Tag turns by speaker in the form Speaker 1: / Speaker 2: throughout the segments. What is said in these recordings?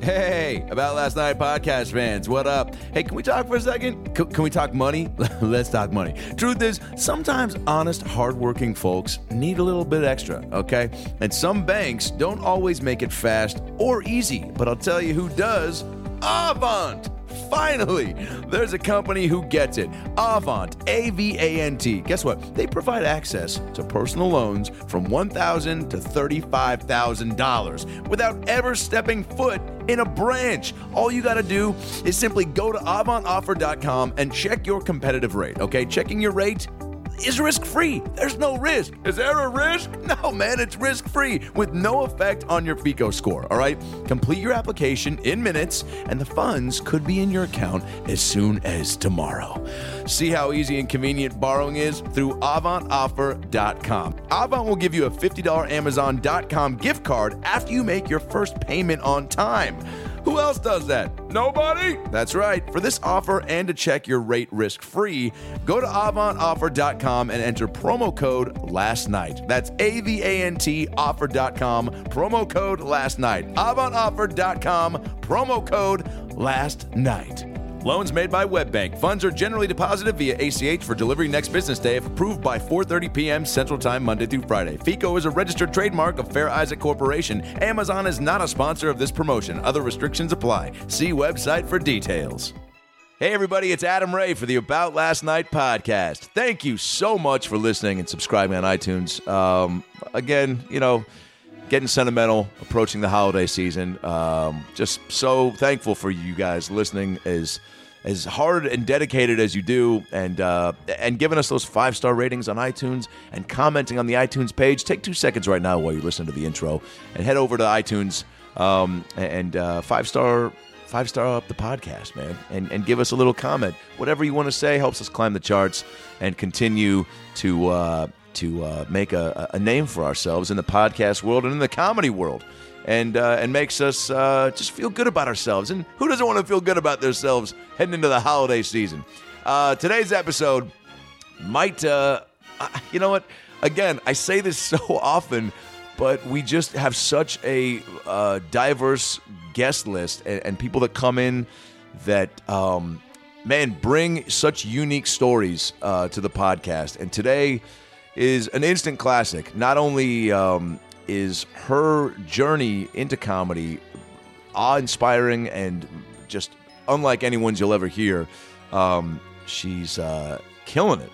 Speaker 1: Hey, about last night podcast fans, what up? Hey, can we talk for a second? C- can we talk money? Let's talk money. Truth is, sometimes honest, hardworking folks need a little bit extra, okay? And some banks don't always make it fast or easy, but I'll tell you who does Avant! Finally, there's a company who gets it. Avant, A V A N T. Guess what? They provide access to personal loans from $1,000 to $35,000 without ever stepping foot in a branch. All you got to do is simply go to avantoffer.com and check your competitive rate, okay? Checking your rate is risk free. There's no risk. Is there a risk? No, man, it's risk free with no effect on your FICO score. All right? Complete your application in minutes, and the funds could be in your account as soon as tomorrow. See how easy and convenient borrowing is through AvantOffer.com. Avant will give you a $50 Amazon.com gift card after you make your first payment on time. Who else does that? Nobody? That's right. For this offer and to check your rate risk free, go to avantoffer.com and enter promo code last night. That's A V A N T offer.com, promo code last night. Avantoffer.com, promo code last night. Loans made by WebBank. Funds are generally deposited via ACH for delivery next business day if approved by 4:30 p.m. Central Time Monday through Friday. FICO is a registered trademark of Fair Isaac Corporation. Amazon is not a sponsor of this promotion. Other restrictions apply. See website for details. Hey, everybody, it's Adam Ray for the About Last Night podcast. Thank you so much for listening and subscribing on iTunes. Um, again, you know, getting sentimental, approaching the holiday season. Um, just so thankful for you guys listening as as hard and dedicated as you do, and uh, and giving us those five star ratings on iTunes and commenting on the iTunes page. Take two seconds right now while you listen to the intro, and head over to iTunes um, and uh, five star five star up the podcast, man, and, and give us a little comment. Whatever you want to say helps us climb the charts and continue to uh, to uh, make a, a name for ourselves in the podcast world and in the comedy world. And, uh, and makes us uh, just feel good about ourselves. And who doesn't want to feel good about themselves heading into the holiday season? Uh, today's episode might uh I- you know what again i say this so often but we just have such a uh, diverse guest list and, and people that come in that um man bring such unique stories uh, to the podcast and today is an instant classic not only um, is her journey into comedy awe inspiring and just unlike anyone's you'll ever hear. Um, she's uh, killing it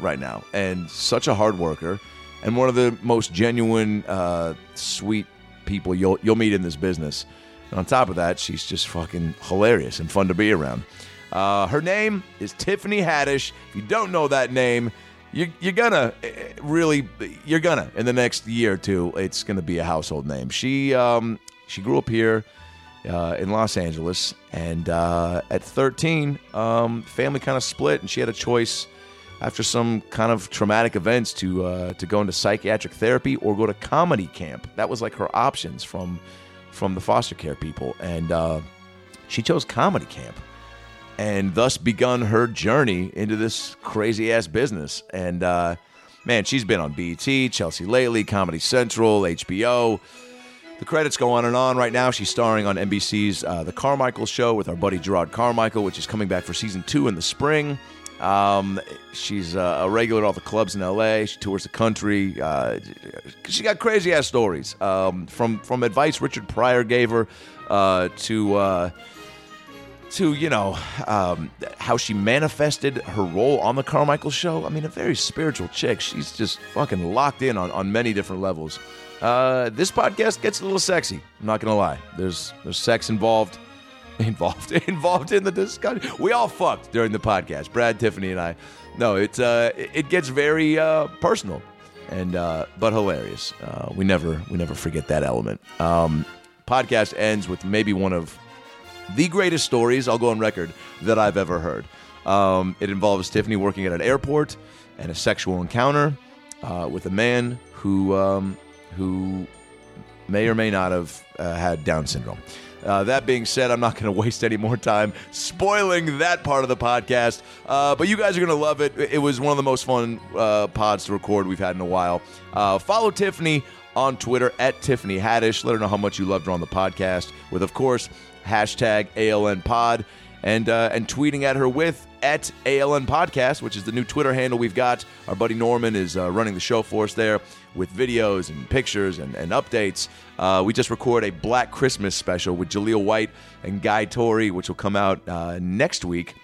Speaker 1: right now and such a hard worker and one of the most genuine, uh, sweet people you'll, you'll meet in this business. And on top of that, she's just fucking hilarious and fun to be around. Uh, her name is Tiffany Haddish. If you don't know that name, you, you're gonna eh, eh, really, you're gonna in the next year or two. It's gonna be a household name. She um, she grew up here uh, in Los Angeles, and uh, at 13, um, family kind of split, and she had a choice after some kind of traumatic events to uh, to go into psychiatric therapy or go to comedy camp. That was like her options from from the foster care people, and uh, she chose comedy camp and thus begun her journey into this crazy ass business. And uh, man, she's been on BET, Chelsea Lately, Comedy Central, HBO. The credits go on and on. Right now, she's starring on NBC's uh, The Carmichael Show with our buddy Gerard Carmichael, which is coming back for season two in the spring. Um, she's uh, a regular at all the clubs in LA. She tours the country. Uh, she got crazy ass stories um, from from advice Richard Pryor gave her uh, to. Uh, to you know um, how she manifested her role on the Carmichael Show. I mean, a very spiritual chick. She's just fucking locked in on, on many different levels. Uh, this podcast gets a little sexy. I'm not gonna lie. There's there's sex involved, involved, involved in the discussion. We all fucked during the podcast. Brad, Tiffany, and I. No, it's uh, it it gets very uh, personal, and uh, but hilarious. Uh, we never we never forget that element. Um, podcast ends with maybe one of the greatest stories I'll go on record that I've ever heard. Um, it involves Tiffany working at an airport and a sexual encounter uh, with a man who um, who may or may not have uh, had Down syndrome. Uh, that being said, I'm not going to waste any more time spoiling that part of the podcast. Uh, but you guys are going to love it. It was one of the most fun uh, pods to record we've had in a while. Uh, follow Tiffany on Twitter at Tiffany Haddish. Let her know how much you loved her on the podcast with, of course, hashtag ALN Pod and uh, and tweeting at her with at ALN Podcast, which is the new Twitter handle we've got. Our buddy Norman is uh, running the show for us there with videos and pictures and, and updates. Uh, we just record a Black Christmas special with Jaleel White and Guy Tori, which will come out uh, next week.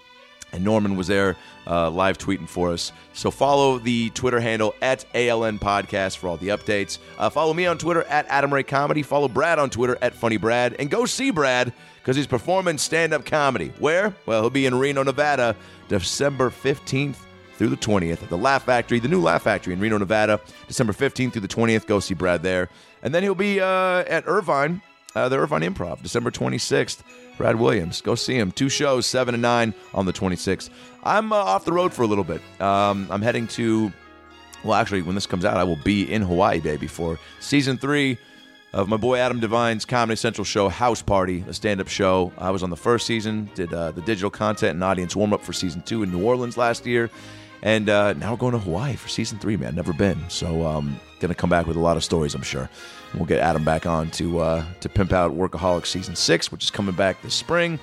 Speaker 1: And Norman was there uh, live tweeting for us. So follow the Twitter handle at ALN Podcast for all the updates. Uh, follow me on Twitter at Adam Ray Comedy. Follow Brad on Twitter at Funny Brad. And go see Brad because he's performing stand up comedy. Where? Well, he'll be in Reno, Nevada, December 15th through the 20th at the Laugh Factory, the new Laugh Factory in Reno, Nevada, December 15th through the 20th. Go see Brad there. And then he'll be uh, at Irvine uh, the Irvine Improv, December 26th. Brad Williams, go see him. Two shows, seven and nine on the 26th. I'm uh, off the road for a little bit. Um, I'm heading to. Well, actually, when this comes out, I will be in Hawaii, baby, for season three of my boy Adam Devine's Comedy Central show, House Party, a stand up show. I was on the first season, did uh, the digital content and audience warm up for season two in New Orleans last year. And uh, now we're going to Hawaii for season three, man. Never been. So, um, going to come back with a lot of stories, I'm sure. And we'll get Adam back on to, uh, to pimp out Workaholic season six, which is coming back this spring.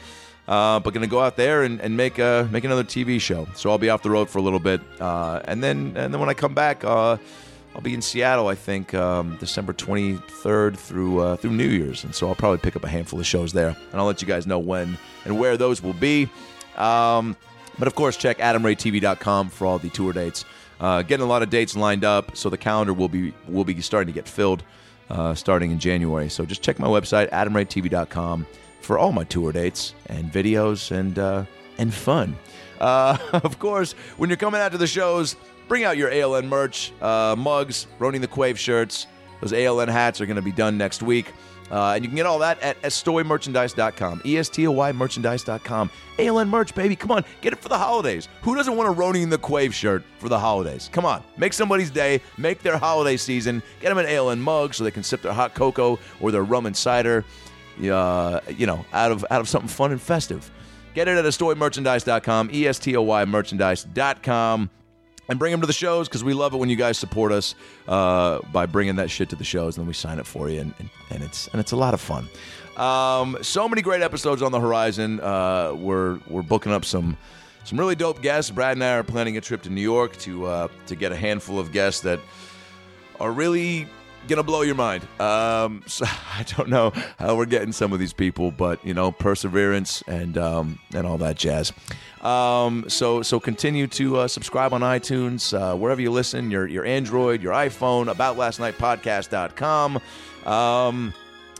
Speaker 1: Uh, but gonna go out there and, and make uh, make another TV show. So I'll be off the road for a little bit, uh, and then and then when I come back, uh, I'll be in Seattle. I think um, December 23rd through uh, through New Year's, and so I'll probably pick up a handful of shows there, and I'll let you guys know when and where those will be. Um, but of course, check AdamRayTV.com for all the tour dates. Uh, getting a lot of dates lined up, so the calendar will be will be starting to get filled uh, starting in January. So just check my website, AdamRayTV.com, for all my tour dates and videos and uh, and fun. Uh, of course, when you're coming out to the shows, bring out your ALN merch, uh, mugs, Ronin the Quave shirts. Those ALN hats are going to be done next week. Uh, and you can get all that at estoymerchandise.com, E-S-T-O-Y merchandise.com. ALN merch, baby. Come on, get it for the holidays. Who doesn't want a Ronin the Quave shirt for the holidays? Come on, make somebody's day, make their holiday season. Get them an ALN mug so they can sip their hot cocoa or their rum and cider, uh, you know, out of, out of something fun and festive. Get it at estoymerchandise.com, E-S-T-O-Y merchandise.com and bring them to the shows because we love it when you guys support us uh, by bringing that shit to the shows and then we sign it for you and, and, and it's and it's a lot of fun um, so many great episodes on the horizon uh, we're we're booking up some some really dope guests brad and i are planning a trip to new york to uh, to get a handful of guests that are really gonna blow your mind. Um, so I don't know how we're getting some of these people, but you know, perseverance and um, and all that jazz. Um, so so continue to uh, subscribe on iTunes, uh, wherever you listen, your your Android, your iPhone, aboutlastnightpodcast.com. Um,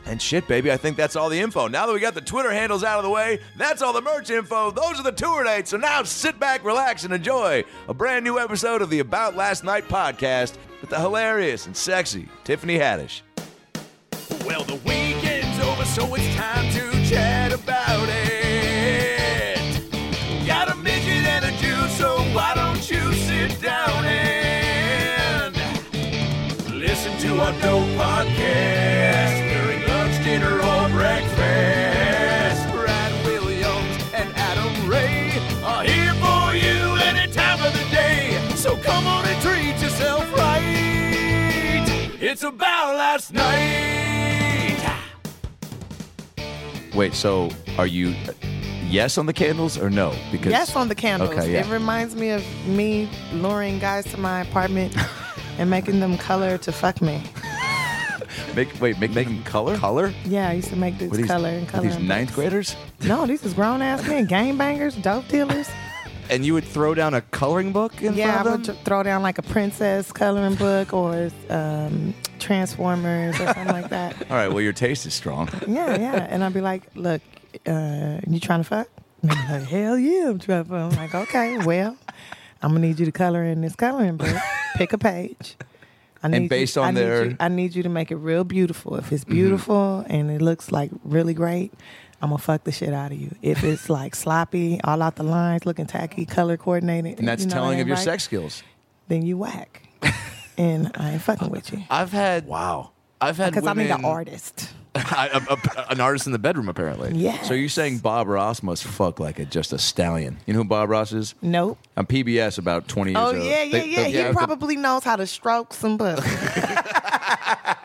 Speaker 1: and shit, baby, I think that's all the info. Now that we got the Twitter handles out of the way, that's all the merch info. Those are the tour dates. So now sit back, relax, and enjoy a brand new episode of the About Last Night podcast with the hilarious and sexy Tiffany Haddish. Well, the weekend's over, so it's time to chat about it. Got a midget and a Jew, so why don't you sit down and listen to our dope podcast during lunch, dinner, or breakfast? Brad Williams and Adam Ray are here for you any time of the day, so come on and treat yourself right. It's about last night. Wait, so are you yes on the candles or no? Because
Speaker 2: Yes, on the candles.
Speaker 1: Okay, yeah.
Speaker 2: It reminds me of me luring guys to my apartment and making them color to fuck me.
Speaker 1: Make, wait, make, making color? Color?
Speaker 2: Yeah, I used to make
Speaker 1: What
Speaker 2: dudes
Speaker 1: these-
Speaker 2: color and
Speaker 1: what
Speaker 2: color.
Speaker 1: These
Speaker 2: and-
Speaker 1: ninth graders?
Speaker 2: No, these is grown ass men, gangbangers, dope dealers.
Speaker 3: And you would throw down a coloring book in
Speaker 2: yeah, I
Speaker 3: front of
Speaker 2: would
Speaker 3: them?
Speaker 2: th- throw down like a princess coloring book or um, Transformers or something like that.
Speaker 1: All right, well, your taste is strong.
Speaker 2: Yeah, yeah. And I'd be like, look, uh, you trying to fuck? And they'd be like, hell yeah, I'm trying to fuck. I'm like, okay, well, I'm gonna need you to color in this coloring book. Pick a page. I need
Speaker 1: based
Speaker 2: you,
Speaker 1: on
Speaker 2: I need
Speaker 1: their- Mm-hmm.
Speaker 2: you- I need you to make it real beautiful. If it's beautiful and it looks like really great, I'm gonna fuck the shit out of you. If it's like sloppy, all out the lines, looking tacky, color coordinated,
Speaker 1: And that's
Speaker 2: you know
Speaker 1: telling of
Speaker 2: I ain't
Speaker 1: your
Speaker 2: right,
Speaker 1: sex skills.
Speaker 2: then you whack. and I ain't fucking with you
Speaker 3: I've had
Speaker 1: Wow.
Speaker 3: I've had
Speaker 2: because I'm
Speaker 3: women,
Speaker 2: the artist.
Speaker 3: I- a- a- an artist in the bedroom apparently.
Speaker 2: Yes.
Speaker 1: So you're saying Bob Ross must fuck like a, just a stallion. You know who Bob Ross is?
Speaker 2: Nope.
Speaker 1: On PBS about 20 years
Speaker 2: Oh
Speaker 1: ago.
Speaker 2: yeah, yeah,
Speaker 1: They-
Speaker 2: yeah.
Speaker 1: they-
Speaker 2: He probably knows how to stroke some pussy.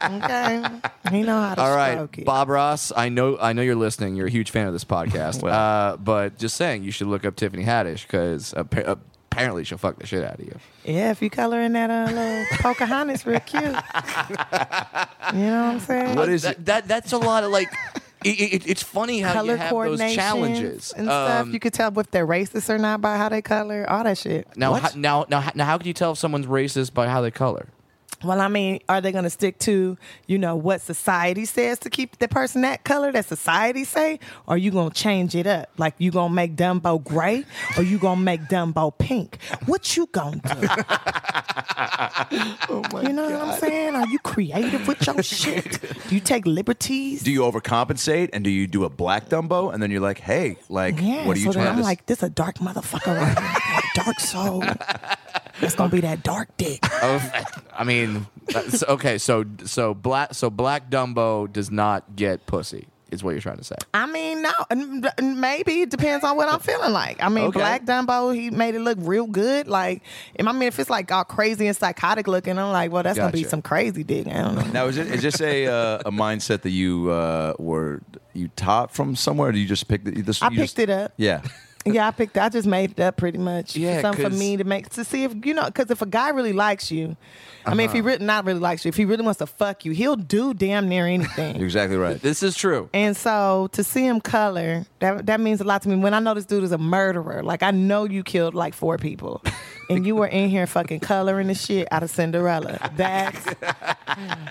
Speaker 2: okay. He know how to
Speaker 3: All right,
Speaker 2: stroke it.
Speaker 3: Bob Ross. I know, I know you're listening. You're a huge fan of this podcast, uh, but just saying, you should look up Tiffany Haddish because apparently she'll fuck the shit out of you.
Speaker 2: Yeah, if you color in that uh, little Pocahontas real cute. you know what I'm saying?
Speaker 1: What is
Speaker 3: that, that? That's a lot of like. It, it, it's funny how
Speaker 2: color
Speaker 3: you have those
Speaker 2: coordination
Speaker 3: challenges.
Speaker 2: and stuff.
Speaker 3: Um,
Speaker 2: You could tell if they're racist or not by how they color, all that shit.
Speaker 3: now,
Speaker 1: What?
Speaker 3: how, now, now, how- now, how can you tell if someone's racist by how they color?
Speaker 2: Well, I mean, are they going to stick to, you know, what society says to keep the person that color that society say? Or you going to change it up? Like you going to make Dumbo gray or you going to make Dumbo pink? What you going to do?
Speaker 1: Oh
Speaker 2: you know what I'm saying? Are you creative with your shit? Do you take liberties?
Speaker 1: do you overcompensate and do you do a black Dumbo and then you're like, hey, like,
Speaker 2: yeah,
Speaker 1: what are you
Speaker 2: so then
Speaker 1: trying
Speaker 2: I'm
Speaker 1: to?
Speaker 2: like, this a dark motherfucker right here. a dark soul. That's going to be that dark dick.
Speaker 3: Oh, I mean, that's- okay, so so black so black Dumbo does not get pussy is what you're trying to say.
Speaker 2: I mean, no, n- n- maybe it depends on what I'm feeling like. I mean,
Speaker 3: Okay.
Speaker 2: Black Dumbo, he made it look real good. Like, I mean, if it's like all crazy and psychotic looking, I'm like, well, that's gonna be
Speaker 3: Gotcha.
Speaker 2: some crazy dick. I don't know.
Speaker 1: now is it is this a uh, a mindset that you uh, were you taught from somewhere? Or do you just pick the, this?
Speaker 2: I
Speaker 1: you
Speaker 2: picked
Speaker 1: just-
Speaker 2: it up.
Speaker 1: Yeah.
Speaker 2: Yeah, I picked. I just made it up pretty much.
Speaker 3: Yeah,
Speaker 2: Yeah, something for
Speaker 3: 'cause-
Speaker 2: me to make to see if you know. Because if a guy really likes you, I mean, if
Speaker 3: Uh-huh.
Speaker 2: he really not really likes you, if he really wants to fuck you, he'll do damn near anything.
Speaker 1: You're exactly right.
Speaker 3: This is true.
Speaker 2: And so to see him color, that that means a lot to me. When I know this dude is a murderer, like I know you killed like four people, and you were in here fucking coloring the shit out of Cinderella. That's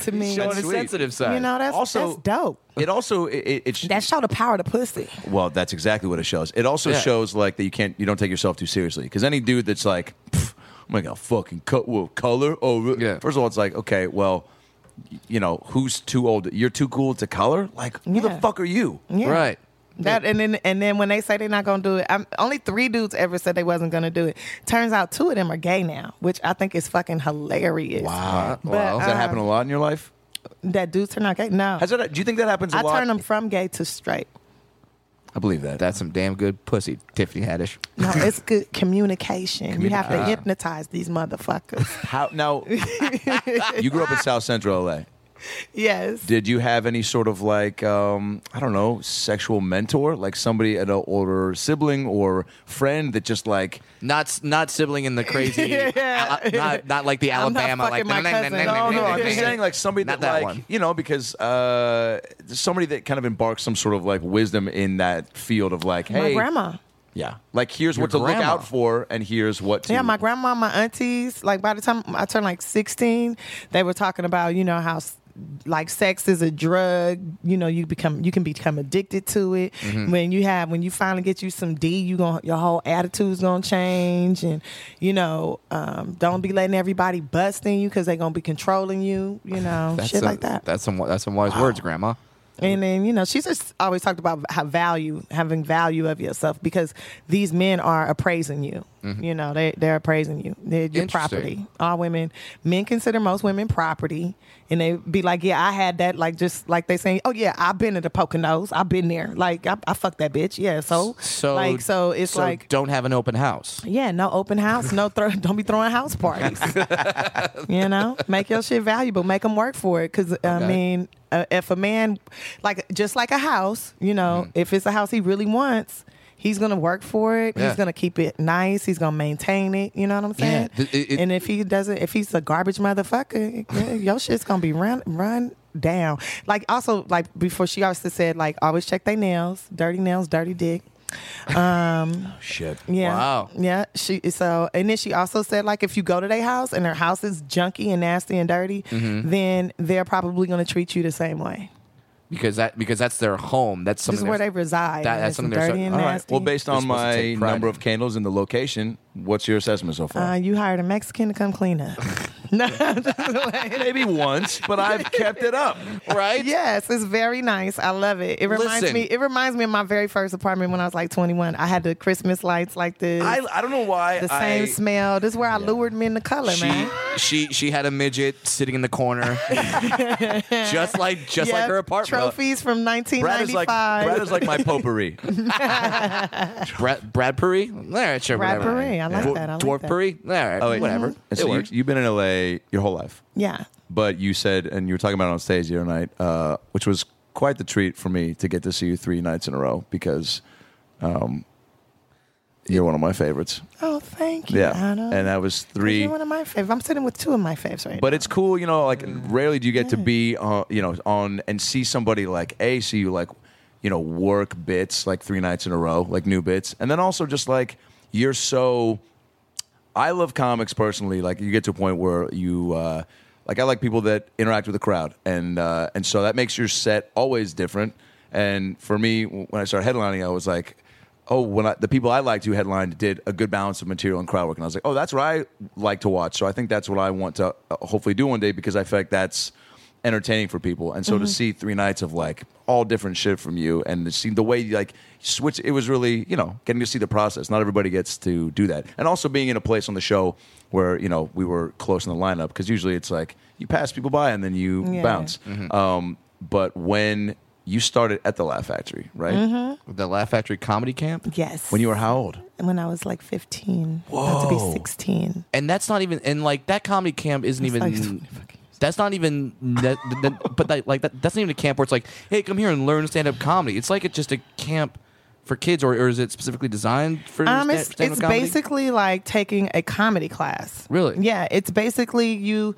Speaker 2: to me,
Speaker 3: Showing
Speaker 1: That's
Speaker 3: a
Speaker 1: sweet.
Speaker 3: sensitive side.
Speaker 2: you know, that's
Speaker 1: Also-
Speaker 2: that's dope.
Speaker 1: It also it, it, it sh-
Speaker 2: That showed the power to pussy.
Speaker 1: well, that's exactly what it shows. It also
Speaker 3: Yeah.
Speaker 1: shows like that you can't you don't take yourself too seriously because any dude that's like, "Pff, I'm like a fucking co- whoa, color. Oh, re-"
Speaker 3: Yeah.
Speaker 1: First of all, it's like okay, well, y- you know who's too old? You're too cool to color. Like who the
Speaker 2: Yeah.
Speaker 1: fuck are you?
Speaker 2: Yeah.
Speaker 3: Right.
Speaker 2: That and then and then when they say they're not gonna do it, I'm, only three dudes ever said they wasn't gonna do it. Turns out two of them are gay now, which I think is fucking hilarious.
Speaker 1: Wow.
Speaker 2: But, uh,
Speaker 1: Does that happen a lot in your life?
Speaker 2: That dudes are not gay. No,
Speaker 1: Has that? Do you think that happens a
Speaker 2: I
Speaker 1: lot?
Speaker 2: turn them from gay to straight.
Speaker 1: I believe that.
Speaker 3: That's some damn good pussy, Tiffany Haddish.
Speaker 2: No, it's good communication. you have to
Speaker 1: Communica-
Speaker 2: hypnotize these motherfuckers.
Speaker 1: How now? you grew up in South Central LA.
Speaker 2: yes.
Speaker 1: Did you have any sort of like um, I don't know sexual mentor, like somebody an older sibling or friend that just like
Speaker 3: Not s- not sibling in the crazy.
Speaker 2: Yeah.
Speaker 3: uh, not, not like the
Speaker 2: I'm not
Speaker 3: Alabama. like
Speaker 2: fucking my cousin.
Speaker 1: Oh, No, no, I'm
Speaker 2: Yeah.
Speaker 1: just saying like somebody
Speaker 3: Not
Speaker 1: that,
Speaker 3: that
Speaker 1: like
Speaker 3: one.
Speaker 1: you know because uh, somebody that kind of embarks some sort of like wisdom in that field of like
Speaker 2: my
Speaker 1: hey
Speaker 2: grandma.
Speaker 1: yeah like here's
Speaker 3: Your
Speaker 1: what to look
Speaker 3: grandma.
Speaker 1: out for and here's what to
Speaker 2: Yeah, my grandma, my aunties, like by the time I turned like 16, they were talking about, you know, how s- like sex is a drug, you know, you become you can become addicted to it. When you have when you finally get you some D, you going to your whole attitude's going to change and you know, um, don't be letting everybody bust in you cuz they're going to be controlling you, you know, shit
Speaker 3: some-
Speaker 2: like that.
Speaker 3: That's some that's some wise words, Grandma.
Speaker 2: And then you know she's just always talked about how value having value of yourself because these men are appraising you. You know they they're appraising you. They're your
Speaker 3: Mm-hmm. Interesting.
Speaker 2: property. All women, men consider most women property, and they be like, yeah, I had that. Like just like they saying, oh yeah, I've been at the Poconos. I've been there. Like I, I fucked that bitch. Yeah. So
Speaker 3: So
Speaker 2: like so it's like
Speaker 3: don't have an open house.
Speaker 2: yeah, no open house, no throw. Don't be throwing house parties. you know, make your shit valuable. Make them work for it. Because I mean, uh, if a man, like just like a house, you know,
Speaker 3: Mm.
Speaker 2: if it's a house he really wants, he's gonna work for it.
Speaker 3: Yeah.
Speaker 2: He's gonna keep it nice. He's gonna maintain it. You know what I'm saying?
Speaker 3: Th- it- it-
Speaker 2: and if he doesn't, if he's a garbage motherfucker, yeah, your shit's gonna be run run down. Like also, like before, she also said like always check their nails, dirty nails, dirty dick.
Speaker 3: Oh,
Speaker 1: shit
Speaker 2: Yeah.
Speaker 3: Wow.
Speaker 2: Yeah. She so and then she also said like if you go to their house and their house is junky and nasty and dirty,
Speaker 3: Mm-hmm.
Speaker 2: then they're probably gonna treat you the same way.
Speaker 3: Because that because that's their home. That's
Speaker 2: This is
Speaker 3: something
Speaker 2: where they
Speaker 3: that's-
Speaker 2: reside.
Speaker 3: that-
Speaker 2: and
Speaker 3: that's
Speaker 2: it's
Speaker 3: something they're
Speaker 2: dirty
Speaker 3: so-
Speaker 2: and
Speaker 1: all right
Speaker 2: nasty.
Speaker 1: well based on
Speaker 3: They're supposed to
Speaker 1: my
Speaker 3: take pride
Speaker 1: number
Speaker 3: in
Speaker 1: of candles and the location what's your assessment so far
Speaker 2: uh, you hired a Mexican to come clean up. no, I'm just playing.
Speaker 1: maybe once, but I've kept it up.
Speaker 3: right.
Speaker 2: Yes, it's very nice. I love it. It reminds
Speaker 3: Listen.
Speaker 2: me. It reminds me of my very first apartment when I was like 21. I had the Christmas lights like this,
Speaker 1: I, I don't know why.
Speaker 2: the
Speaker 1: I,
Speaker 2: same smell. This is where I lured men to color, man.
Speaker 3: She she she had a midget sitting in the corner, just like just like
Speaker 2: Yes,
Speaker 3: her apartment.
Speaker 2: Trophies from
Speaker 1: Brad is
Speaker 2: 1995.
Speaker 1: like Brad is like my potpourri.
Speaker 3: Brad Brad Puri. All right, sure.
Speaker 2: Brad
Speaker 3: whatever.
Speaker 2: Puri. I like that. I like
Speaker 3: Dwarf
Speaker 2: that.
Speaker 3: Puri. All right,
Speaker 1: Oh, wait.
Speaker 3: whatever.
Speaker 1: And
Speaker 3: It
Speaker 1: so
Speaker 3: works.
Speaker 1: you, have been in LA play your whole life.
Speaker 2: Yeah.
Speaker 1: But you said, and you were talking about it on stage the other night, uh, which was quite the treat for me to get to see you three nights in a row because um, you're one of my favorites.
Speaker 2: Oh, thank you,
Speaker 1: Yeah,
Speaker 2: Adam.
Speaker 1: and that was three.
Speaker 2: You're one of my faves. I'm sitting with two of my faves right
Speaker 1: But it's cool, you know. Like rarely do you get to be, uh, you know, on and see somebody like a see you like, you know, work bits like three nights in a row, like new bits, and then also just like you're so. I love comics personally. Like you get to a point where you, uh, like I like people that interact with the crowd, and uh, and so that makes your set always different. And for me, when I started headlining, I was like. Oh, when I, the people I liked who headlined did a good balance of material and crowd work, and I was like, oh, that's what I like to watch. So I think that's what I want to uh, hopefully do one day because I feel like that's entertaining for people. And so
Speaker 2: Mm-hmm.
Speaker 1: to see three nights of like all different shit from you and to see the way you like switch, it was really, you know, getting to see the process. Not everybody gets to do that. And also being in a place on the show where, you know, we were close in the lineup because usually it's like you pass people by and then you
Speaker 2: Yeah.
Speaker 1: bounce. Um, but when you started at the Laugh Factory, right?
Speaker 2: Mm-hmm.
Speaker 3: The Laugh Factory Comedy Camp.
Speaker 2: Yes.
Speaker 1: When you were how old?
Speaker 2: when I was like 15, about to
Speaker 1: Whoa.
Speaker 2: be 16.
Speaker 3: And that's not even, and like that comedy camp isn't
Speaker 2: It's like
Speaker 3: even.
Speaker 2: 20 fucking years.
Speaker 3: that's not even, that, that- that- but that, like that, that's not even a camp where it's like, hey, come here and learn stand up comedy. It's like it's just a camp for kids, or, or is it specifically designed for
Speaker 2: Um,
Speaker 3: stand
Speaker 2: it's
Speaker 3: up
Speaker 2: it's
Speaker 3: comedy?
Speaker 2: basically like taking a comedy class.
Speaker 3: Really?
Speaker 2: Yeah, it's basically you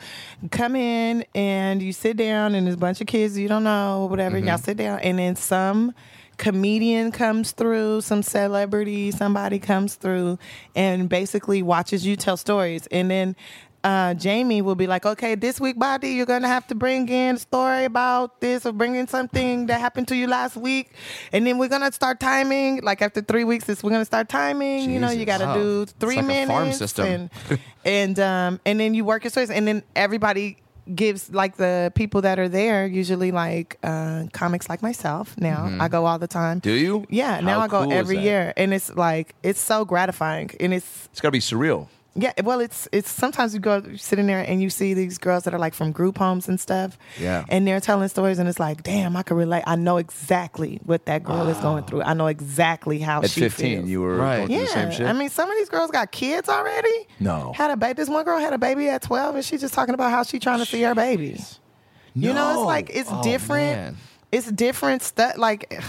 Speaker 2: come in and you sit down, and there's a bunch of kids you don't know, whatever. Y'all sit down, and then some comedian comes through, some celebrity, somebody comes through, and basically watches you tell stories, and then. Uh, Jamie will be like, okay, this week, Bobby, you're gonna have to bring in a story about this or bring in something that happened to you last week, and then we're gonna start timing. Like after three weeks, this we're gonna start timing. You know, you
Speaker 3: Jesus.
Speaker 2: gotta
Speaker 3: Wow.
Speaker 2: do
Speaker 3: It's
Speaker 2: three
Speaker 3: like a
Speaker 2: minutes
Speaker 3: farm system.
Speaker 2: and and um and then you work your stories and then everybody gives like the people that are there usually like uh comics like myself now i go all the time
Speaker 1: Do you?
Speaker 2: yeah now
Speaker 1: How
Speaker 2: i go
Speaker 1: cool is
Speaker 2: every
Speaker 1: that?
Speaker 2: year and it's like it's so gratifying and it's
Speaker 1: It's got to be surreal.
Speaker 2: yeah well it's it's sometimes you go sitting there and you see these girls that are like from group homes and stuff
Speaker 1: Yeah.
Speaker 2: and they're telling stories and it's like damn i can relate i know exactly what that girl is going through i know exactly how
Speaker 1: At
Speaker 2: she
Speaker 1: 15,
Speaker 2: feels.
Speaker 1: you were
Speaker 3: Right.
Speaker 1: going through
Speaker 2: Yeah,
Speaker 1: the same shit.
Speaker 2: I mean, some of these girls got kids already.
Speaker 1: No.
Speaker 2: had a baby. This one girl had a baby at twelve, and she's just talking about how she trying to see her baby. You know, it's like it's
Speaker 3: Oh,
Speaker 2: different.
Speaker 3: man.
Speaker 2: It's different stuff. Like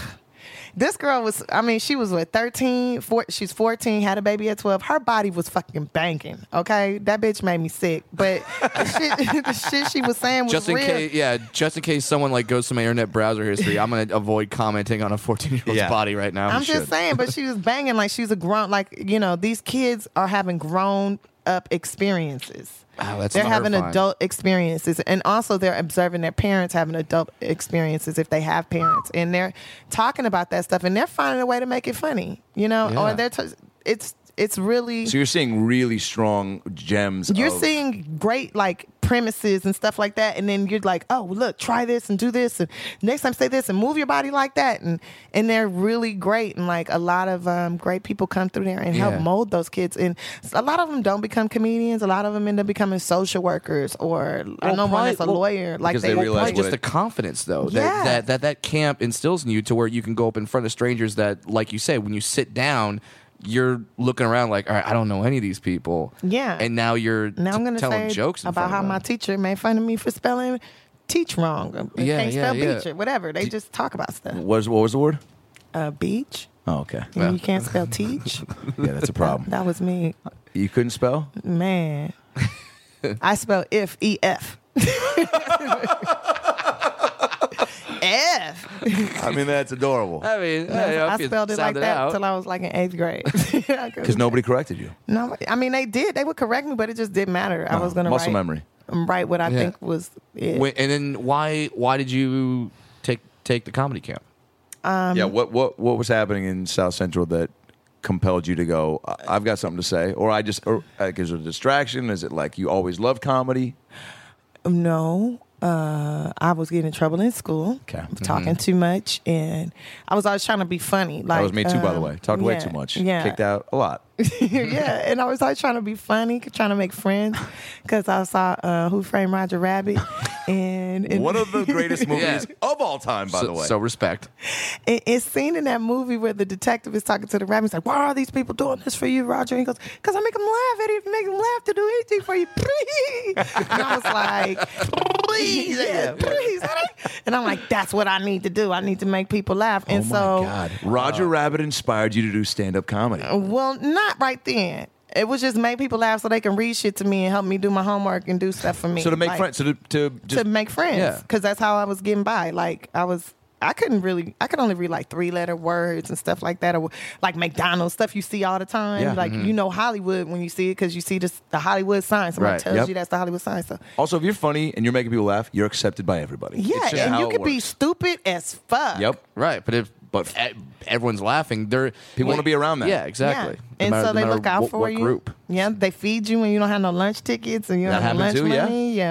Speaker 2: this girl was. I mean, she was what 13, four, She's fourteen. Had a baby at twelve. Her body was fucking banging. Okay, that bitch made me sick. But the shit, the shit she was saying was
Speaker 3: just in
Speaker 2: real.
Speaker 3: case, yeah, just in case someone like goes to my internet browser history, I'm gonna avoid commenting on a 14 year old's
Speaker 1: Yeah.
Speaker 3: body right now.
Speaker 2: I'm just saying, but she was banging like she's a grown. Like you know, these kids are having grown up experiences.
Speaker 3: Wow, that's
Speaker 2: they're having
Speaker 3: terrifying.
Speaker 2: adult experiences, and also they're observing their parents having adult experiences if they have parents, and they're talking about that stuff, and they're finding a way to make it funny, you know,
Speaker 3: Yeah.
Speaker 2: or they're t- it's it's really
Speaker 1: so you're seeing really strong gems.
Speaker 2: you're
Speaker 1: of-
Speaker 2: seeing great like premises and stuff like that and then you're like oh well, look try this and do this and next time say this and move your body like that and and they're really great and like a lot of um, great people come through there and help
Speaker 3: Yeah.
Speaker 2: mold those kids and a lot of them don't become comedians a lot of them end up becoming social workers or i
Speaker 3: Well,
Speaker 2: know one
Speaker 3: probably-
Speaker 2: that's a
Speaker 3: well,
Speaker 2: lawyer like
Speaker 1: because they
Speaker 2: will
Speaker 1: realize
Speaker 3: Probably
Speaker 2: play-
Speaker 1: what
Speaker 3: just the confidence though
Speaker 2: Yeah.
Speaker 3: that, that that that camp instills in you to where you can go up in front of strangers that like you say when you sit down you're looking around like all right I don't know any of these people
Speaker 2: Yeah.
Speaker 3: and now you're
Speaker 2: now i'm
Speaker 3: t-
Speaker 2: gonna
Speaker 3: telling
Speaker 2: say
Speaker 3: jokes in
Speaker 2: about
Speaker 3: front
Speaker 2: how
Speaker 3: of
Speaker 2: my
Speaker 3: them.
Speaker 2: teacher made fun of me for spelling teach wrong or
Speaker 3: Yeah,
Speaker 2: can't
Speaker 3: yeah,
Speaker 2: spell
Speaker 3: yeah. Mm.
Speaker 2: beach or whatever they just talk about stuff
Speaker 1: What was, what was the word?
Speaker 2: uh, beach
Speaker 1: Oh, okay.
Speaker 2: and you can't spell teach
Speaker 1: Yeah, that's a problem.
Speaker 2: That was me,
Speaker 1: You couldn't spell?
Speaker 2: man. I spell if e f. F.
Speaker 1: I mean, that's adorable.
Speaker 2: Oh.
Speaker 3: I mean
Speaker 2: I spelled it like that till I was like in eighth grade.
Speaker 1: Because nobody corrected you.
Speaker 2: no, I mean they did. They would correct me, but it just didn't matter. I was gonna
Speaker 1: Uh-huh. muscle
Speaker 2: write,
Speaker 1: memory.
Speaker 2: write what I
Speaker 3: Yeah.
Speaker 2: think was it.
Speaker 3: Wait, and then why why did you take take the comedy camp
Speaker 2: um,
Speaker 1: yeah. What what what was happening in South Central that compelled you to go? "I- I've got something to say, or I just or, like is it a distraction? Is it like you always loved comedy?
Speaker 2: No, uh, I was getting in trouble in school.
Speaker 1: Okay.
Speaker 2: talking too much, and I was always trying to be funny. Like
Speaker 1: that was me too, by the
Speaker 2: um,
Speaker 1: way. Talked way
Speaker 2: yeah,
Speaker 1: too much.
Speaker 2: Yeah,
Speaker 1: Kicked out a lot.
Speaker 2: yeah, and I was always trying to be funny, trying to make friends, because I saw uh, Who Framed Roger Rabbit, and, and
Speaker 1: One of the greatest movies
Speaker 3: Yeah.
Speaker 1: of all time, by
Speaker 3: so,
Speaker 1: the way.
Speaker 3: so respect.
Speaker 2: it, it's seen in that movie where the detective is talking to the rabbit. He's like, "Why are these people doing this for you, Roger?" And he goes, "Cause I make them laugh. I didn't make them laugh to do anything for you." Please, and I was like, "Please, yeah, please." And I'm like, "That's what I need to do. I need to make people laugh."
Speaker 1: Oh
Speaker 2: And so,
Speaker 1: Roger Rabbit inspired you to do stand up
Speaker 2: Oh,
Speaker 1: comedy.
Speaker 2: well, not right then. It was just make people laugh so they can read shit to me and help me do my homework and do stuff for me.
Speaker 1: so to make
Speaker 2: Like-
Speaker 1: friends, so to, to just
Speaker 2: to make
Speaker 1: Yeah.
Speaker 2: friends because that's how I was getting by. Like I was, I couldn't really, I could only read like three letter words and stuff like that, or like McDonald's stuff you see all the time.
Speaker 1: Yeah. Mm-hmm.
Speaker 2: Like you know Hollywood when you see it because you see this, the Hollywood sign. Somebody
Speaker 3: Right.
Speaker 2: tells
Speaker 1: Yep.
Speaker 2: you that's the Hollywood sign. So
Speaker 1: Also, if you're funny and you're making people laugh, you're accepted by everybody.
Speaker 2: yeah,
Speaker 1: It's just
Speaker 2: and
Speaker 1: how
Speaker 2: you
Speaker 1: it
Speaker 2: could be
Speaker 1: works.
Speaker 2: stupid as fuck.
Speaker 1: Yep.
Speaker 3: Right, but if but e- everyone's laughing, they're
Speaker 1: People wanna be around that.
Speaker 3: Yeah, exactly.
Speaker 2: Yeah.
Speaker 3: No
Speaker 2: And
Speaker 3: matter-
Speaker 2: so
Speaker 3: no
Speaker 2: they
Speaker 3: matter
Speaker 2: look out
Speaker 3: what-
Speaker 2: for
Speaker 3: what
Speaker 2: you.
Speaker 3: Group.
Speaker 2: Yeah, they feed you and you don't have no lunch tickets and you don't
Speaker 1: That
Speaker 2: have no lunch
Speaker 1: happened too, yeah.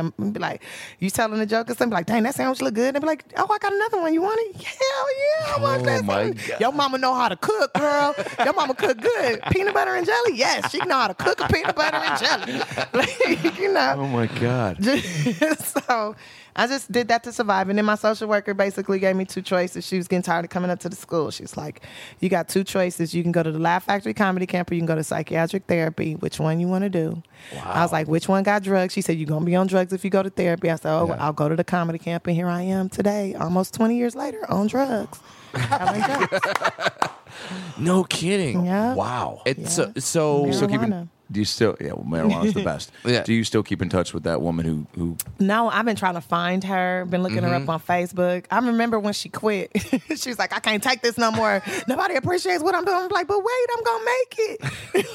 Speaker 2: money. Yeah. be like you telling a joke or something be like, dang, that sandwich look good. They be like, oh, I got another one. You want it? Hell yeah, I want
Speaker 1: Oh,
Speaker 2: that.
Speaker 1: my
Speaker 2: sandwich.
Speaker 1: God.
Speaker 2: Your mama know how to cook, girl. Your mama cook good. Peanut butter and jelly. Yes, she know how to cook a peanut butter and jelly. like, you know.
Speaker 1: Oh my god.
Speaker 2: so I just did that to survive. And then my social worker basically gave me two choices. She was getting tired of coming up to the school. She's like, You got two choices. You can go to the Laugh Factory Comedy Camp or you can go to psychiatric therapy. Which one you want to do? I was like, Which one got drugs? She said, You're going to be on drugs if you go to therapy. I said, Oh, well, I'll go to the comedy camp. And here I am today, almost 20 years later, on drugs. Having drugs.
Speaker 3: No kidding.
Speaker 2: Yeah.
Speaker 1: Wow.
Speaker 3: It's so,
Speaker 2: Yeah.
Speaker 3: so
Speaker 1: You still keep
Speaker 2: Marijuana.
Speaker 1: in, do you still yeah, well, marijuana's the best.
Speaker 3: Yeah.
Speaker 1: Do you still keep in touch with that woman who who
Speaker 2: No, I've been trying to find her, been looking
Speaker 1: Mm-hmm.
Speaker 2: her up on Facebook. I remember when she quit. she was like, I can't take this no more. Nobody appreciates what I'm doing. I'm like, but wait, I'm going to make it.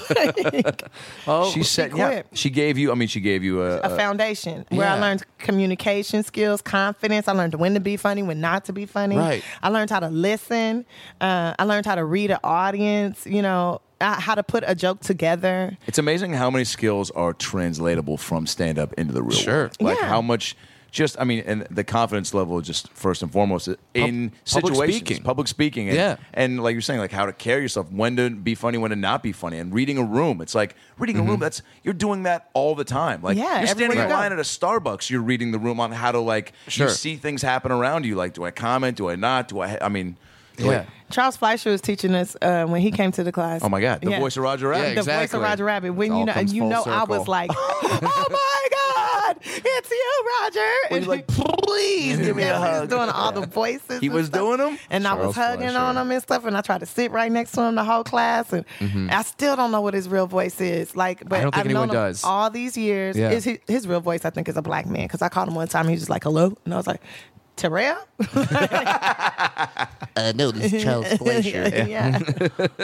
Speaker 2: Like,
Speaker 3: oh,
Speaker 1: she set yeah,
Speaker 2: quit.
Speaker 1: she gave you I mean she gave you a,
Speaker 2: a foundation where I
Speaker 3: Yeah.
Speaker 2: learned communication skills, confidence. I learned when to be funny, when not to be funny.
Speaker 3: Right.
Speaker 2: I learned how to listen. Uh, I learned how to read an audience, you know, uh, how to put a joke together.
Speaker 1: It's amazing how many skills are translatable from stand up into the real
Speaker 3: Sure.
Speaker 1: world. Like
Speaker 2: Yeah.
Speaker 1: how much just I mean and the confidence level just first and foremost in
Speaker 3: public
Speaker 1: situations
Speaker 3: speaking.
Speaker 1: public speaking and,
Speaker 3: Yeah.
Speaker 1: and like you're saying like how to carry yourself when to be funny when to not be funny and reading a room it's like reading
Speaker 3: Mm-hmm.
Speaker 1: a room that's you're doing that all the time like
Speaker 2: Yeah,
Speaker 1: you're standing
Speaker 2: everywhere
Speaker 1: in
Speaker 2: you
Speaker 1: line
Speaker 2: go.
Speaker 1: at a Starbucks you're reading the room on how to like
Speaker 3: Sure.
Speaker 1: you see things happen around you like do I comment do I not do I I mean
Speaker 3: yeah.
Speaker 2: Charles Fleischer was teaching us uh, when he came to the class.
Speaker 1: oh my god the
Speaker 2: Yeah.
Speaker 1: voice of Roger Rabbit
Speaker 3: Yeah,
Speaker 2: the voice
Speaker 3: Exactly.
Speaker 2: of Roger Rabbit.
Speaker 3: It
Speaker 2: When
Speaker 3: all
Speaker 2: you know,
Speaker 3: comes
Speaker 2: you
Speaker 3: full
Speaker 2: know, I
Speaker 3: circle.
Speaker 2: was like, "Oh my God, it's you, Roger!"
Speaker 1: When you're like,
Speaker 2: "Please
Speaker 1: give me a hug."
Speaker 2: doing all the voices.
Speaker 1: He
Speaker 2: and
Speaker 1: was
Speaker 2: stuff.
Speaker 1: doing 'em?
Speaker 2: and I was
Speaker 3: Charles
Speaker 2: hugging
Speaker 3: Fleischer.
Speaker 2: on him and stuff. And I tried to sit right next to him the whole class, and I still don't know what his real voice is. Like, but
Speaker 3: Mm-hmm. don't think
Speaker 2: have known
Speaker 3: anyone
Speaker 2: him
Speaker 3: does.
Speaker 2: all these years.
Speaker 3: Yeah.
Speaker 2: Is his, his real voice? I think is a black man because I called him one time. He was just like, "Hello," and I was like, "Terrell."
Speaker 4: Uh, no, this is Charles Fleischer.
Speaker 2: yeah,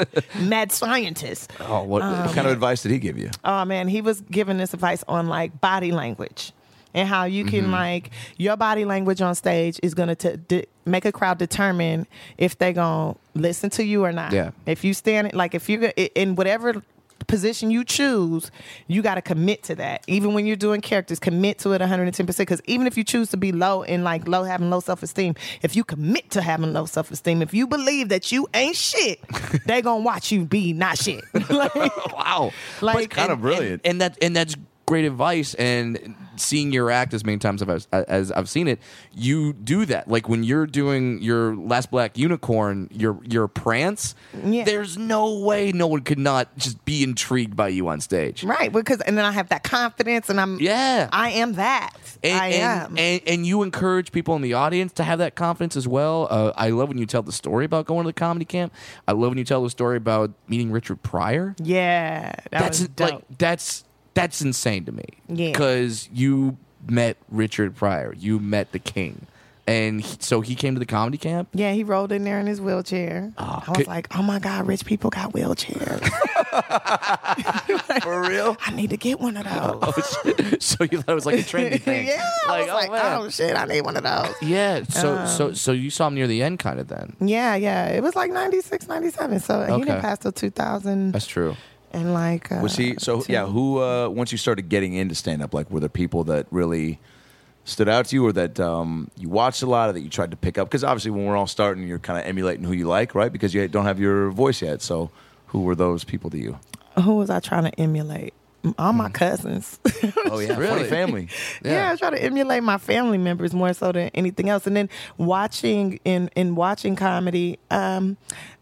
Speaker 2: mad scientist.
Speaker 3: Oh, what?
Speaker 1: what kind of advice did he give you
Speaker 2: oh man, he was giving this advice on like body language and how you can like your body language on stage is going to de- make a crowd determine if they're going to listen to you or not.
Speaker 3: Yeah.
Speaker 2: If you stand like if you in whatever position you choose, you got to commit to that. Even when you're doing characters, commit to it 110% cuz even if you choose to be low and like low having low self-esteem, if you commit to having low self-esteem, if you believe that you ain't shit, they going to watch you be not shit. Like-
Speaker 3: wow.
Speaker 2: Like-
Speaker 3: But-
Speaker 1: Kinda
Speaker 3: and-
Speaker 1: brilliant.
Speaker 3: And, and that and that's great advice. And seeing your act as many times as I've, as I've seen it, you do that. Like when you're doing your Last Black Unicorn, your your prance.
Speaker 2: Yeah.
Speaker 3: There's no way no one could not just be intrigued by you on stage.
Speaker 2: Right, because and then I have that confidence, and I'm
Speaker 3: Yeah.
Speaker 2: I am that.
Speaker 3: And,
Speaker 2: I
Speaker 3: and,
Speaker 2: am.
Speaker 3: And, and you encourage people in the audience to have that confidence as well. Uh, I love when you tell the story about going to the comedy camp. I love when you tell the story about meeting Richard Pryor.
Speaker 2: yeah, that
Speaker 3: that's
Speaker 2: was dope.
Speaker 3: like that's that's insane to me.
Speaker 2: Yeah.
Speaker 3: because you met Richard Pryor, you met the King, and he- so he came to the comedy camp.
Speaker 2: yeah, he rolled in there in his wheelchair. I was
Speaker 3: could-
Speaker 2: like, oh my god, rich people got wheelchairs.
Speaker 1: for real
Speaker 2: I need to get one of those.
Speaker 3: so you thought it was like a trendy Oh, thing.
Speaker 2: yeah, I was like,
Speaker 3: man.
Speaker 2: oh Um. shit, I need one of those.
Speaker 3: yeah. So so so you saw him near the end, kind of. Then
Speaker 2: Yeah, yeah, it was like 96, 97, so he
Speaker 3: Okay.
Speaker 2: didn't pass till two thousand
Speaker 3: that's true.
Speaker 2: and like uh,
Speaker 1: Was he so?
Speaker 2: two-
Speaker 1: Yeah. Who? Uh, once you started getting into stand up, like, were there people that really stood out to you, or that um, you watched a lot, of that you tried to pick up? Because obviously, when we're all starting, you're kind of emulating who you like, right? Because you don't have your voice yet. So, who were those people to you?
Speaker 2: who was I trying to emulate? All
Speaker 3: Mm-hmm.
Speaker 2: my cousins.
Speaker 1: Oh yeah,
Speaker 3: Really?
Speaker 1: funny family.
Speaker 3: Yeah.
Speaker 2: yeah. I try to emulate my family members more so than anything else. And then watching in in watching comedy, um,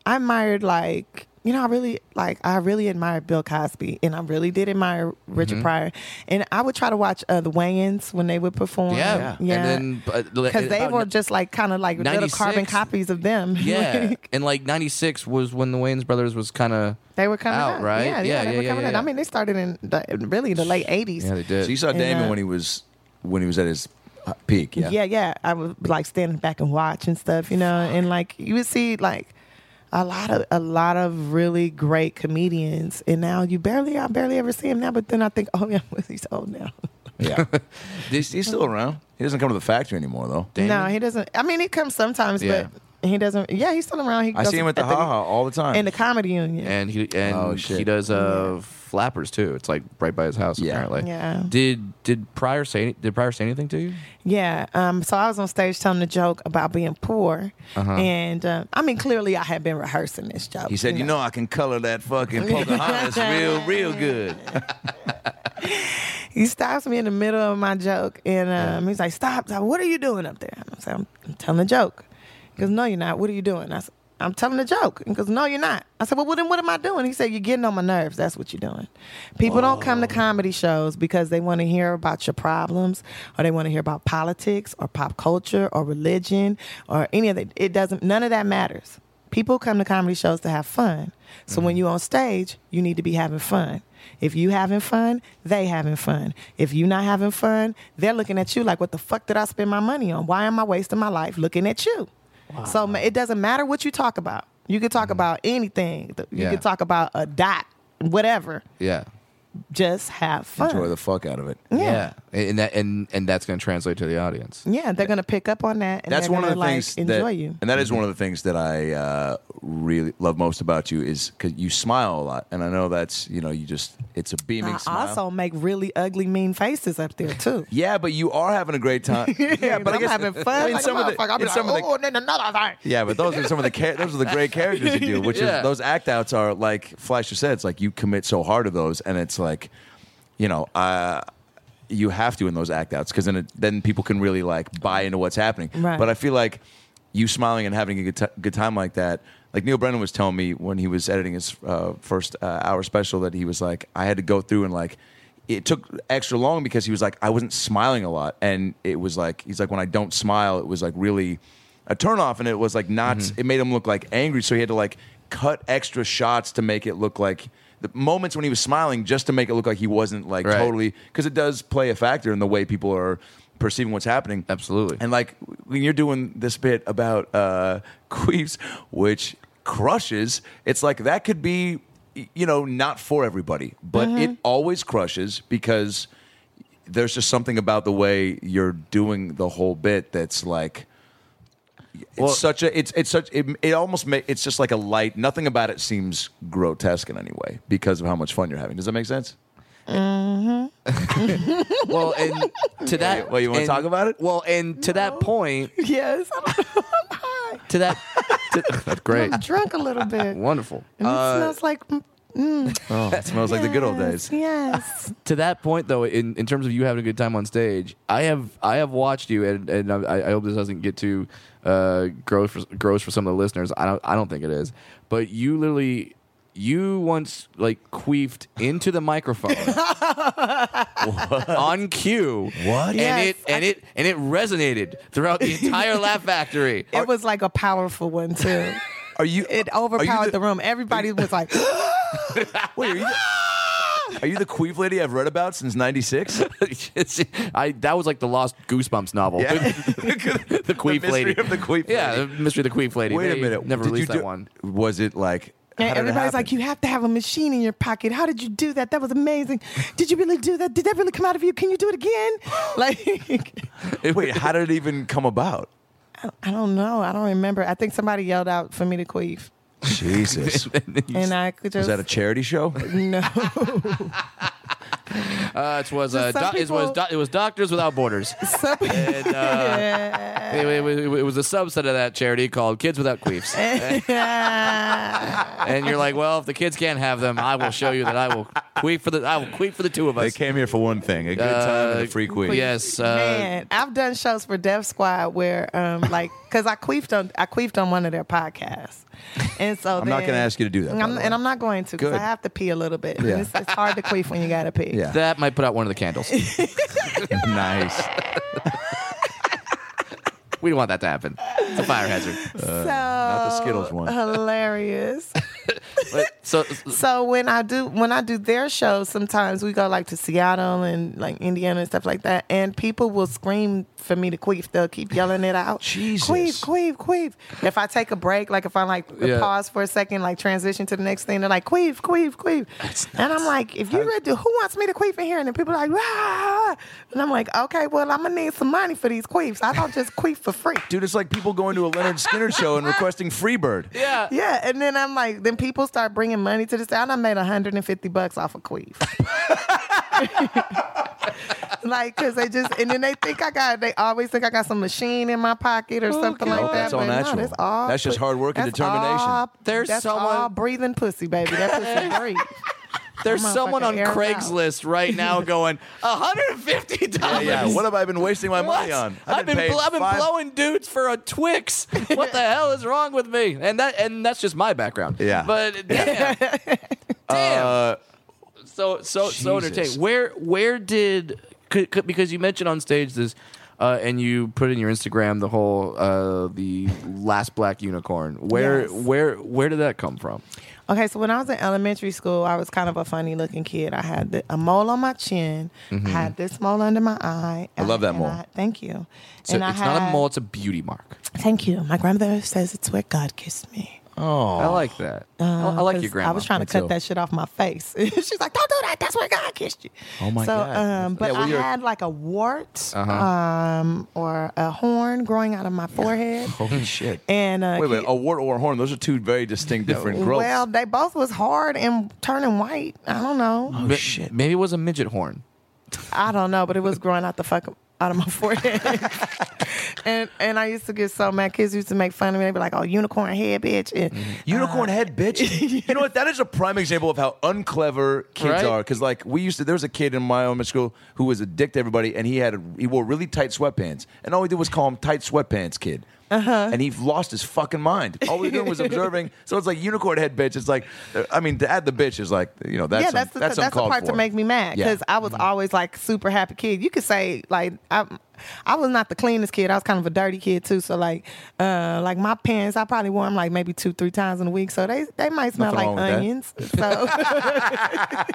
Speaker 2: I admired like you know I really like I really admired Bill Cosby and I really did admire Richard
Speaker 3: Mm-hmm.
Speaker 2: Pryor. And I would try to watch uh, the Wayans when they would perform.
Speaker 3: Yeah. And then
Speaker 2: because they were just like kind of like little
Speaker 3: 96.
Speaker 2: carbon copies of them.
Speaker 3: Yeah,
Speaker 2: Like,
Speaker 3: and like '96 was when the Wayans brothers was kind of
Speaker 2: they were coming
Speaker 3: out,
Speaker 2: up.
Speaker 3: right?
Speaker 2: Yeah, yeah, they were coming up. I mean, they started in the, really the late '80s.
Speaker 3: yeah, they did.
Speaker 1: So you saw Damon
Speaker 2: uh,
Speaker 1: when he was when he was at his uh, peak. Yeah.
Speaker 2: yeah, yeah. I would like standing back and watch and stuff, you know, and like you would see like a lot of a lot of really great comedians, and now you barely I barely ever see him now. But then I think, oh yeah, he's old now.
Speaker 1: Yeah. he's, he's still around. He doesn't come to the factory anymore though.
Speaker 2: No, he doesn't. I mean, he comes sometimes,
Speaker 1: Yeah.
Speaker 2: but he doesn't. Yeah, he's still around. He
Speaker 1: I
Speaker 2: goes
Speaker 1: see him at the Ha Ha all the time.
Speaker 2: in the comedy union.
Speaker 3: and he and
Speaker 1: Oh, shit.
Speaker 3: he does uh flappers too. It's like right by his house
Speaker 1: Yeah.
Speaker 3: apparently.
Speaker 2: Yeah.
Speaker 3: Did did Pryor say any- did Pryor say anything to you?
Speaker 2: Yeah. Um, so I was on stage telling a joke about being poor, and uh, I mean, clearly I had been rehearsing this joke.
Speaker 1: Uh-huh. he said, "You know, I can color that fucking Pocahontas real, real good."
Speaker 2: he stops me in the middle of my joke and um, he's like, "Stop! stop. What are you doing up there?" I said, I'm, "I'm telling a joke." He goes, "No, you're not. What are you doing?" I said, "I'm telling a joke." He goes, "No, you're not." I said, "Well, then what am I doing?" He said, "You're getting on my nerves. That's what you're doing. People don't come to comedy shows because they want to hear about your problems or they want to hear about politics or pop culture or religion or any of that. It doesn't. None of that matters." People come to comedy shows to have fun. So
Speaker 1: Mm-hmm.
Speaker 2: when you on stage, you need to be having fun. If you having fun, they having fun. If you not having fun, they're looking at you like, what the fuck did I spend my money on? Why am I wasting my life looking at you? So ma- it doesn't matter what you talk about. You could talk
Speaker 1: Mm-hmm.
Speaker 2: about anything. Th- You
Speaker 3: Yeah.
Speaker 2: could talk about a dot, whatever.
Speaker 3: Yeah.
Speaker 2: Just have fun.
Speaker 1: Enjoy the fuck out of it.
Speaker 2: yeah.
Speaker 3: And that and and that's going to translate to the audience.
Speaker 2: yeah, They're gonna pick up on that. And
Speaker 1: That's
Speaker 2: they're
Speaker 1: one of
Speaker 2: gonna,
Speaker 1: the
Speaker 2: like,
Speaker 1: things
Speaker 2: Enjoy
Speaker 1: that,
Speaker 2: you.
Speaker 1: and that is one of the things that I uh, really love most about you is because you smile a lot, and I know that's you know you just it's a beaming
Speaker 2: I
Speaker 1: smile.
Speaker 2: also make really ugly, mean faces up there too.
Speaker 1: yeah, but you are having a great time. Yeah, but I
Speaker 2: I'm
Speaker 1: guess
Speaker 2: having fun.
Speaker 1: In
Speaker 2: like
Speaker 1: some
Speaker 2: a
Speaker 1: of the,
Speaker 2: motherfucker. I'll be
Speaker 1: in
Speaker 2: like,
Speaker 1: some of the-
Speaker 2: oh, and then another thing.
Speaker 1: Yeah, but those are some of the char- those are the great characters you do, which
Speaker 3: Yeah.
Speaker 1: is those act outs are like Fleischer said, it's like you commit so hard to those, and it's like, you know, uh, you have to in those act outs because then it, then people can really like buy into what's happening.
Speaker 2: Right.
Speaker 1: But I feel like you smiling and having a good, t- good time like that. Like Neil Brennan was telling me when he was editing his uh, first uh, hour special that he was like, I had to go through and like. It took extra long because he was like, I wasn't smiling a lot, and it was like, he's like, when I don't smile, it was like really a turnoff, and it was like not. It made him look like angry, so he had to like cut extra shots to make it look like the moments when he was smiling, just to make it look like he wasn't like
Speaker 3: Right.
Speaker 1: totally because it does play a factor in the way people are perceiving what's happening.
Speaker 3: Absolutely.
Speaker 1: And like when you're doing this bit about uh, queefs, which crushes, it's like that could be, y- you know, not for everybody, but it always crushes because there's just something about the way you're doing the whole bit that's like it's such a it's it's such it, it almost ma- it's just like a light nothing about it seems grotesque in any way because of how much fun you're having does that make sense
Speaker 3: Well, and to that
Speaker 1: well, you wanna
Speaker 3: and-
Speaker 1: talk about it?
Speaker 3: Well, and to that point,
Speaker 2: Yes. I'm high.
Speaker 3: to that to, Uh, that's great.
Speaker 2: I'm drunk a little bit.
Speaker 3: Wonderful.
Speaker 2: And it smells like. mm,
Speaker 1: oh it smells Uh, like the good old
Speaker 2: yes,
Speaker 1: days
Speaker 2: Yes.
Speaker 3: to that point though in, in terms of you having a good time on stage i have i have watched you and, and I, I hope this doesn't get too uh, gross for, gross for some of the listeners i don't i don't think it is but you literally you once like queefed into the microphone on cue
Speaker 1: What?
Speaker 3: and
Speaker 2: Yes,
Speaker 3: it and it and it resonated throughout the entire laugh factory
Speaker 2: it was like a powerful one, too.
Speaker 1: are you
Speaker 2: It
Speaker 1: are
Speaker 2: overpowered
Speaker 1: you
Speaker 2: the, room. Everybody was like,
Speaker 1: wait are you the,
Speaker 5: Ah!
Speaker 1: are you the queef lady i've read about since 96
Speaker 3: It's- I that was like the lost Goosebumps novel.
Speaker 1: Yeah.
Speaker 3: the, Queef
Speaker 1: mystery
Speaker 3: lady.
Speaker 1: of the Queef
Speaker 3: Yeah,
Speaker 1: lady.
Speaker 3: the mystery of the Queef lady.
Speaker 1: wait a
Speaker 3: They
Speaker 1: minute
Speaker 3: Never
Speaker 1: did
Speaker 3: released
Speaker 1: you
Speaker 3: that
Speaker 1: do-
Speaker 3: one.
Speaker 1: was it like how
Speaker 2: and
Speaker 1: did it
Speaker 2: everybody's
Speaker 1: happen?
Speaker 2: like, you have to have a machine in your pocket. How did you do that? That was amazing. Did you really do that? Did that really come out of you? Can you do it again? Like,
Speaker 1: wait how did it even come about
Speaker 2: I don't know. I don't remember. I think somebody yelled out for me to queef.
Speaker 1: jesus
Speaker 2: And I could just.
Speaker 1: was that a charity show
Speaker 2: no.
Speaker 3: Uh, it was uh,
Speaker 2: Just some
Speaker 3: doc- it was
Speaker 2: people-
Speaker 3: do- it was Doctors Without Borders.
Speaker 2: Some people-
Speaker 3: And, uh, it, it was- it was a subset of that charity called Kids Without Queefs. and you're like, well, if the kids can't have them, I will show you that I will queef for the I will queef for the two of
Speaker 5: They
Speaker 3: us.
Speaker 5: came here for one thing: a good time and
Speaker 3: Uh,
Speaker 5: a free queen.
Speaker 3: Yes, uh,
Speaker 2: Man, I've done shows for Deaf Squad where, um, like, cause I queefed on I queefed on one of their podcasts, and so
Speaker 1: I'm not
Speaker 2: then-
Speaker 1: gonna ask you to do that, by
Speaker 2: I'm-
Speaker 1: the way.
Speaker 2: and I'm not going to because
Speaker 1: Good.
Speaker 2: I have to pee a little bit.
Speaker 1: Yeah.
Speaker 2: And It's, it's hard to queef when you gotta pee.
Speaker 1: Yeah.
Speaker 3: that might put out one of the candles.
Speaker 1: nice.
Speaker 3: we don't want that to happen. It's a fire hazard.
Speaker 2: So
Speaker 1: the Skittles one.
Speaker 2: Hilarious.
Speaker 3: But, so
Speaker 2: so when I do when I do their shows, sometimes we go like to Seattle and like Indiana and stuff like that, and people will scream for me to queef. They'll keep yelling it out.
Speaker 1: Jesus.
Speaker 2: Queef, queef, queef. If I take a break, like if I like
Speaker 3: Yeah.
Speaker 2: pause for a second, like transition to the next thing, they're like queef, queef, queef. And I'm like, if you read to who wants me to queef in here? And then people are like, ah. And I'm like, okay, well I'm gonna need some money for these queefs. I don't just queef for free.
Speaker 1: Dude, it's like people going to a Leonard Skinner show and requesting Freebird.
Speaker 3: yeah,
Speaker 2: Yeah, and then I'm like, then people start bringing money to this. I done made 150 bucks off of Queef. like, cause they just, and then they think I got, they always think I got some machine in my pocket or something like
Speaker 1: Oh, God.
Speaker 2: that.
Speaker 1: That's all
Speaker 2: but
Speaker 1: natural.
Speaker 2: No, that's all.
Speaker 1: That's just
Speaker 2: pu-
Speaker 1: hard work and
Speaker 2: that's
Speaker 1: determination.
Speaker 2: all-
Speaker 3: There's
Speaker 2: that's
Speaker 3: someone-
Speaker 2: all breathing pussy, baby. That's pussy breathe.
Speaker 3: there's
Speaker 2: That
Speaker 3: someone
Speaker 2: motherfucker
Speaker 3: on
Speaker 2: airs out.
Speaker 3: Craigslist right now going 150 dollars.
Speaker 1: Yeah, what have I been wasting my money on?
Speaker 3: I've been,
Speaker 1: paid
Speaker 3: bl- I've been
Speaker 1: five-
Speaker 3: blowing dudes for a Twix. What the hell is wrong with me? And that and that's just my background.
Speaker 1: Yeah. Uh,
Speaker 3: But damn, damn. so so so
Speaker 1: Jesus.
Speaker 3: entertaining. Where where did could, could, because you mentioned on stage this. Uh, and you put in your Instagram the whole uh, the last black unicorn. Where
Speaker 2: Yes.
Speaker 3: where where did that come from?
Speaker 2: Okay, so when I was in elementary school, I was kind of a funny looking kid. I had the, a mole on my chin, I had this mole under my eye. I
Speaker 1: Mm-hmm. love that
Speaker 2: and
Speaker 1: mole.
Speaker 2: I- thank you.
Speaker 3: So
Speaker 2: And I
Speaker 3: it's not a
Speaker 2: had-
Speaker 3: mole; it's a beauty mark.
Speaker 2: Thank you. My grandmother says it's where God kissed me.
Speaker 3: I
Speaker 1: Oh.
Speaker 3: like that. I- I,
Speaker 2: Uh,
Speaker 3: like
Speaker 2: 'cause
Speaker 3: your grandma.
Speaker 2: I was trying to
Speaker 1: Me
Speaker 2: cut
Speaker 1: too.
Speaker 2: that shit off my face. She's like, "Don't do that. That's where God kissed you."
Speaker 1: Oh, my
Speaker 2: so,
Speaker 1: God.
Speaker 2: Um, but
Speaker 1: Yeah, well,
Speaker 2: I
Speaker 1: you're-
Speaker 2: had like a wart um, or a horn growing out of my forehead,
Speaker 1: Holy shit.
Speaker 2: and uh,
Speaker 1: Wait, wait, oh,
Speaker 2: ki-
Speaker 1: a wart or a horn, those are two very distinct different growths.
Speaker 2: well, they both was hard and turning white. I don't know.
Speaker 3: Ma- Maybe it was a midget horn.
Speaker 2: I don't know, but it was growing out the fuck out of my forehead. and and I used to get so mad. Kids used to make fun of me. They'd be like, "Oh, unicorn head, bitch." And,
Speaker 1: Unicorn head, bitch. You know what? That is a prime example of how unclever kids
Speaker 3: Right?
Speaker 1: are. Because like we used to, there was a kid in my elementary school who was a dick to everybody, and he had a, he wore really tight sweatpants, and all we did was call him tight sweatpants kid. Uh-huh. And he lost his fucking mind. All we were doing was observing. So it's like unicorn head bitch. It's like, uh, I mean, to add the bitch is like, you know, that's
Speaker 2: yeah, that's the, that's, the
Speaker 1: uncalled
Speaker 2: part
Speaker 1: for.
Speaker 2: to make me mad
Speaker 1: Yeah. Mm-hmm.
Speaker 2: because I was always like super happy kid. You could say like I, I was not the cleanest kid. I was kind of a dirty kid too. So like, uh, like my pants, I probably wore them like maybe two, three times in a week. So they they might smell
Speaker 1: Nothing
Speaker 2: like
Speaker 1: wrong
Speaker 2: onions. So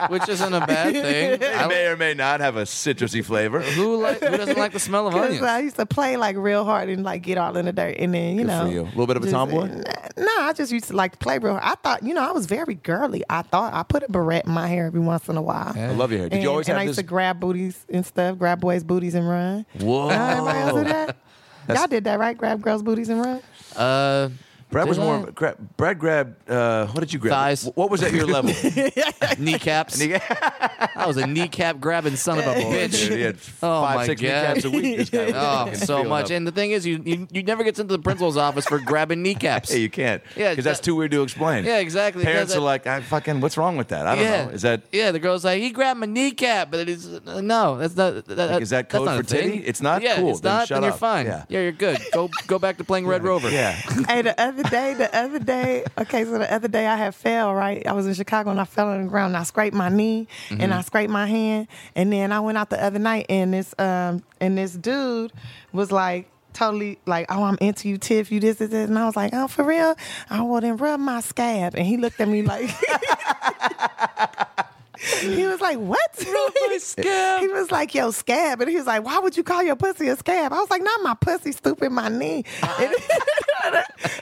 Speaker 3: which isn't a bad thing.
Speaker 1: It
Speaker 3: I
Speaker 1: may
Speaker 3: don't-
Speaker 1: or may not have a citrusy flavor.
Speaker 3: who like who doesn't like the smell of
Speaker 2: 'cause I
Speaker 3: onions?
Speaker 2: used to play like real hard and like get all in the dirt. And then you
Speaker 1: Good
Speaker 2: know,
Speaker 1: for you. A little bit of a
Speaker 2: just-
Speaker 1: tomboy?
Speaker 2: Nah, No, I just used to like to play real. hard. I thought you know I was very girly. I thought I put a beret in my hair every once in a while.
Speaker 1: I love your hair. Did
Speaker 2: and,
Speaker 1: you always
Speaker 2: and
Speaker 1: have
Speaker 2: I
Speaker 1: this?
Speaker 2: used to grab booties and stuff, grab boys' booties and run.
Speaker 1: Whoa.
Speaker 2: Y'all everybody else did that? Y'all did that, right? Grab girls' booties and run?
Speaker 3: Uh,
Speaker 1: Brad was
Speaker 3: Did
Speaker 1: more.
Speaker 3: I?
Speaker 1: of a- gra- Brad grabbed. Uh, what did you grab?
Speaker 3: Thighs.
Speaker 1: What was at your level?
Speaker 3: kneecaps. I was a kneecap grabbing son of a bitch.
Speaker 1: Dude, he had
Speaker 3: Oh
Speaker 1: five,
Speaker 3: my
Speaker 1: six
Speaker 3: God.
Speaker 1: kneecaps a week. This guy was
Speaker 3: Oh,
Speaker 1: fucking
Speaker 3: so
Speaker 1: feeling
Speaker 3: much.
Speaker 1: up.
Speaker 3: And the thing is, you, you you never get sent to the principal's office for grabbing kneecaps.
Speaker 1: Hey, you can't.
Speaker 3: Yeah,
Speaker 1: because that's
Speaker 3: that-
Speaker 1: too weird to explain.
Speaker 3: Yeah, exactly.
Speaker 1: Parents
Speaker 3: Yeah,
Speaker 1: are
Speaker 3: that-
Speaker 1: like, I fucking. What's wrong with that? I don't
Speaker 3: yeah,
Speaker 1: know. Is that
Speaker 3: yeah? The girl's like, he grabbed my kneecap, but it's uh, no, that's not. That,
Speaker 1: Like, is that
Speaker 3: that's
Speaker 1: code
Speaker 3: not a
Speaker 1: for titty?
Speaker 3: thing.
Speaker 1: It's not?
Speaker 3: Yeah,
Speaker 1: Cool,
Speaker 3: it's
Speaker 1: then
Speaker 3: not.
Speaker 1: shut
Speaker 3: then you're
Speaker 1: up.
Speaker 3: fine.
Speaker 1: Yeah.
Speaker 3: Yeah. you're good. Go go back to playing Red Rover.
Speaker 1: yeah?
Speaker 2: hey, the other day, the other day, okay, so the other day I had fell, right? I was in Chicago and I fell on the ground and I scraped my knee and I scraped my hand. And then I went out the other night and this um and this dude was like totally like, Oh, I'm into you, Tiff, you this, this, this. And I was like, Oh, for real? I well then rub my scab. And he looked at me like He was like, What?
Speaker 3: scab.
Speaker 2: He was like, Yo, scab. And he was like, Why would you call your pussy a scab? I was like, Not my pussy, stupid, my knee. And-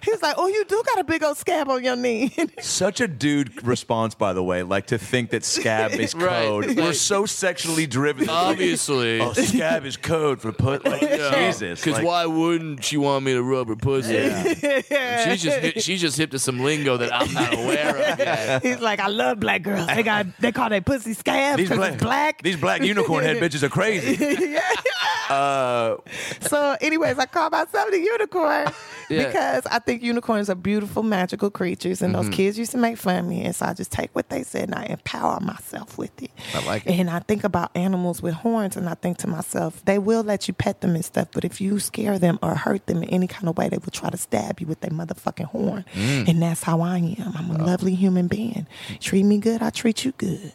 Speaker 2: He's like, oh, you do got a big old scab on your knee.
Speaker 1: Such a dude response, by the way. Like to think that scab is
Speaker 3: Right,
Speaker 1: code.
Speaker 3: like-
Speaker 1: We're so sexually driven.
Speaker 3: Obviously.
Speaker 1: oh, scab is code for put. Like, Jesus.
Speaker 3: Because
Speaker 1: like-
Speaker 3: why wouldn't she want me to rub her pussy? She's just hip- she's just hip to some lingo that I'm not aware of. yet.
Speaker 2: He's like, I love black girls. They got they call their pussy scabs
Speaker 1: These
Speaker 2: because
Speaker 1: black,
Speaker 2: it's black.
Speaker 1: these black unicorn head bitches are crazy. Uh,
Speaker 2: So, anyways, I call myself the unicorn
Speaker 3: Yeah.
Speaker 2: because I think unicorns are beautiful, magical creatures, and those kids used to make fun of me. And so I just take what they said and I empower myself with it. I
Speaker 3: like it.
Speaker 2: And I think about animals with horns, and I think to myself, they will let you pet them and stuff, but if you scare them or hurt them in any kind of way, they will try to stab you with their motherfucking horn. And that's how I am. I'm a lovely human being. Treat me good, I treat you good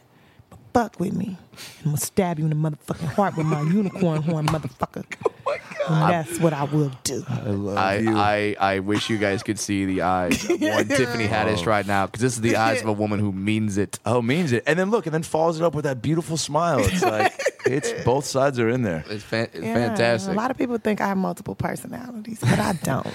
Speaker 2: fuck with me. I'm gonna stab you in the motherfucking heart with my unicorn horn, motherfucker. Oh my god. that's what I will do.
Speaker 3: I, I I wish you guys could see the eyes of one Tiffany Haddish right now because this is the eyes of a woman who means it.
Speaker 1: oh, means it. And then look, and then follows it up with that beautiful smile. It's like it's both sides are in there.
Speaker 2: Oh,
Speaker 3: It's, fan- it's
Speaker 2: Yeah,
Speaker 3: fantastic.
Speaker 2: A lot of people think I have multiple personalities, but I don't.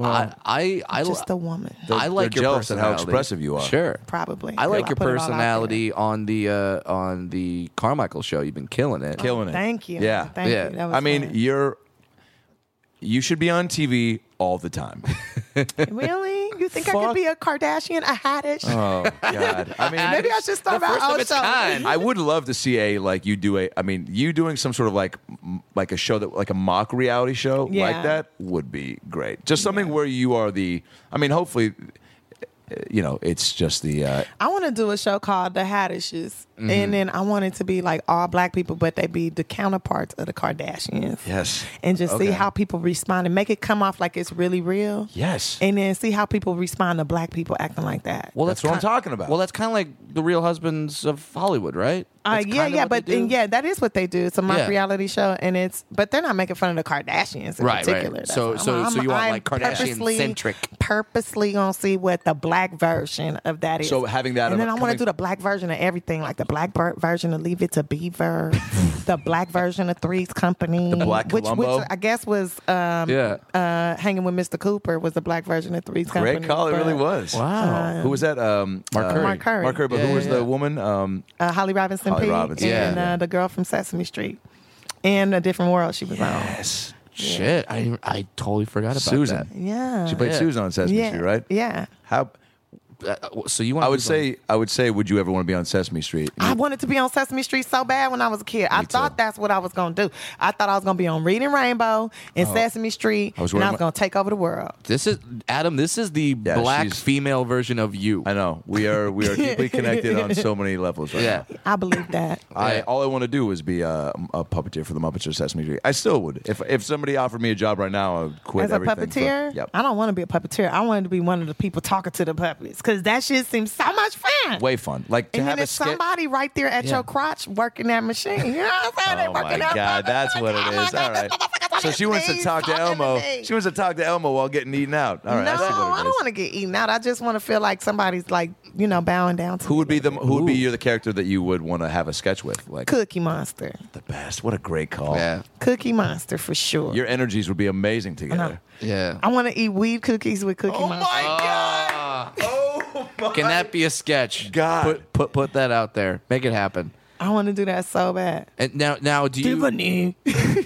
Speaker 3: I I, I,
Speaker 2: Just a woman,
Speaker 3: I like
Speaker 1: they're
Speaker 3: your
Speaker 1: jealous of how
Speaker 3: personality.
Speaker 1: expressive you are.
Speaker 3: Sure.
Speaker 2: probably.
Speaker 3: I like your
Speaker 2: put it all out there.
Speaker 3: personality on the uh, on the Carmichael show. You've been killing it.
Speaker 1: Killing it.
Speaker 2: Thank you.
Speaker 1: Yeah.
Speaker 2: Thank
Speaker 3: Yeah.
Speaker 2: you. That was
Speaker 1: I mean,
Speaker 2: fun.
Speaker 1: you're you should be on TV all the time.
Speaker 2: really? You think I
Speaker 1: Fuck.
Speaker 2: could be a Kardashian, a Haddish?
Speaker 1: Oh God! I mean,
Speaker 2: Maybe I should start
Speaker 3: The
Speaker 2: about
Speaker 3: first of its kind.
Speaker 1: I would love to see a like you do a. I mean, you doing some sort of like m- like a show that like a mock reality show like
Speaker 2: Yeah.
Speaker 1: that would be great. Just something where you are the. I mean, hopefully, uh, you know, it's just the. Uh,
Speaker 2: I want to do a show called The Haddishes, and then I want it to be like all black people, but they be the counterparts of the Kardashians.
Speaker 1: Yes.
Speaker 2: and just
Speaker 1: Okay.
Speaker 2: see how people respond and make it come off like it's really real.
Speaker 1: Yes.
Speaker 2: and then see how people respond to black people acting like that.
Speaker 3: Well,
Speaker 1: That's what I'm
Speaker 3: ki-
Speaker 1: talking about.
Speaker 3: Well, that's kind of like the Real Husbands of Hollywood, right?
Speaker 2: Uh,
Speaker 3: That's
Speaker 2: yeah,
Speaker 3: kinda
Speaker 2: yeah,
Speaker 3: what they
Speaker 2: but and
Speaker 3: do.
Speaker 2: yeah, that is what they do. It's a mock
Speaker 3: Yeah.
Speaker 2: reality show, and it's but they're not making fun of the Kardashians in
Speaker 3: Right, right.
Speaker 2: particular. That's
Speaker 3: So-
Speaker 2: why
Speaker 3: so- so you want, like,
Speaker 2: purposely-
Speaker 3: Kardashian-centric.
Speaker 2: Purposely gonna see what the black version of that is.
Speaker 1: So having that
Speaker 2: and then I
Speaker 1: of-
Speaker 2: want
Speaker 1: coming-
Speaker 2: to do the black version of everything, like the black ver- version of Leave It to Beaver, the black version of Three's Company, the
Speaker 1: black
Speaker 2: which,
Speaker 1: Columbo.
Speaker 2: which I guess was um,
Speaker 3: Yeah.
Speaker 2: uh, hanging with Mr. Cooper was the black version of Three's Company.
Speaker 1: Great call! It
Speaker 2: but,
Speaker 1: really
Speaker 2: Uh,
Speaker 1: was.
Speaker 3: Wow.
Speaker 1: who was that? Um,
Speaker 3: Mark
Speaker 1: uh,
Speaker 3: Curry.
Speaker 2: Mark Curry.
Speaker 1: Mark Curry. But
Speaker 3: Yeah,
Speaker 1: who was
Speaker 3: yeah, yeah.
Speaker 1: the woman? Um,
Speaker 2: uh, Holly Robinson
Speaker 1: Holly
Speaker 2: Pete
Speaker 1: Robinson,
Speaker 2: and
Speaker 3: yeah.
Speaker 2: uh, the girl from Sesame Street and A Different World she
Speaker 3: Oh,
Speaker 2: was
Speaker 1: yes.
Speaker 3: Shit, I I totally forgot about
Speaker 1: Susan.
Speaker 2: on. Yeah.
Speaker 1: She played
Speaker 3: Oh, Yeah.
Speaker 1: Susan on Sesame
Speaker 2: yeah.
Speaker 1: Street, right?
Speaker 2: Yeah.
Speaker 1: How?
Speaker 3: that. Uh, So you want?
Speaker 1: I would say. I would say. Would you ever want to be on Sesame Street?
Speaker 2: I wanted to be on Sesame Street so bad when I was a kid. I thought that's what I was going to do. I thought I was going to be on Reading Rainbow and Sesame Street,
Speaker 1: Uh-huh. I was
Speaker 2: and I
Speaker 1: wearing
Speaker 2: was
Speaker 1: my-
Speaker 2: going to take over the world.
Speaker 3: this is Adam. This is the
Speaker 1: Yeah,
Speaker 3: black
Speaker 1: she's-
Speaker 3: female version of you.
Speaker 1: I know we are we are deeply connected on so many levels. Right
Speaker 3: Yeah.
Speaker 1: now.
Speaker 2: I believe that.
Speaker 1: I
Speaker 3: Yeah.
Speaker 1: all I want to do is be a, a puppeteer for the Muppet Show Sesame Street. I still would if if somebody offered me a job right now, I would quit
Speaker 2: As a
Speaker 1: everything.
Speaker 2: puppeteer,
Speaker 1: For, yep.
Speaker 2: I don't want to be a puppeteer. I wanted to be one of the people talking to the puppets because that shit seems so much fun.
Speaker 1: Way fun. Like to
Speaker 2: and
Speaker 1: have a
Speaker 2: then it's
Speaker 1: skit.
Speaker 2: somebody right there at your crotch working that machine. You know what I'm saying? They
Speaker 1: Oh my
Speaker 2: working that
Speaker 1: god,
Speaker 2: puppet.
Speaker 1: that's what it
Speaker 2: Oh my
Speaker 1: is.
Speaker 2: God,
Speaker 1: All right.
Speaker 2: this motherfucker's on
Speaker 1: So
Speaker 2: his
Speaker 1: she wants to
Speaker 2: knees
Speaker 1: talk to
Speaker 2: talking
Speaker 1: Elmo.
Speaker 2: me.
Speaker 1: She wants to talk to Elmo while getting eaten out. All right,
Speaker 2: no,
Speaker 1: I see what it
Speaker 2: I
Speaker 1: is.
Speaker 2: don't want to get eaten out. I just want to feel like somebody's like, you know, bowing down to
Speaker 1: Who
Speaker 2: me.
Speaker 1: would be the who would be your the character that you would want to have a sketch with? Like
Speaker 2: Cookie Monster.
Speaker 1: the best. What a great call.
Speaker 3: Yeah,
Speaker 2: Cookie Monster for sure.
Speaker 1: Your energies would be amazing together.
Speaker 3: yeah.
Speaker 2: I want to eat weed cookies with
Speaker 1: Oh
Speaker 2: Cookie Monster.
Speaker 3: Ah. Can that be a sketch?
Speaker 1: God.
Speaker 3: put put put that out there. Make it happen.
Speaker 2: I want to do that so bad.
Speaker 3: And now now do you?
Speaker 2: Tiffany.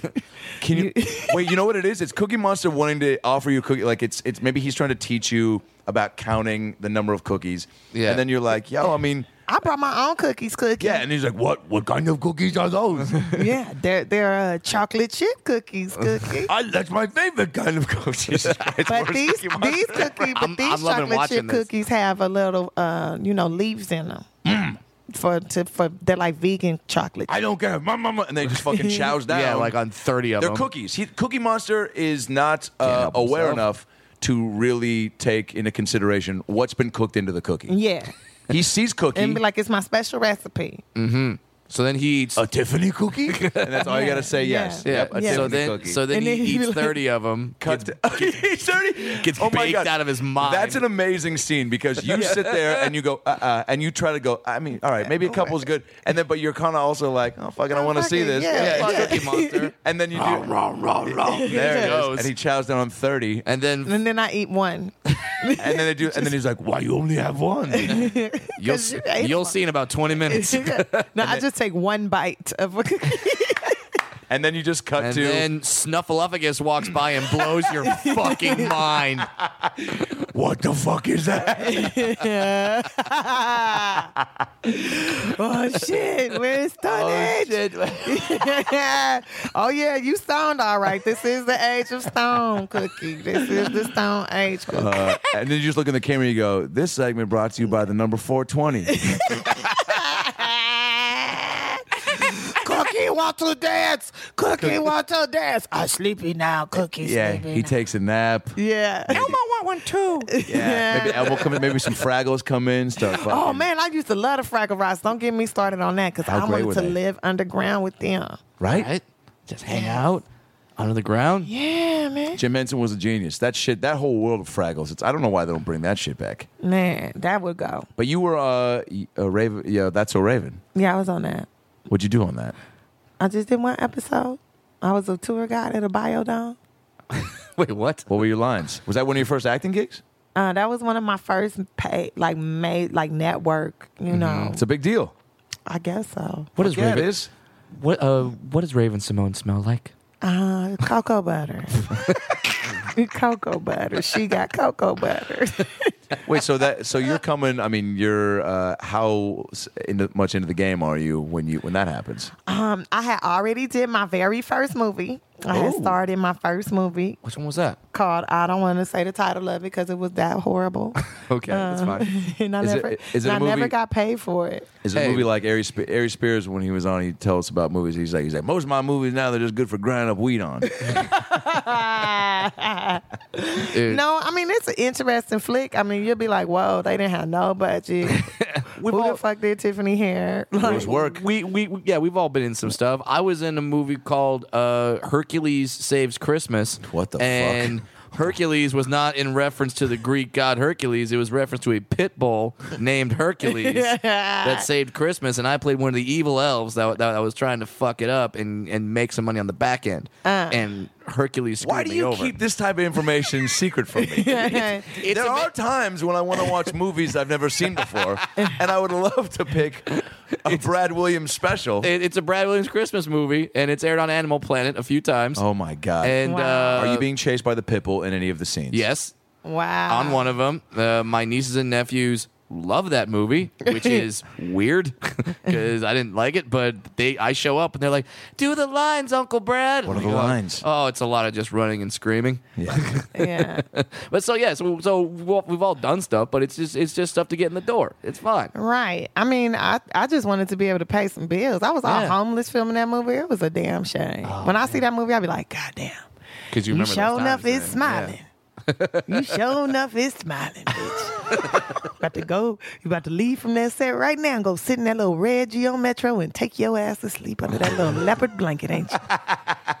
Speaker 1: Can you wait? You know what it is? It's Cookie Monster wanting to offer you cookie. Like it's it's maybe he's trying to teach you about counting the number of cookies.
Speaker 3: Yeah.
Speaker 1: And then you're like, yo, I mean,
Speaker 2: I brought my own cookies, Cookie.
Speaker 1: yeah. And he's like, what? What kind of cookies are those?
Speaker 2: yeah. They're, they're uh, chocolate chip cookies, Cookie.
Speaker 1: I, that's my favorite kind of cookies.
Speaker 2: But these these cookies, but
Speaker 3: I'm-
Speaker 2: these
Speaker 3: I'm loving
Speaker 2: chocolate
Speaker 3: watching
Speaker 2: chip
Speaker 3: this.
Speaker 2: cookies have a little, uh, you know, leaves in them. For to for they're like vegan chocolate.
Speaker 1: Mm. I don't care. My mama, and they just fucking chows down.
Speaker 3: Yeah, like on thirty of
Speaker 1: They're
Speaker 3: them.
Speaker 1: cookies. He, Cookie Monster is not uh,
Speaker 3: help
Speaker 1: aware enough
Speaker 3: himself.
Speaker 1: to really take into consideration what's been cooked into the cookie.
Speaker 2: yeah,
Speaker 1: He sees cookie.
Speaker 2: and be like, it's my special recipe.
Speaker 3: So then he eats.
Speaker 1: a Tiffany cookie? and that's all you got to say
Speaker 2: Yeah.
Speaker 1: yes.
Speaker 3: yeah.
Speaker 1: Yep, a
Speaker 3: So
Speaker 1: Tiffany
Speaker 3: then,
Speaker 1: cookie.
Speaker 3: so then
Speaker 2: And
Speaker 3: he
Speaker 2: then he
Speaker 3: eats
Speaker 2: like-
Speaker 3: thirty of them.
Speaker 1: Cut to- He's 30.
Speaker 3: gets
Speaker 1: Oh my
Speaker 3: baked
Speaker 1: God.
Speaker 3: out of his mind.
Speaker 1: That's an amazing scene because you sit there and you go, uh, uh, and you try to go. I mean, all right, maybe a couple's good, and then but you're kind of also like, oh fucking, I want to
Speaker 2: fuck
Speaker 1: see
Speaker 2: it,
Speaker 1: this.
Speaker 2: yeah,
Speaker 3: Fuck Cookie Monster.
Speaker 1: And then you do. there it goes. And he chows down on thirty, and,
Speaker 3: And then
Speaker 2: And then I eat one.
Speaker 1: and then they do, and then he's like, "Why you only have one?"
Speaker 3: you'll
Speaker 2: 'Cause
Speaker 3: see,
Speaker 2: you ate
Speaker 3: you'll
Speaker 2: them.
Speaker 3: see in about twenty minutes.
Speaker 2: no, I just take one bite of a cookie.
Speaker 1: and then you just cut
Speaker 3: And
Speaker 1: to.
Speaker 3: then Snuffleupagus walks by and blows your fucking mind.
Speaker 1: what the fuck is that?
Speaker 2: Ah. oh shit, where's Tony? oh yeah, you stoned all right. This is the age of stone cookie. This is the stone age cookie.
Speaker 1: Uh, and then you just look in the camera. and You go, "This segment brought to you by the number 420."
Speaker 2: Ah. cookie want to dance. Cookie want to dance. I'm sleepy now. Cookie
Speaker 1: yeah,
Speaker 2: sleepy.
Speaker 1: he
Speaker 2: now.
Speaker 1: takes a nap.
Speaker 2: yeah. Elmo want one too.
Speaker 1: Yeah. Maybe elbow come in, maybe some Fraggles come in, start fucking.
Speaker 2: Oh man, I used to love the Fraggle Rocks. Don't get me started on that because
Speaker 1: How
Speaker 2: I
Speaker 1: great were
Speaker 2: wanted to
Speaker 1: they?
Speaker 2: live underground with them.
Speaker 1: Right?
Speaker 3: Right? Just hang out under the ground.
Speaker 2: Yeah, man.
Speaker 1: Jim Henson was a genius. That shit, that whole world of Fraggles. It's I don't know why they don't bring that shit back.
Speaker 2: Man, that would go.
Speaker 1: But you were uh, y- a Raven. Yeah, that's a Raven.
Speaker 2: Yeah, I was on that.
Speaker 1: What'd you do on that?
Speaker 2: I just did one episode. I was a tour guide at a biodome.
Speaker 3: Wait, what?
Speaker 1: What were your lines? Was that one of your first acting gigs?
Speaker 2: Uh, that was one of my first paid, like made, like network. You know,
Speaker 1: Mm-hmm. It's a big deal.
Speaker 2: I guess so.
Speaker 3: What is
Speaker 1: Fuck yeah,
Speaker 3: Raven?
Speaker 1: It is.
Speaker 3: What uh what does Raven Simone smell like?
Speaker 2: Uh, cocoa butter, cocoa butter. She got cocoa butter.
Speaker 1: Wait, so that so you're coming? I mean, you're uh, how s- into, much into the game are you when you when that happens?
Speaker 2: um, I had already did my very first movie. I had
Speaker 1: Oh.
Speaker 3: Ooh.
Speaker 2: started my first movie
Speaker 3: Which one was that?
Speaker 2: called I don't want to say the title of it because it was that horrible. Uh,
Speaker 3: Okay, that's fine.
Speaker 2: and I
Speaker 1: Is it-
Speaker 2: never,
Speaker 1: is it
Speaker 2: and
Speaker 1: a
Speaker 2: I never
Speaker 1: movie-
Speaker 2: got paid for it.
Speaker 1: Is it
Speaker 3: Hey.
Speaker 1: a movie like Ari, Spe- Ari Spears when he was on? He'd tell us about movies. He's like, he's like, most of my movies now they're just good for grinding up weed on.
Speaker 3: Dude,
Speaker 2: No, I mean it's an interesting flick. I mean you'll be like, whoa, they didn't have no budget. Who
Speaker 3: all-
Speaker 2: the fuck did Tiffany hair?
Speaker 1: it was work.
Speaker 3: We, we we- yeah, we've all been in some stuff. I was in a movie called uh Hercules Saves Christmas.
Speaker 1: What the fuck?
Speaker 3: and Hercules was not in reference to the Greek god Hercules. It was reference to a pit bull named Hercules that saved Christmas. And I played one of the evil elves that, that, that was trying to fuck it up and, and make some money on the back end. and Hercules screwed
Speaker 1: Why do
Speaker 3: me
Speaker 1: you
Speaker 3: over.
Speaker 1: keep this type of information secret from me?
Speaker 2: It's
Speaker 1: there are times when I want to watch movies I've never seen before, and I would love to pick a Brad Williams special.
Speaker 3: It- it's a Brad Williams Christmas movie, and it's aired on Animal Planet a few times.
Speaker 1: oh my god!
Speaker 3: And
Speaker 2: Wow.
Speaker 3: uh,
Speaker 1: Are you being chased by the pitbull in any of the scenes?
Speaker 3: yes
Speaker 2: wow.
Speaker 3: on one of them. Uh, my nieces and nephews love that movie, which is weird because I didn't like it. But they, I show up and they're like, "Do the lines, Uncle Brad."
Speaker 1: What
Speaker 3: I'm
Speaker 1: are the
Speaker 3: like, "Oh."
Speaker 1: lines?"
Speaker 3: Oh, it's a lot of just running and screaming.
Speaker 1: Yeah.
Speaker 2: Yeah.
Speaker 3: But so yeah, so, so we've all- we've all done stuff, but it's just it's just stuff to get in the door. It's fine.
Speaker 2: Right. I mean, I, I just wanted to be able to pay some bills. I was all
Speaker 3: Yeah. Oh,
Speaker 2: homeless filming that movie. It was a damn shame. when I see that movie, I'll be like, God damn.
Speaker 3: Because you
Speaker 2: You
Speaker 3: remember
Speaker 2: sure
Speaker 3: those
Speaker 2: enough
Speaker 3: times,
Speaker 2: is
Speaker 3: man.
Speaker 2: smiling. you sure enough is smiling, bitch. about to go, you about to leave from that set right now and go sit in that little red Geo Metro and take your ass to sleep under that little leopard blanket, ain't you?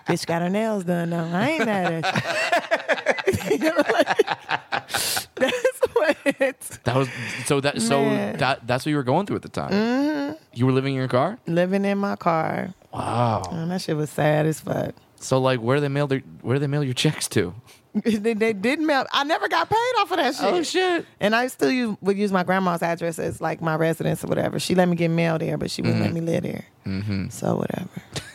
Speaker 2: bitch got her nails done though. I ain't mad at you. You know, like, that's what it's
Speaker 3: That was so that so
Speaker 2: Man.
Speaker 3: that that's what you were going through at the time. You were living in your car.
Speaker 2: living in my car.
Speaker 3: Wow.
Speaker 2: Man, that shit was sad as fuck.
Speaker 3: So like, where do they mail their where do they mail your checks to?
Speaker 2: they, they didn't mail. I never got paid off of that
Speaker 3: Oh,
Speaker 2: Oh, shit.
Speaker 3: shit.
Speaker 2: And I still use, would use my grandma's address as like my residence or whatever. She let me get mail there, but she wouldn't let me live there. Mm-hmm. So whatever.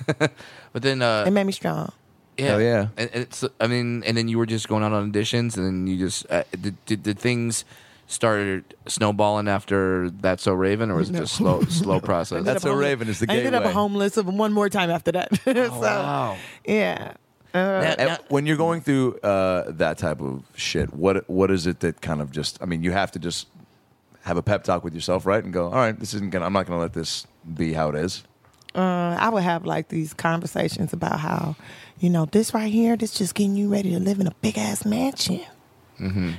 Speaker 3: But then uh,
Speaker 2: It made me strong.
Speaker 3: Yeah.
Speaker 1: Hell yeah.
Speaker 3: And, and it's, I mean, and then you were just going out on auditions, and then you just uh, did, did the things started snowballing after that. So Raven, or was it just slow, slow process?
Speaker 1: That's a raven. Is the
Speaker 2: I ended up
Speaker 1: gateway. Oh,
Speaker 2: homeless of- one more time after that. so,
Speaker 3: wow.
Speaker 2: Yeah. Uh,
Speaker 3: Now-
Speaker 1: And
Speaker 3: now-
Speaker 1: when you're going through uh, that type of shit, what what is it that kind of just? I mean, you have to just have a pep talk with yourself, right? And go, all right, this isn't gonna. I'm not gonna let this be how it is.
Speaker 2: uh, I would have like these conversations about how, you know, this right here, this just getting you ready to live in a big ass mansion.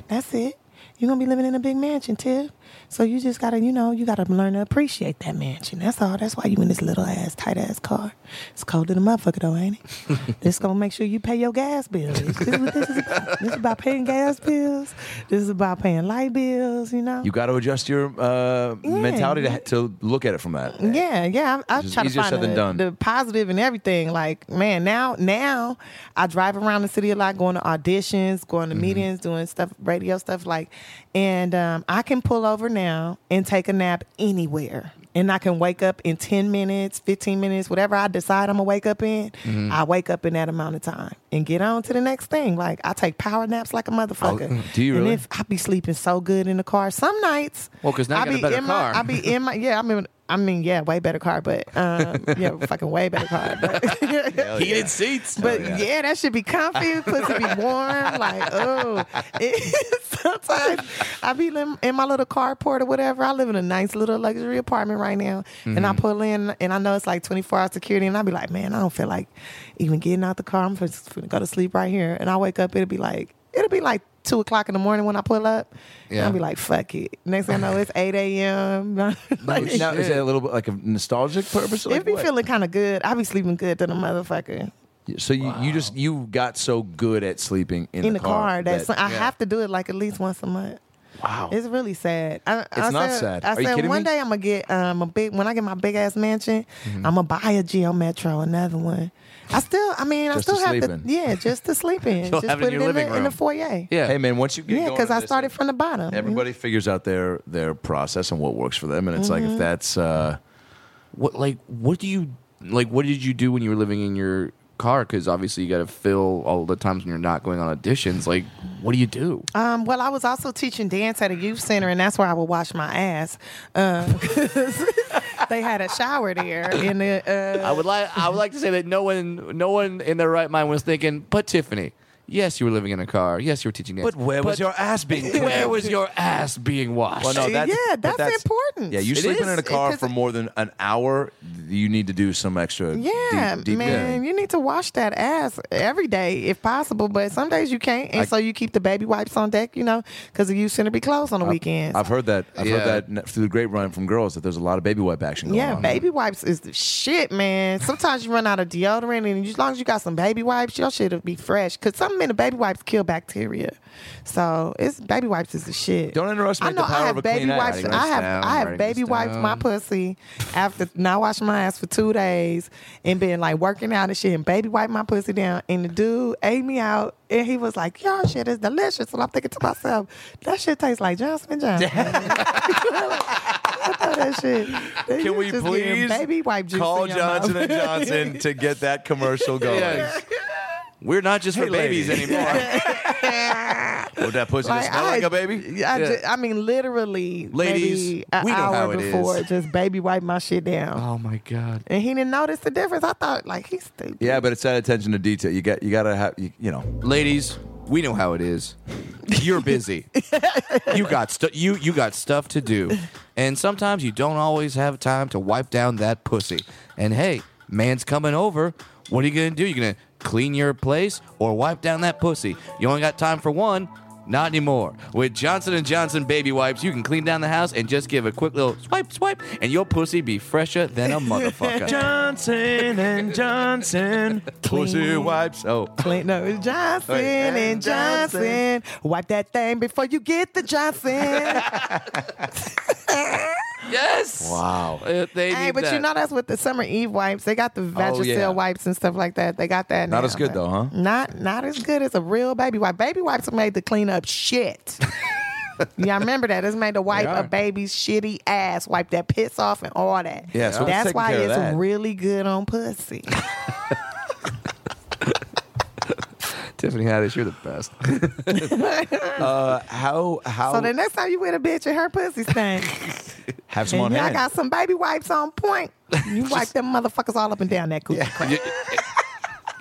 Speaker 2: That's it. You're gonna be living in a big mansion, Tib. So you just gotta, you know, you gotta learn to appreciate that mansion. That's all. That's why you in this little ass, tight ass car. It's cold in the motherfucker though, ain't it? this gonna make sure you pay your gas bill. This is what this is about. This is about paying gas bills. This is about paying light bills, you know?
Speaker 1: You got to adjust your uh, mentality to, to look at it from that.
Speaker 2: Yeah, yeah. I, I
Speaker 1: Just
Speaker 2: try to
Speaker 1: easier
Speaker 2: find
Speaker 1: said than
Speaker 2: the,
Speaker 1: done.
Speaker 2: the positive and everything. Like, man, now now I drive around the city a lot, going to auditions, going to
Speaker 1: Mm-hmm.
Speaker 2: meetings, doing stuff, radio stuff. Like, and um, I can pull over now and take a nap anywhere, and I can wake up in ten minutes, fifteen minutes, whatever I decide I'm gonna wake up in.
Speaker 1: Mm-hmm.
Speaker 2: I wake up in that amount of time and get on to the next thing. Like, I take power naps like a motherfucker.
Speaker 1: Oh, do you
Speaker 2: and
Speaker 1: really?
Speaker 2: If I be sleeping so good in the car, some nights.
Speaker 3: Well, 'cause now you
Speaker 2: I
Speaker 3: got a
Speaker 2: be
Speaker 3: better
Speaker 2: in
Speaker 3: car.
Speaker 2: My, I be in my yeah. I mean, I mean, yeah, way better car, but um, yeah, fucking way better car. But,
Speaker 3: Heated
Speaker 1: Oh,
Speaker 3: seats.
Speaker 2: but yeah. that should be comfy. Pussy be warm. Like oh, It- sometimes I be in, in my little carport or whatever. I live in a nice little luxury apartment right now, and
Speaker 1: Mm-hmm.
Speaker 2: I pull in, and I know it's like twenty four hour security, and I be like, man, I don't feel like even getting out the car. I'm just gonna go to sleep right here, and I wake up, it'll be like it'll be like two o'clock in the morning when I pull up.
Speaker 3: Yeah.
Speaker 2: Yeah. I'll be like, fuck it. Next thing I know, it's 8 a.m. like,
Speaker 1: now, is it a little bit like a nostalgic purpose? Like
Speaker 2: it be
Speaker 1: what?
Speaker 2: feeling kind of good. I be sleeping good than a motherfucker.
Speaker 1: so you, you just you got so good at sleeping in,
Speaker 2: in the car. That's
Speaker 1: that-
Speaker 2: I have to do it like at least once a month.
Speaker 1: wow.
Speaker 2: It's really sad. I, it's I
Speaker 1: not
Speaker 2: said,
Speaker 1: sad.
Speaker 2: I
Speaker 1: Are you
Speaker 2: said
Speaker 1: kidding
Speaker 2: one
Speaker 1: me?
Speaker 2: day I'm gonna get um a big when I get my big ass mansion,
Speaker 1: Mm-hmm.
Speaker 2: I'm gonna buy a Geo Metro, another one. I still, I mean,
Speaker 1: Just
Speaker 2: I
Speaker 1: to
Speaker 2: still
Speaker 1: sleep
Speaker 2: have to,
Speaker 1: in.
Speaker 2: yeah, just to sleep in.
Speaker 3: You'll
Speaker 2: just
Speaker 3: have it
Speaker 2: put
Speaker 3: in your
Speaker 2: it in
Speaker 3: living
Speaker 2: the, in the
Speaker 3: room.
Speaker 2: foyer.
Speaker 3: Yeah.
Speaker 1: Hey man, once you get
Speaker 2: yeah,
Speaker 1: going
Speaker 2: because
Speaker 1: on
Speaker 2: I
Speaker 1: this,
Speaker 2: started from the bottom.
Speaker 1: Everybody figures out their their process and what works for them, and it's
Speaker 2: Mm-hmm.
Speaker 1: like if that's uh,
Speaker 3: what like what do you like what did you do when you were living in your car because obviously you got to fill all the times when you're not going on auditions like what do you do
Speaker 2: Um, well, I was also teaching dance at a youth center, and that's where I would wash my ass. Um, 'cause they had a shower there, and the, uh,
Speaker 3: i would like i would like to say that no one no one in their right mind was thinking but tiffany yes you were living in a car yes you were teaching dance,
Speaker 1: but where was your ass being?
Speaker 3: where was your ass being washed
Speaker 1: Well, no,
Speaker 2: Yeah,
Speaker 1: that's, but
Speaker 2: that's important.
Speaker 1: Yeah, you
Speaker 2: It
Speaker 1: sleeping
Speaker 2: is,
Speaker 1: in a car
Speaker 2: because-
Speaker 1: for more than an hour, you need to do some extra.
Speaker 2: Yeah,
Speaker 1: deep, deep
Speaker 2: man,
Speaker 1: cleaning.
Speaker 2: you need to wash that ass every day if possible. But some days you can't, and so you keep the baby wipes on deck, you know, because the youth center be closed on the weekends.
Speaker 1: I've heard that. I've
Speaker 3: Yeah.
Speaker 1: heard that n- through the great run from girls that there's a lot of baby wipe action. Going
Speaker 2: yeah,
Speaker 1: on.
Speaker 2: baby wipes is the shit, man. Sometimes you run out of deodorant, and as long as you got some baby wipes, your shit'll be fresh. Cause something in the baby wipes kill bacteria, so it's baby wipes is the shit.
Speaker 1: Don't underestimate
Speaker 2: I know
Speaker 1: the power
Speaker 2: I
Speaker 1: of
Speaker 2: have
Speaker 1: a
Speaker 2: baby
Speaker 1: clean ass.
Speaker 2: wipes.
Speaker 1: Writing
Speaker 2: I
Speaker 1: this
Speaker 2: have
Speaker 3: down,
Speaker 2: I
Speaker 3: writing
Speaker 2: have baby
Speaker 3: this
Speaker 2: wiped my
Speaker 3: down.
Speaker 2: pussy after not washing my ass for two days and been like working out and shit and baby wiped my pussy down and the dude ate me out and he was like, Y'all shit is delicious. And I'm thinking to myself, that shit tastes like Johnson and Johnson. I thought that shit.
Speaker 1: Can we
Speaker 2: Just getting
Speaker 1: please
Speaker 2: baby wipe juice
Speaker 1: call
Speaker 2: in your
Speaker 1: Johnson
Speaker 2: mouth.
Speaker 1: and Johnson to get that commercial going?
Speaker 3: Yes. we're not just for babies
Speaker 1: ladies.
Speaker 3: anymore
Speaker 1: Would that pussy just smell like a baby?
Speaker 2: I, ju- I mean, literally,
Speaker 1: Ladies,
Speaker 2: maybe an
Speaker 1: we know
Speaker 2: hour
Speaker 1: how it is.
Speaker 2: before, just baby wipe my shit down.
Speaker 3: oh my god
Speaker 2: and he didn't notice the difference. I thought like he's stupid.
Speaker 1: Yeah, but it's that attention to detail. You got you gotta have you, you know.
Speaker 3: ladies we know how it is you're busy you got stu- you you got stuff to do and sometimes you don't always have time to wipe down that pussy and hey man's coming over what are you gonna do you gonna clean your place or wipe down that pussy you only got time for one not anymore with johnson and johnson baby wipes you can clean down the house and just give a quick little swipe swipe and your pussy be fresher than a motherfucker
Speaker 1: Johnson and Johnson pussy
Speaker 2: Clean.
Speaker 1: wipes. Oh,
Speaker 2: Clint, no, it's Johnson
Speaker 1: Wait,
Speaker 2: and
Speaker 1: and
Speaker 2: Johnson.
Speaker 1: Johnson.
Speaker 2: Wipe that thing before you get the Johnson.
Speaker 3: yes
Speaker 1: wow.
Speaker 3: Uh, they
Speaker 2: hey,
Speaker 3: need
Speaker 2: but you
Speaker 3: that.
Speaker 2: know that's with the summer Eve wipes. They got the Vagisil
Speaker 1: Oh, yeah.
Speaker 2: wipes and stuff like that. They got that.
Speaker 1: Not
Speaker 2: now,
Speaker 1: as good
Speaker 2: but
Speaker 1: though, huh?
Speaker 2: Not not as good as a real baby wipe. Baby wipes are made to clean up shit. yeah, I remember that. It's made to wipe
Speaker 1: are.
Speaker 2: a baby's shitty ass, wipe that piss off and all that.
Speaker 1: Yeah, so who's
Speaker 2: that's
Speaker 1: taking
Speaker 2: why
Speaker 1: care of
Speaker 2: it's
Speaker 1: that?
Speaker 2: really good on pussy.
Speaker 3: tiffany haddish you're the best
Speaker 1: Uh, how how
Speaker 2: so the next time you with a bitch and her pussy stank.
Speaker 1: have some on
Speaker 2: And y'all
Speaker 1: hand?
Speaker 2: got some baby wipes on point. You wipe them motherfuckers all up and down that coochie.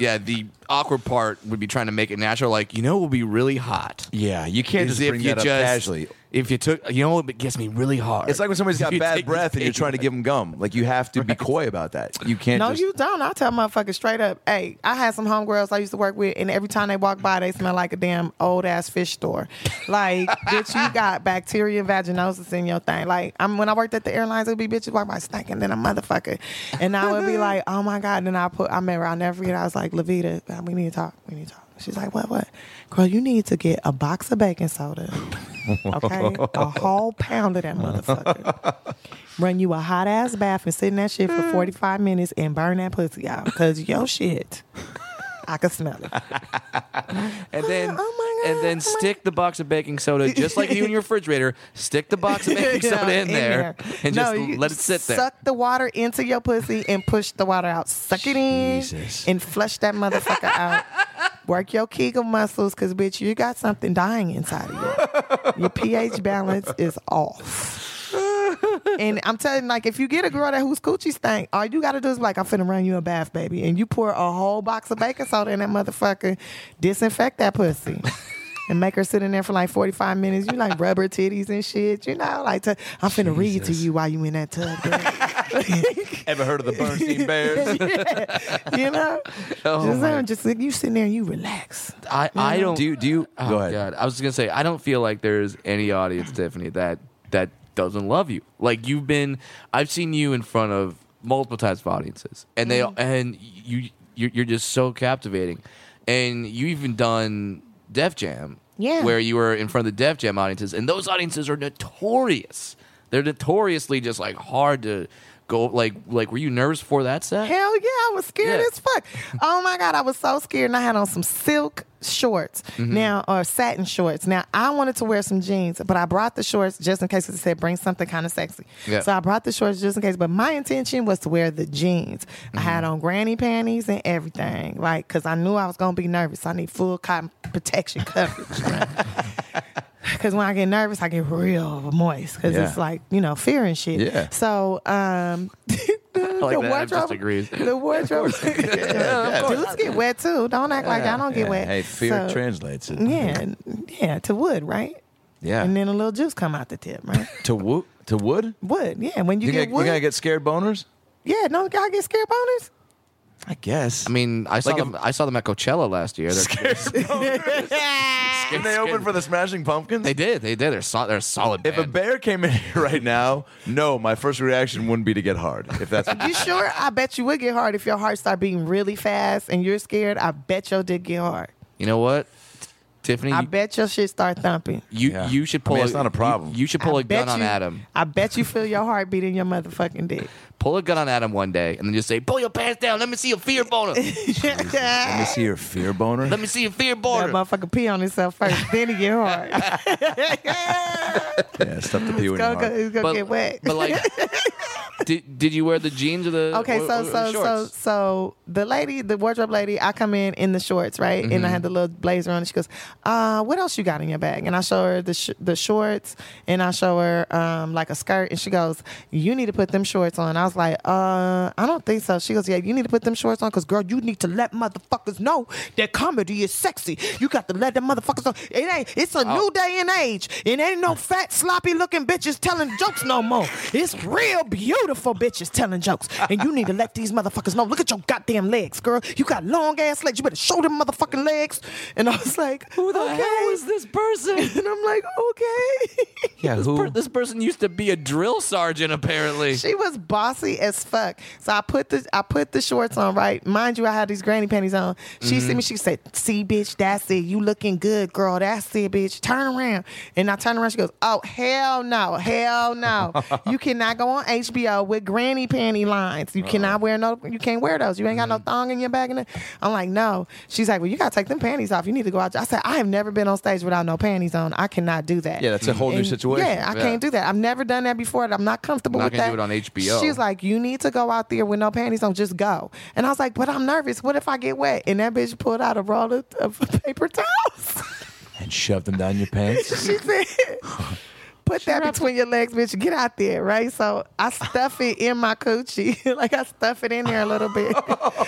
Speaker 3: yeah, the awkward part would be trying to make it natural. Like, you know, it will be really hot.
Speaker 6: Yeah, you can't
Speaker 3: Is
Speaker 6: just
Speaker 3: if
Speaker 6: bring
Speaker 3: you
Speaker 6: that up
Speaker 3: just-
Speaker 6: casually.
Speaker 3: If you took, you know, what gets me really hard.
Speaker 6: It's like when somebody's got
Speaker 3: You
Speaker 6: bad
Speaker 3: take the
Speaker 6: breath and you're
Speaker 3: thing.
Speaker 6: trying to give them gum. Like you have to be coy about that. You can't.
Speaker 2: No,
Speaker 6: just,
Speaker 2: you don't. I tell motherfuckers straight up, hey, I had some homegirls I used to work with, and every time they walk by, they smell like a damn old ass fish store. Like, bitch, you got bacteria vaginosis in your thing. Like, I'm, when I worked at the airlines, it would be bitches walk by stinking than a motherfucker. And I would be like, oh my God. And then I put, I remember, I'll never forget, I was like, Levita, we need to talk. We need to talk. She's like, what, what? Girl, you need to get a box of baking soda. Okay? a whole pound of that motherfucker run you a hot ass bath and sit in that shit for
Speaker 3: Mm.
Speaker 2: 45 minutes and burn that pussy out because your shit. I can smell it.
Speaker 3: and then
Speaker 2: Oh my God,
Speaker 3: and then
Speaker 2: oh my-
Speaker 3: stick the box of baking soda just like you in your refrigerator. Stick the box of baking
Speaker 2: Yeah,
Speaker 3: soda in, there, and
Speaker 2: No,
Speaker 3: just
Speaker 2: you
Speaker 3: let it sit there.
Speaker 2: Suck the water into your pussy and push the water out. Suck it in
Speaker 6: Jesus.
Speaker 2: and flush that motherfucker out. Work your Kegel muscles because, bitch, you got something dying inside of you. Your pH balance is off. and I'm telling you, like, if you get a girl that who's coochie stank, all you got to do is, be like, I'm finna run you a bath, baby. And you pour a whole box of baking soda in that motherfucker, disinfect that pussy. And make her sit in there for like 45 minutes. You like rubber titties and shit. You know, like, i am I'm finna read to you while you in that tub. girl.
Speaker 6: ever heard of the Bernstein Bears?
Speaker 2: you know?
Speaker 3: Oh,
Speaker 2: just,
Speaker 3: my-
Speaker 2: uh, just like you sitting there and you relax.
Speaker 3: I, I don't.
Speaker 6: do you? Do you?
Speaker 3: Oh,
Speaker 6: go ahead.
Speaker 3: God. I was just gonna say I don't feel like there's any audience, Tiffany, that that doesn't love you. Like you've been, I've seen you in front of multiple types of audiences, and they and you you're, you're just so captivating, and you even done Def Jam,
Speaker 2: Yeah.
Speaker 3: where you were in front of the Def Jam audiences, and those audiences are notorious. They're notoriously just like hard to go. Like like, were you nervous for that set?
Speaker 2: Hell yeah, I was scared
Speaker 3: Yeah.
Speaker 2: as fuck. Oh my god, I was so scared, and I had on some silk shorts
Speaker 3: Mm-hmm.
Speaker 2: now or satin shorts. Now I wanted to wear some jeans, but I brought the shorts just in case 'cause it said bring something kind of sexy.
Speaker 3: Yeah.
Speaker 2: So I brought the shorts just in case. But my intention was to wear the jeans. I had
Speaker 3: Mm-hmm.
Speaker 2: on granny panties and everything, like because I knew I was gonna be nervous. I need full cotton protection coverage. Because when I get nervous, I get real moist because
Speaker 6: Yeah.
Speaker 2: it's like you know fear and shit.
Speaker 6: Yeah.
Speaker 2: So um,
Speaker 3: like
Speaker 2: the
Speaker 3: that. Adam
Speaker 2: wardrobe
Speaker 3: just agrees.
Speaker 2: The wardrobe. yeah, Dudes get wet too. Don't act like I don't get
Speaker 6: Yeah.
Speaker 2: wet.
Speaker 6: Hey, fear
Speaker 2: So,
Speaker 6: translates it.
Speaker 2: Yeah, yeah, to wood, right?
Speaker 6: Yeah.
Speaker 2: And then a little juice come out the tip, right?
Speaker 6: to wood. To wood.
Speaker 2: Wood, yeah. When you,
Speaker 6: You,
Speaker 2: get
Speaker 6: gonna, you
Speaker 2: wood,
Speaker 6: gonna get scared boners?
Speaker 2: yeah. No, I get scared boners.
Speaker 6: I guess.
Speaker 3: I mean, I saw
Speaker 6: Like if-
Speaker 3: them. I saw them at Coachella last year. They're-
Speaker 6: Didn't they open for the Smashing Pumpkins?
Speaker 3: They did. They did. They're, so, they're a solid.
Speaker 6: If a
Speaker 3: band.
Speaker 6: bear came in here right now, no, my first reaction wouldn't be to get hard. If that's
Speaker 2: You sure? I bet you would get hard if your heart start beating really fast and you're scared. I bet your dick get hard.
Speaker 3: you know what, T- Tiffany,
Speaker 2: I
Speaker 3: you-
Speaker 2: bet your shit start thumping.
Speaker 3: you
Speaker 6: Yeah.
Speaker 3: you should
Speaker 6: I
Speaker 3: pull.
Speaker 6: mean, it's not a problem.
Speaker 3: You, you should pull
Speaker 2: I
Speaker 3: a gun
Speaker 2: bet
Speaker 3: on
Speaker 2: you-
Speaker 3: Adam.
Speaker 2: I bet you feel your heart beating your motherfucking dick.
Speaker 3: Pull a gun on Adam one day, and then just say, "Pull your pants down. Let me see a fear boner.
Speaker 6: let me see your fear boner.
Speaker 3: Let me see a fear
Speaker 2: That
Speaker 3: boner."
Speaker 2: motherfucker pee on himself first, then he get hard.
Speaker 6: yeah, stuff to pee when
Speaker 2: Go,
Speaker 6: you're
Speaker 2: go,
Speaker 6: hard.
Speaker 2: it's gonna
Speaker 3: But,
Speaker 2: get wet.
Speaker 3: but like, did did you wear the jeans or the
Speaker 2: okay,
Speaker 3: or-
Speaker 2: so
Speaker 3: or the
Speaker 2: so so
Speaker 3: shorts?
Speaker 2: so the lady, the wardrobe lady, I come in in the shorts, right?
Speaker 3: Mm-hmm.
Speaker 2: And I had the little blazer on. And she goes, uh, "What else you got in your bag?" And I show her the sh- the shorts, and I show her um, like a skirt, and she goes, "You need to put them shorts on." I was like, "Uh, I don't think so." She goes, "Yeah, you need to put them shorts on, cause girl, you need to let motherfuckers know that comedy is sexy. You got to let them motherfuckers know it ain't. It's a new day and age. It ain't no fat sloppy looking bitches telling jokes no more. It's real beautiful bitches telling jokes, and you need to let these motherfuckers know. Look at your goddamn legs, girl. You got long ass legs. You better show them motherfucking legs." And I was like, "Who the hell is
Speaker 3: this person?
Speaker 2: And I'm like, "Okay."
Speaker 6: Yeah,
Speaker 3: This, per- this person used to be a drill sergeant, apparently.
Speaker 2: She was bossy as fuck. So I put the I put the shorts on, right? Mind you, I had these granny panties on. She
Speaker 6: Mm-hmm.
Speaker 2: see me, she said, See, bitch, that's it. You looking good, girl. That's it, bitch. Turn around. And I turn around, she goes, Oh, hell no, hell no. you cannot go on HBO with granny panty lines. You
Speaker 6: Uh-uh.
Speaker 2: cannot wear no you can't wear those. You ain't
Speaker 6: Mm-hmm.
Speaker 2: got no thong in your bag. And I'm like, no. She's like, Well, you gotta take them panties off. You need to go out. I said, I have never been on stage without no panties on. I cannot do that.
Speaker 6: Yeah, that's a whole new
Speaker 2: And-
Speaker 6: situation.
Speaker 2: Yeah, I
Speaker 3: Yeah.
Speaker 2: can't do that. I've never done that before. and I'm not comfortable
Speaker 3: Not
Speaker 2: with
Speaker 3: gonna
Speaker 2: that.
Speaker 3: do it on HBO.
Speaker 2: She's like, you need to go out there with no panties on. Just go. And I was like, but I'm nervous. What if I get wet? And that bitch pulled out a roll of, of paper towels.
Speaker 6: and shove them down your pants.
Speaker 2: she said. put that between your legs, bitch. Get out there, right? So I stuff it in my coochie, like I stuff it in there a little bit.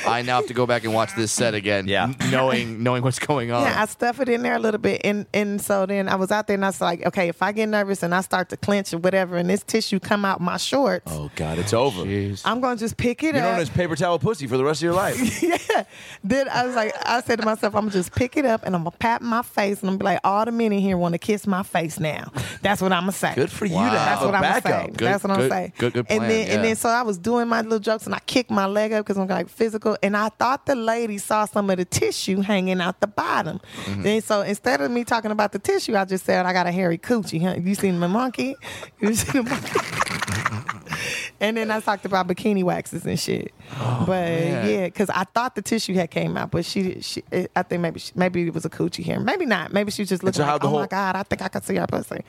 Speaker 3: I now have to go back and watch this set again.
Speaker 1: Yeah.
Speaker 3: knowing knowing what's going on.
Speaker 2: Yeah, I stuff it in there a little bit, and and so then I was out there, and I was like, okay, if I get nervous and I start to clench or whatever, and this tissue come out my shorts,
Speaker 1: Oh God, it's over. You're
Speaker 2: I'm gonna just pick it
Speaker 1: known
Speaker 2: up.
Speaker 1: as paper towel pussy for the rest of your life.
Speaker 2: then I was like, I said to myself, I'm gonna just pick it up and I'm gonna pat my face, and I'm gonna be like, all the men in here want to kiss my face now. That's what I'm gonna say.
Speaker 1: Good for you to
Speaker 3: Wow.
Speaker 1: have
Speaker 2: That's
Speaker 1: a
Speaker 2: what I'm
Speaker 1: backup.
Speaker 2: saying.
Speaker 3: Good-
Speaker 2: That's what I'm
Speaker 3: good-
Speaker 2: saying.
Speaker 3: good- good plan,
Speaker 2: and then and
Speaker 3: yeah.
Speaker 2: then so I was doing my little jokes and I kicked my leg up because I'm like physical and I thought the lady saw some of the tissue hanging out the bottom.
Speaker 1: Mm-hmm.
Speaker 2: Then so instead of me talking about the tissue, I just said I got a hairy coochie. Huh? You seen my monkey? You seen the monkey? And then I talked about bikini waxes and shit, but
Speaker 3: Oh, man.
Speaker 2: yeah, because I thought the tissue had came out, but she, she it, I think maybe she, maybe it was a coochie here, maybe not, maybe she was just looking
Speaker 1: so how'd
Speaker 2: like,
Speaker 1: the
Speaker 2: oh
Speaker 1: whole-
Speaker 2: my god, I think I can see her pussy.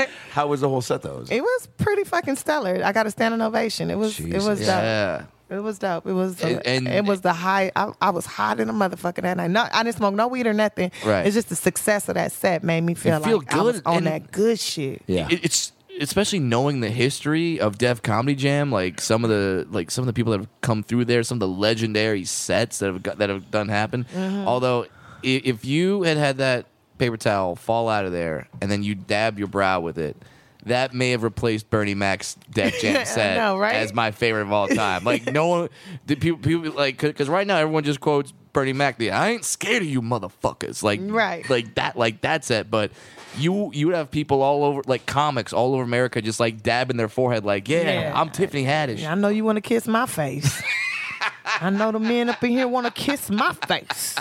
Speaker 1: How was the whole set though?
Speaker 2: It was pretty fucking stellar. I got a standing ovation. It was it was
Speaker 1: Jesus.
Speaker 2: dope.
Speaker 3: Yeah.
Speaker 2: It was dope. It was
Speaker 3: And- and-
Speaker 2: it was the high. I, I was hot in a motherfucker that night. No, I didn't smoke no weed or nothing.
Speaker 3: Right.
Speaker 2: It's just the success of that set made me feel
Speaker 3: You feel
Speaker 2: like I was
Speaker 3: good
Speaker 2: on
Speaker 3: and-
Speaker 2: that good shit.
Speaker 1: Yeah.
Speaker 3: It- it's especially knowing the history of Def Comedy Jam, like some of the like some of the people that have come through there, some of the legendary sets that have got, that have done happen.
Speaker 2: Mm-hmm.
Speaker 3: Although, i- if you had had that paper towel fall out of there and then you dabbed your brow with it. That may have replaced Bernie Mac's Def Jam set
Speaker 2: know, right?
Speaker 3: as my favorite of all time. Like no one, the people, people like because right now everyone just quotes Bernie Mac. The I ain't scared of you motherfuckers. Like
Speaker 2: Right.
Speaker 3: like like that like that's it but you you would have people all over like comics all over america just like dabbing their forehead like yeah,
Speaker 2: Yeah.
Speaker 3: i'm tiffany haddish
Speaker 2: I know you want to kiss my face. I know the men up in here want to kiss my face.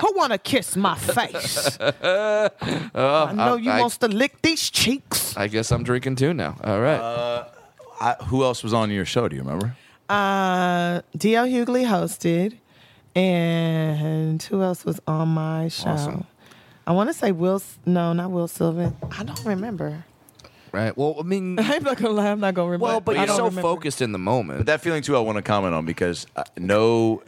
Speaker 2: Who want to kiss my face? I know you
Speaker 3: I-
Speaker 2: wants to lick these cheeks.
Speaker 3: i guess i'm drinking too now all right
Speaker 1: I, who else was on your show? Do you remember?
Speaker 2: Uh, DL Hughley hosted, and who else was on my show?
Speaker 3: Awesome.
Speaker 2: I want to say Will. S- No, not Will Sylvan. I don't remember.
Speaker 3: right well i mean
Speaker 2: I'm not gonna lie. I'm not gonna remember.
Speaker 3: well but
Speaker 2: I
Speaker 3: you're
Speaker 2: don't
Speaker 3: so
Speaker 2: remember.
Speaker 3: focused in the moment
Speaker 1: But that feeling too, I want to comment on because uh, no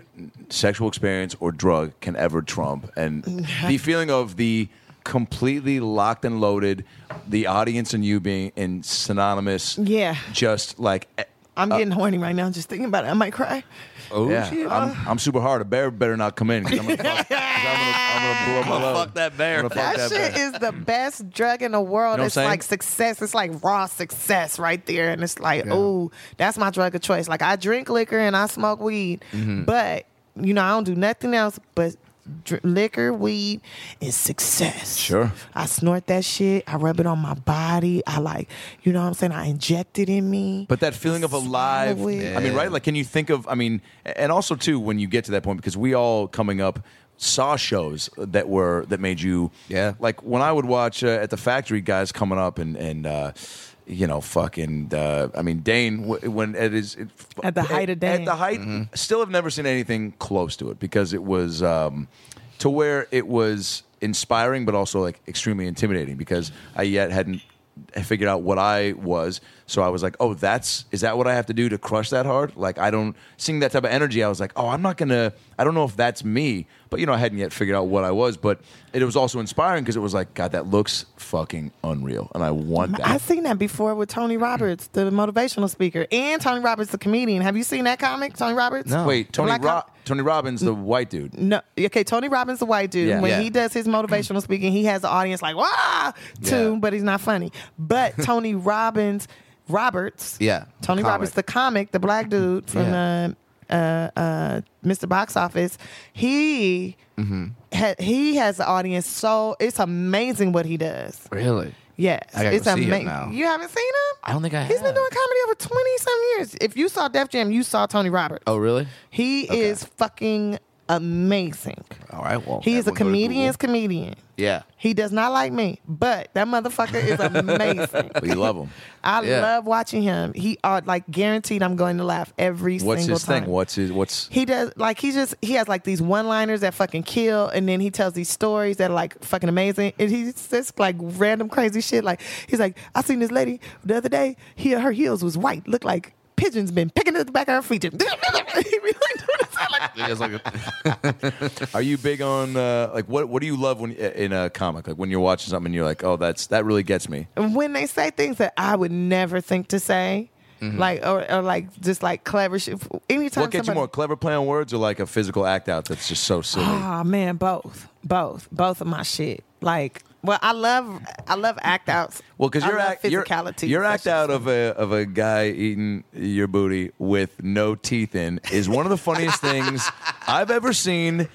Speaker 1: sexual experience or drug can ever trump, and the feeling of the completely locked and loaded, the audience and you being in synonymous.
Speaker 2: Yeah.
Speaker 1: just like. eh,
Speaker 2: I'm
Speaker 3: uh,
Speaker 2: getting horny right now. Just thinking about it, I might cry.
Speaker 3: oh
Speaker 1: yeah, I'm, I'm super hard. A bear better not come in. 'cause I'm gonna, fuck- 'cause I'm gonna- I'm gonna blow my load.
Speaker 3: fuck that bear.
Speaker 1: I'm gonna fuck
Speaker 2: That
Speaker 1: that
Speaker 2: shit
Speaker 1: bear.
Speaker 2: is the best drug in the world.
Speaker 1: You know what I'm
Speaker 2: it's
Speaker 1: saying?
Speaker 2: like success. It's like raw success right there. And it's like, oh, that's my drug of choice. Like I drink liquor and I smoke weed,
Speaker 1: Mm-hmm.
Speaker 2: but you know I don't do nothing else but dr- liquor, weed, and success.
Speaker 1: Sure.
Speaker 2: I snort that shit. I rub it on my body. I like, you know what I'm saying. I inject it in me.
Speaker 1: But that feeling of alive,
Speaker 2: Swallow it.
Speaker 1: I mean, right? Like, can you think of, I mean, and also, too, when you get to that point, because we all coming up saw shows that were, that made you,
Speaker 3: Yeah.
Speaker 1: Like, when I would watch uh, at the factory guys coming up and, and, uh, you know, fucking. Uh, I mean, Dane. wh- When it is it,
Speaker 2: At the height of
Speaker 1: at
Speaker 2: Dane.
Speaker 1: the height, still have never seen anything close to it because it was um, to where it was inspiring, but also like extremely intimidating because I yet hadn't figured out what I was. So I was like, oh, that's is that what I have to do to crush that hard? Like I don't seeing that type of energy. I was like, oh, I'm not gonna. I don't know if that's me, but you know, I hadn't yet figured out what I was. But it was also inspiring because it was like, God, that looks fucking unreal, and I want that.
Speaker 2: I seen that before with Tony Roberts, the motivational speaker, and Tony Roberts, the comedian. Have you seen that comic, Tony Roberts?
Speaker 3: No.
Speaker 1: Wait, Tony
Speaker 2: Black
Speaker 1: Ro-
Speaker 2: com-
Speaker 1: Tony Robbins, the white dude.
Speaker 2: No, okay. Tony Robbins, the white dude,
Speaker 1: Yeah.
Speaker 2: when
Speaker 1: Yeah.
Speaker 2: he does his motivational speaking, he has the audience like "Wow!" too,
Speaker 1: Yeah.
Speaker 2: but he's not funny. But Tony Robbins, Roberts,
Speaker 3: Yeah, the
Speaker 2: Tony
Speaker 3: comic.
Speaker 2: Roberts, the comic, the black dude from
Speaker 3: Yeah.
Speaker 2: uh, uh, uh, Mr. Box Office, he
Speaker 3: Mm-hmm.
Speaker 2: ha- he has the audience. So it's amazing what he does.
Speaker 3: really
Speaker 2: Yes,
Speaker 3: I gotta
Speaker 2: it's
Speaker 3: go see him
Speaker 2: amazing.
Speaker 3: now.
Speaker 2: You haven't seen him?
Speaker 3: i don't think i
Speaker 2: He's been
Speaker 3: have.
Speaker 2: doing comedy over twenty some years. If you saw Def Jam, you saw Tony Roberts.
Speaker 3: oh really
Speaker 2: He is fucking amazing.
Speaker 3: all right well
Speaker 2: He is a
Speaker 3: everyone go to
Speaker 2: comedian's comedian.
Speaker 3: Google. yeah
Speaker 2: He does not like me, but that motherfucker is amazing.
Speaker 1: But you love him.
Speaker 2: I
Speaker 3: Yeah.
Speaker 2: love watching him. He are like guaranteed I'm going to laugh every
Speaker 1: What's
Speaker 2: single
Speaker 1: his
Speaker 2: time.
Speaker 1: thing? What's his what's
Speaker 2: He does like he just he has like these one liners that fucking kill, and then he tells these stories that are like fucking amazing. And he says like random crazy shit. Like he's like, I seen this lady the other day. He her heels was white, looked like pigeon's been picking at the back of her feet. Just he really doing it sound like
Speaker 3: It's like a-
Speaker 1: Are you big on uh, like what? What do you love when uh, in a comic? Like when you're watching something, and you're like, oh, that's that really gets me.
Speaker 2: when they say things that I would never think to say, like or, or like just like clever shit. Anytime
Speaker 1: Mm-hmm. what gets you
Speaker 2: somebody-
Speaker 1: more clever play on words or like a physical act out that's just so silly?
Speaker 2: Oh man, both, both, both of my shit. Like, well, I love, I love act outs.
Speaker 1: Well, because
Speaker 2: I
Speaker 1: your
Speaker 2: love
Speaker 1: act, your,
Speaker 2: physicality.
Speaker 1: your
Speaker 2: That
Speaker 1: act
Speaker 2: shit's
Speaker 1: out of a of a guy eating your booty with no teeth in is one of the funniest things I've ever seen,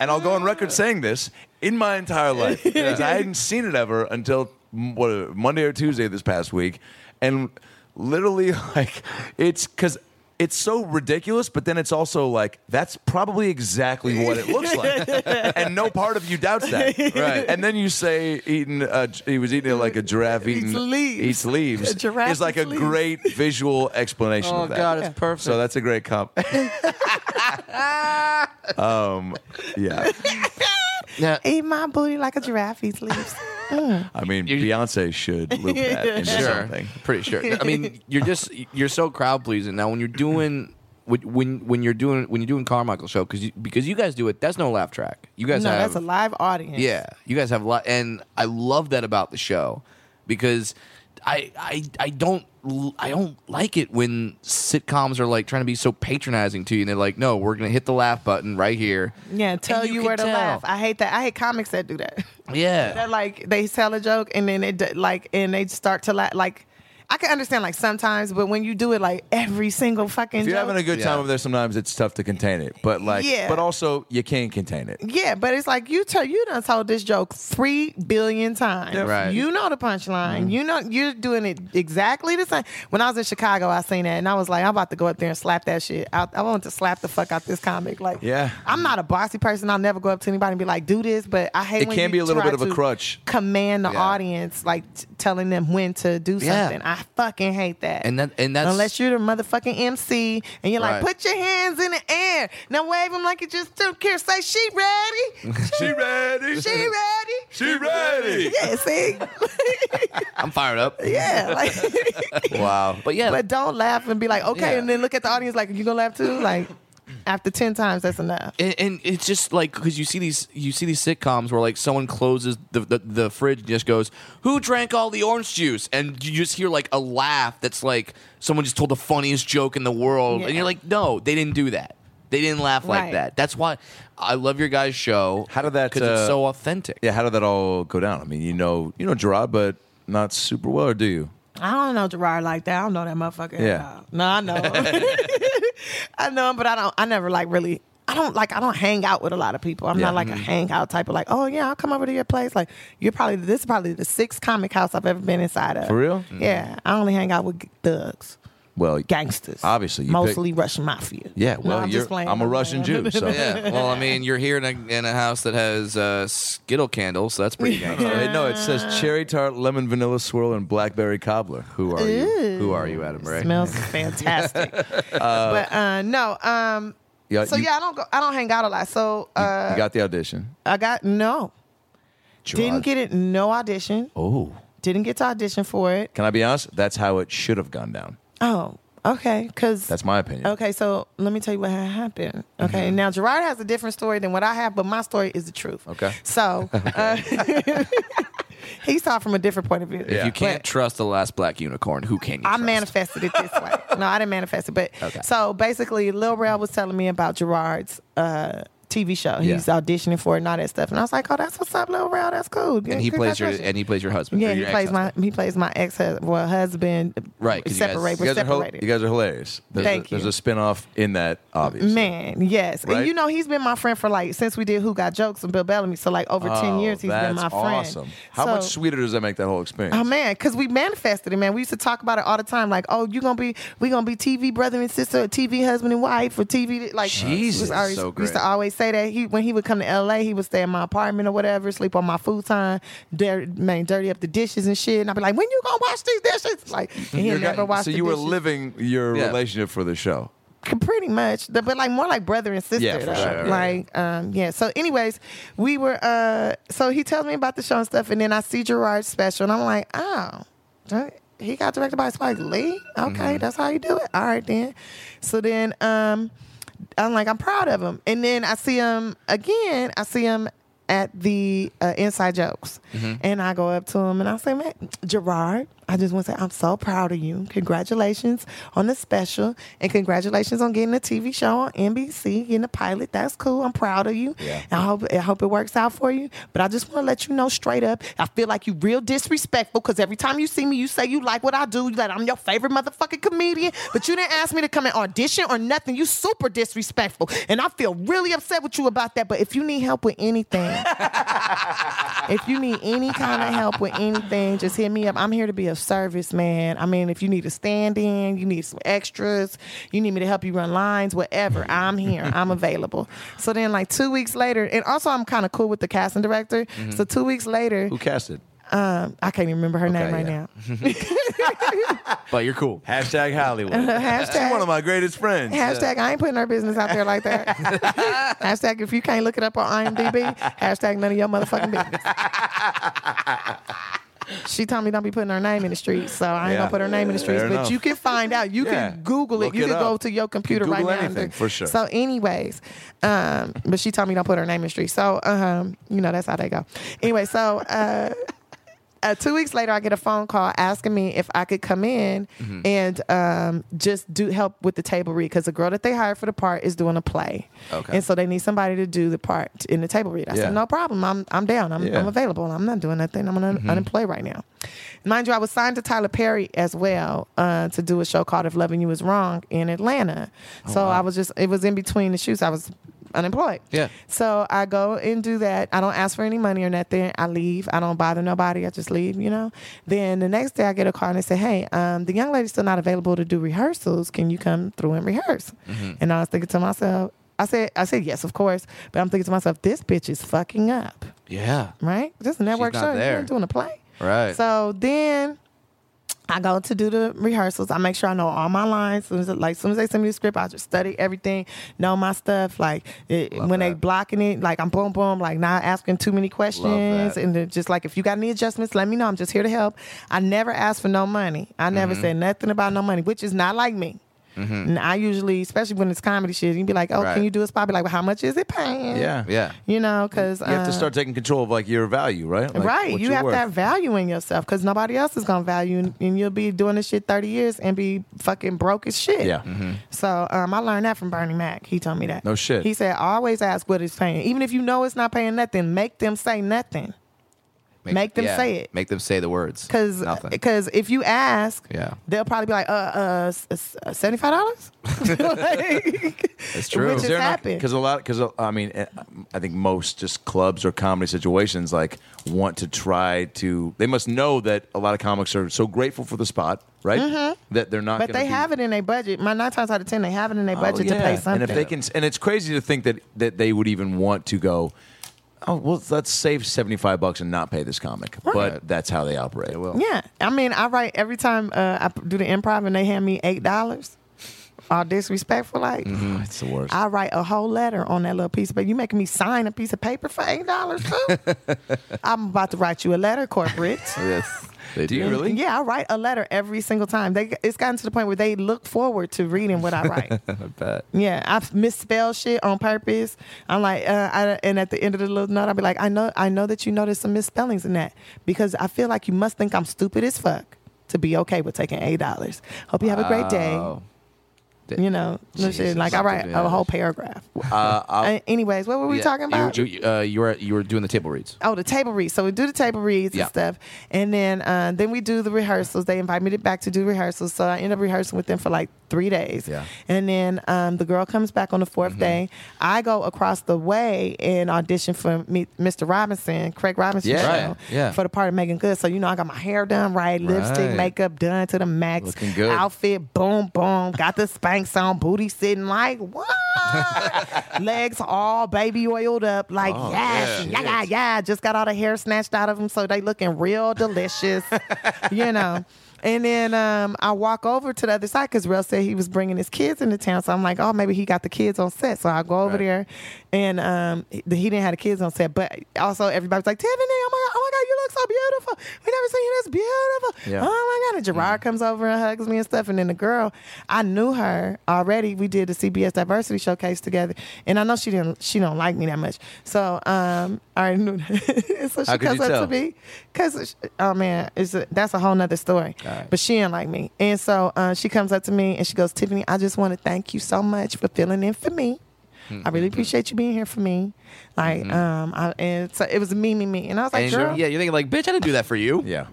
Speaker 1: and I'll go on record saying this in my entire life because I hadn't seen it ever until m- what Monday or Tuesday this past week, and literally like it's because. It's so ridiculous, but then it's also like that's probably exactly what it looks like, and no part of you doubts that.
Speaker 3: Right.
Speaker 1: And then you say eating, uh, he was eating it like a giraffe eating
Speaker 2: Eats leaves.
Speaker 1: eats leaves
Speaker 2: A giraffe
Speaker 1: is like a
Speaker 2: eats leaves.
Speaker 1: great visual explanation
Speaker 3: oh
Speaker 1: of that.
Speaker 3: god, it's perfect.
Speaker 1: So that's a great comp. um, yeah.
Speaker 3: yeah.
Speaker 2: Eat my booty like a giraffe eats leaves.
Speaker 1: I mean,
Speaker 3: You-
Speaker 1: Beyonce should loop that into
Speaker 3: sure.
Speaker 1: something.
Speaker 3: Pretty sure. I mean, you're just you're so crowd pleasing. Now, when you're doing when- when when you're doing when you're doing Carmichael show because you, because you guys do it, that's no laugh track. You
Speaker 2: no,
Speaker 3: guys have
Speaker 2: that's a live audience.
Speaker 3: yeah, you guys have a lot, and I love that about the show because I I I don't l- I don't like it when sitcoms are like trying to be so patronizing to you, and they're like, no, we're gonna hit the laugh button right here.
Speaker 2: yeah. Tell
Speaker 3: And
Speaker 2: you,
Speaker 3: you
Speaker 2: where to
Speaker 3: can tell.
Speaker 2: laugh. I hate that. I hate comics that do that. They're
Speaker 3: Yeah,
Speaker 2: like they tell a joke and then they d- like and they start to laugh. Like I can understand like sometimes, but when you do it like every single fucking
Speaker 1: If you're
Speaker 2: joke,
Speaker 1: having a good
Speaker 3: Yeah.
Speaker 1: time over there, sometimes it's tough to contain it. But like,
Speaker 2: Yeah.
Speaker 1: but also you can't contain it.
Speaker 2: Yeah, but it's like you tell you done told this joke three billion times.
Speaker 3: Right.
Speaker 2: You know the
Speaker 1: Mm-hmm.
Speaker 2: punchline. You know you're doing it exactly the same. When I was in Chicago, I seen that and I was like, I'm about to go up there and slap that shit. I, I want to slap the fuck out this comic. Like,
Speaker 1: Yeah.
Speaker 2: I'm not a bossy person. I'll never go up to anybody and be like, do this. But I hate
Speaker 1: It
Speaker 2: when
Speaker 1: can
Speaker 2: you
Speaker 1: be a little
Speaker 2: try
Speaker 1: bit of a
Speaker 2: to
Speaker 1: crutch.
Speaker 2: Command the
Speaker 3: Yeah.
Speaker 2: audience, like t- telling them when to do
Speaker 3: Yeah.
Speaker 2: something. I fucking hate that.
Speaker 3: and that and that's
Speaker 2: Unless you're the motherfucking MC and you're
Speaker 3: Right.
Speaker 2: like, put your hands in the air. Now wave them like you just don't care. Say, she ready.
Speaker 1: She ready.
Speaker 2: She ready.
Speaker 1: She ready.
Speaker 2: Yeah, see?
Speaker 3: I'm fired up.
Speaker 2: yeah. Like,
Speaker 1: Wow.
Speaker 3: But yeah,
Speaker 2: but don't laugh and be like, okay.
Speaker 3: Yeah.
Speaker 2: And then look at the audience like, you gonna laugh too? Like, after 10 times, that's enough.
Speaker 3: and, and it's just like because you see these you see these sitcoms where like someone closes the, the the fridge and just goes who drank all the orange juice and you just hear like a laugh that's like someone just told the funniest joke in the world and
Speaker 2: Yeah.
Speaker 3: you're like no they didn't do that they didn't laugh like
Speaker 2: Right.
Speaker 3: that that's why I love your guys show
Speaker 1: How did that,
Speaker 3: because it's
Speaker 1: uh,
Speaker 3: so authentic
Speaker 1: Yeah. How did that all go down? I mean, you know, you know Gerard, but not super well, or do you?
Speaker 2: I don't know Gerard like that. I don't know that motherfucker. at
Speaker 1: Yeah.
Speaker 2: all. No, I know. him. I know him, but I don't. I never like really. I don't like. I don't hang out with a lot of people. I'm
Speaker 1: Yeah. Mm-hmm.
Speaker 2: not like a hangout type of like. Oh yeah, I'll come over to your place. Like you're probably this is probably the sixth comic house I've ever been inside of.
Speaker 1: For real?
Speaker 2: Yeah, I only hang out with thugs,
Speaker 1: Well,
Speaker 2: gangsters.
Speaker 1: Obviously, you
Speaker 2: mostly Russian mafia.
Speaker 1: Yeah,
Speaker 2: No,
Speaker 1: well,
Speaker 2: I'm
Speaker 1: I'm,
Speaker 2: just
Speaker 1: you're,
Speaker 2: playing.
Speaker 1: I'm a
Speaker 2: I'm
Speaker 1: Russian
Speaker 2: playing.
Speaker 1: Jew, so
Speaker 3: yeah well I mean you're here in a, in a house that has uh, Skittle candles so that's pretty gangster.
Speaker 1: Uh, no, it says cherry tart, lemon vanilla swirl, and blackberry cobbler. Who are you? Who are you, Adam Ray?
Speaker 2: Smells fantastic. but uh, no, um.
Speaker 1: Yeah,
Speaker 2: so
Speaker 1: you-
Speaker 2: yeah, I don't go. I don't hang out a lot. So uh,
Speaker 1: you got the audition.
Speaker 2: I got no. Didn't
Speaker 1: Gerard.
Speaker 2: get it. No audition.
Speaker 1: Oh,
Speaker 2: Didn't get to audition for it.
Speaker 1: can I be honest? That's how it should have gone down.
Speaker 2: Oh, okay. Because
Speaker 1: That's my opinion.
Speaker 2: okay. So let me tell you what had happened. Okay. Now Gerard has a different story than what I have, but my story is the truth.
Speaker 1: Okay.
Speaker 2: So uh, he saw it from a different point of view.
Speaker 3: if you can't
Speaker 2: But-
Speaker 3: trust the last black unicorn who can you
Speaker 2: I
Speaker 3: trust?
Speaker 2: manifested it this way. No, I didn't manifest it. But
Speaker 3: Okay.
Speaker 2: so basically, Lil Rel was telling me about Gerard's uh, TV show.
Speaker 1: Yeah.
Speaker 2: He's auditioning for it and all that stuff. And I was like, oh, that's what's up, Lil Rel. That's cool.
Speaker 3: and he plays your and he plays your husband
Speaker 2: Yeah,
Speaker 3: or
Speaker 2: he
Speaker 3: your
Speaker 2: plays
Speaker 3: ex-husband.
Speaker 2: my he plays my ex husband well husband.
Speaker 3: Right, 'cause you guys-
Speaker 2: Separate.
Speaker 1: you
Speaker 2: We're
Speaker 1: guys, are hil-
Speaker 2: separated.
Speaker 1: you guys are hilarious. There's
Speaker 2: Thank
Speaker 1: a,
Speaker 2: you.
Speaker 1: There's a spin-off in that, obviously.
Speaker 2: Man, yes.
Speaker 1: Right?
Speaker 2: And you know, he's been my friend for like since we did Who Got Jokes and Bill Bellamy. So like over
Speaker 1: Oh,
Speaker 2: ten years he's
Speaker 1: that's
Speaker 2: been my friend.
Speaker 1: awesome. How much
Speaker 2: So-
Speaker 1: sweeter does that make that whole experience?
Speaker 2: Oh man, because we manifested it, man. We used to talk about it all the time, like, oh, you gonna be, we gonna be TV brother and sister, or TV husband and wife, or TV like.
Speaker 3: Jesus,
Speaker 2: it was always-
Speaker 3: so
Speaker 2: we used
Speaker 3: great.
Speaker 2: to always say that he when he would come to L.A., he would stay in my apartment or whatever, sleep on my futon, dir- man, dirty up the dishes and shit. And I'd be like, when you gonna wash these dishes? Like, and he
Speaker 1: You're
Speaker 2: never
Speaker 1: got-
Speaker 2: washed.
Speaker 1: so
Speaker 2: the
Speaker 1: you were
Speaker 2: dishes.
Speaker 1: living your
Speaker 3: Yeah.
Speaker 1: relationship for the show.
Speaker 2: Pretty much, th- but like more like brother and sister.
Speaker 1: Yeah, for
Speaker 2: though.
Speaker 1: sure, right,
Speaker 2: Like, um, yeah. So, anyways, we were. uh So he tells me about the show and stuff, and then I see Gerard's special, and I'm like, oh, that he got directed by Spike Lee. Okay,
Speaker 1: Mm-hmm.
Speaker 2: that's how you do it. All right then. So then um I'm like, I'm proud of him. And then I see him again, I see him at the uh, Inside Jokes. And I go up to him and I say, Man, Gerard, I just want to say, I'm so proud of you. Congratulations on the special and congratulations on getting a TV show on NBC, getting a pilot. That's cool. I'm proud of you.
Speaker 6: Yeah.
Speaker 2: I hope I hope it works out for you. But I just want to let you know straight up, I feel like you real disrespectful because every time you see me, you say you like what I do. You like I'm your favorite motherfucking comedian, but you didn't ask me to come and audition or nothing. You super disrespectful, and I feel really upset with you about that. But if you need help with anything, if you need any kind of help with anything, just hit me up. I'm here to be of service, man. I mean, if you need a stand in, you need some extras, you need me to help you run lines, whatever, I'm here. I'm available. So then, like two weeks later, and also I'm kind of cool with the casting director. So two weeks later,
Speaker 6: Who cast it?
Speaker 2: um, I can't even remember her name right
Speaker 6: yeah.
Speaker 2: now.
Speaker 3: But you're cool.
Speaker 6: Hashtag Hollywood.
Speaker 2: Hashtag.
Speaker 6: One of my greatest friends.
Speaker 2: Hashtag I ain't putting our business out there like that. hashtag if you can't look it up on IMDb, hashtag none of your motherfucking business. She told me don't be putting her name in the streets, so I ain't
Speaker 6: Yeah.
Speaker 2: gonna put her name in the streets.
Speaker 6: Fair
Speaker 2: but
Speaker 6: enough.
Speaker 2: you can find out. You
Speaker 6: Yeah.
Speaker 2: can Google it.
Speaker 6: Look
Speaker 2: you
Speaker 6: it
Speaker 2: can
Speaker 6: up.
Speaker 2: go to your
Speaker 6: You can
Speaker 2: computer right
Speaker 6: Google
Speaker 2: now. and
Speaker 6: anything,
Speaker 2: do-
Speaker 6: for sure.
Speaker 2: So, anyways, um, but she told me don't put her name in the streets. So, um, you know that's how they go. Anyway, so. Uh, uh, two weeks later, I get a phone call asking me if I could come in and um, just do help with the table read because the girl that they hired for the part is doing a play,
Speaker 3: Okay.
Speaker 2: and so they need somebody to do the part in the table read. I
Speaker 6: Yeah.
Speaker 2: said, no problem, I'm I'm down, I'm,
Speaker 6: Yeah.
Speaker 2: I'm available, I'm not doing nothing, I'm un- unemployed right now. Mind you, I was signed to Tyler Perry as well uh, to do a show called If Loving You Is Wrong in Atlanta, so I was just it was in between the shoots, I was unemployed.
Speaker 3: Yeah.
Speaker 2: So I go and do that. I don't ask for any money or nothing. I leave. I don't bother nobody. I just leave, you know. Then the next day I get a call and they say, Hey, um, the young lady's still not available to do rehearsals. Can you come through and rehearse? And I was thinking to myself, I said, I said, yes, of course. But I'm thinking to myself, this bitch is fucking up,
Speaker 3: Yeah.
Speaker 2: right? This is a network
Speaker 3: not
Speaker 2: show.
Speaker 3: there.
Speaker 2: You ain't doing a play.
Speaker 3: Right.
Speaker 2: So then I go to do the rehearsals. I make sure I know all my lines. Soon as, like, soon as they send me the script, I just study everything, know my stuff. Like it, when they blocking it, like I'm boom boom, like not asking too many questions, and then just like if you got any adjustments, let me know. I'm just here to help. I never ask for no money. I never
Speaker 6: Mm-hmm.
Speaker 2: said nothing about no money, which is not like me. And I usually, especially when it's comedy shit, you be like, "Oh,
Speaker 3: Right.
Speaker 2: can you do a spot?" Be like, well, "How much is it paying?"
Speaker 6: Yeah.
Speaker 3: Yeah.
Speaker 2: you know, because
Speaker 6: You have to start taking control of like your value, right? Like,
Speaker 2: uh, right.
Speaker 6: what
Speaker 2: You
Speaker 6: you're
Speaker 2: have
Speaker 6: worth.
Speaker 2: to have value in yourself because nobody else is going to value you. And you'll be doing this shit 30 years and be fucking broke as shit.
Speaker 6: Yeah.
Speaker 2: So um, I learned that from Bernie Mac. He told me that.
Speaker 6: No shit.
Speaker 2: He said, always ask what it's paying. Even if you know it's not paying nothing, make them say nothing. Make them
Speaker 3: yeah.
Speaker 2: say it. uh,
Speaker 3: Make them say the words.
Speaker 2: Because
Speaker 3: nothing.
Speaker 2: if you ask,
Speaker 3: Yeah.
Speaker 2: they'll probably be like, uh, uh, s- s- uh, $75? Like,
Speaker 3: It's true.
Speaker 2: Which is
Speaker 6: They're not
Speaker 2: happened.
Speaker 6: because a lot because I mean eh, I think most just clubs or comedy situations like want to try to they must know that a lot of comics are so grateful for the spot right that they're not
Speaker 2: Mm-hmm.
Speaker 6: Oh,
Speaker 2: but they have it in their budget. My nine times out of ten, they have it in their budget to pay something.
Speaker 6: and if they can and it's crazy to think that that they would even want to go oh well let's save seventy five bucks and not pay this comic but that's how they operate well
Speaker 2: Yeah, I mean, I write every time uh, I p- do the improv, and they hand me eight dollars. All disrespectful, like
Speaker 1: Mm-hmm.
Speaker 6: it's the worst
Speaker 2: I write a whole letter on that little piece of paper. You making me sign a piece of paper for eight dollars too? I'm about to write you a letter, corporate.
Speaker 3: yes. They
Speaker 6: Do you really?
Speaker 2: Yeah, I write a letter every single time. They it's gotten to the point where they look forward to reading what I write.
Speaker 3: I bet.
Speaker 2: Yeah, I misspell shit on purpose. I'm like, uh, I, and at the end of the little note, I'll be like, I know, I know that you noticed some misspellings in that because I feel like you must think I'm stupid as fuck to be okay with taking eight dollars. Hope you have a great day.
Speaker 3: Wow.
Speaker 2: You know, no shit.
Speaker 3: Jesus,
Speaker 2: Like I write a
Speaker 3: stupid
Speaker 2: whole
Speaker 3: ass.
Speaker 2: paragraph.
Speaker 6: uh, I'll-
Speaker 2: Uh, anyways, what were we
Speaker 3: Yeah,
Speaker 2: talking about?
Speaker 3: You, you, uh, you were you were doing the table reads.
Speaker 2: Oh, the table reads. So we do the table reads
Speaker 3: Yeah.
Speaker 2: and stuff, and then uh, then we do the rehearsals. They invite me to- back to do rehearsals, so I end up rehearsing with them for like three days.
Speaker 3: Yeah. Mm-hmm.
Speaker 2: And then um, the girl comes back on the 4th day. I go across the way and audition for me, Mr. Robinson, Craig Robinson
Speaker 6: Yeah.
Speaker 2: show
Speaker 3: Right. Yeah.
Speaker 2: for the part of Megan Good. So you know I got my hair done right, lipstick,
Speaker 3: Right.
Speaker 2: makeup done to the max,
Speaker 6: Looking good.
Speaker 2: outfit, boom, boom, got the spanks on, booty sitting like what? Legs all baby oiled up, like yes, yeah, yeah, yeah. Just got all the hair snatched out of them, so they looking real delicious, you know. And then um, I walk over to the other side because Rel said he was bringing his kids into town. So I'm like, oh, maybe he got the kids on set. So I go over
Speaker 3: Right.
Speaker 2: there, and um, he he didn't have the kids on set. But also everybody's like, Tiffany, oh my god, oh my god, you look so beautiful. We never seen you this beautiful.
Speaker 6: Yeah.
Speaker 2: Oh my god. And Gerard
Speaker 6: Mm-hmm.
Speaker 2: comes over and hugs me and stuff. And then the girl, I knew her already. We did the CBS Diversity Showcase together, and I know she didn't. She don't like me that much. So um, I already knew that. so she
Speaker 6: How could you
Speaker 2: comes up
Speaker 6: tell?
Speaker 2: to me because oh man, it's a, that's a whole nother story. But she didn't like me, and so uh, she comes up to me and she goes, Tiffany, I just want to thank you so much for filling in for me. I
Speaker 6: Mm-hmm.
Speaker 2: really appreciate you being here for me. Like, um, I, and so it was me, me, me, and I was like,
Speaker 3: And
Speaker 2: girl,
Speaker 3: yeah, you're thinking like, bitch, I didn't do that for you.
Speaker 6: Yeah.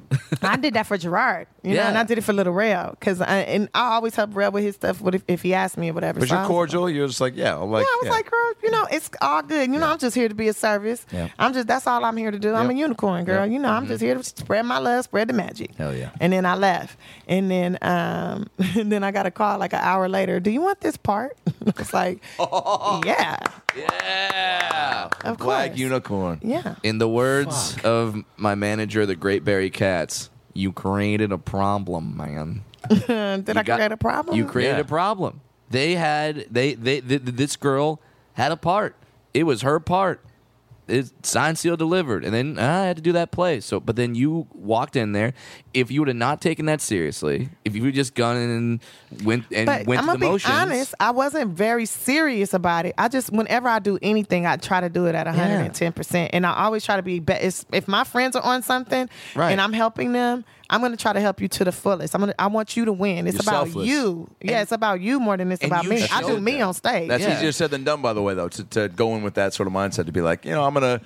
Speaker 2: I did that for Gerard, you know,
Speaker 3: Yeah.
Speaker 2: and I did it for Little Rail because I and I always help Rail with his stuff. What if, if he asked me or whatever?
Speaker 6: But
Speaker 2: So
Speaker 6: you're
Speaker 2: I was like-
Speaker 6: cordial. You're just like, yeah, I'll like,
Speaker 2: yeah, I was like, girl, you know, it's all good. You know, I'm just here to be a service.
Speaker 6: Yeah.
Speaker 2: I'm just that's all I'm here to do. I'm a
Speaker 6: Yep.
Speaker 2: unicorn, girl.
Speaker 6: Yep. Mm-hmm.
Speaker 2: You know, I'm just here to spread my love, spread the magic.
Speaker 6: Hell yeah.
Speaker 2: And then I left. And then um and then I got a call like an hour later. Do you want this part? it's like Yeah.
Speaker 3: Yeah.
Speaker 2: Of
Speaker 6: black
Speaker 2: course.
Speaker 6: unicorn.
Speaker 2: yeah.
Speaker 3: In the words of my manager, the Great Barry Katz, you created a problem, man.
Speaker 2: Did
Speaker 3: You
Speaker 2: I
Speaker 3: got-
Speaker 2: create a problem?
Speaker 3: You created
Speaker 6: Yeah.
Speaker 3: a problem. They had they they th- th- this girl had a part. It was her part. It's signed, sealed, delivered, and then ah, I had to do that play. So, but then you walked in there. If you would have not taken that seriously, if you would just gone in and went and
Speaker 2: but
Speaker 3: went
Speaker 2: I'm
Speaker 3: to
Speaker 2: gonna
Speaker 3: the
Speaker 2: be
Speaker 3: motions,
Speaker 2: honest. I wasn't very serious about it. I just whenever I do anything, I try to do it at 110 percent, and I always try to be. Be- it's- if my friends are on something
Speaker 3: Right.
Speaker 2: and I'm helping them, I'm gonna try to help you to the fullest. I'm gonna. I want you to win. It's
Speaker 6: You're
Speaker 2: about
Speaker 6: selfless.
Speaker 2: you. Yeah, it's about you more than it's
Speaker 3: and
Speaker 2: about
Speaker 3: you
Speaker 2: me. I
Speaker 3: showed
Speaker 2: do me
Speaker 3: that.
Speaker 2: on stage.
Speaker 6: That's
Speaker 3: Yeah.
Speaker 6: easier said than done, by the way, though, to, to go in with that sort of mindset to be like, you know, I'm going to.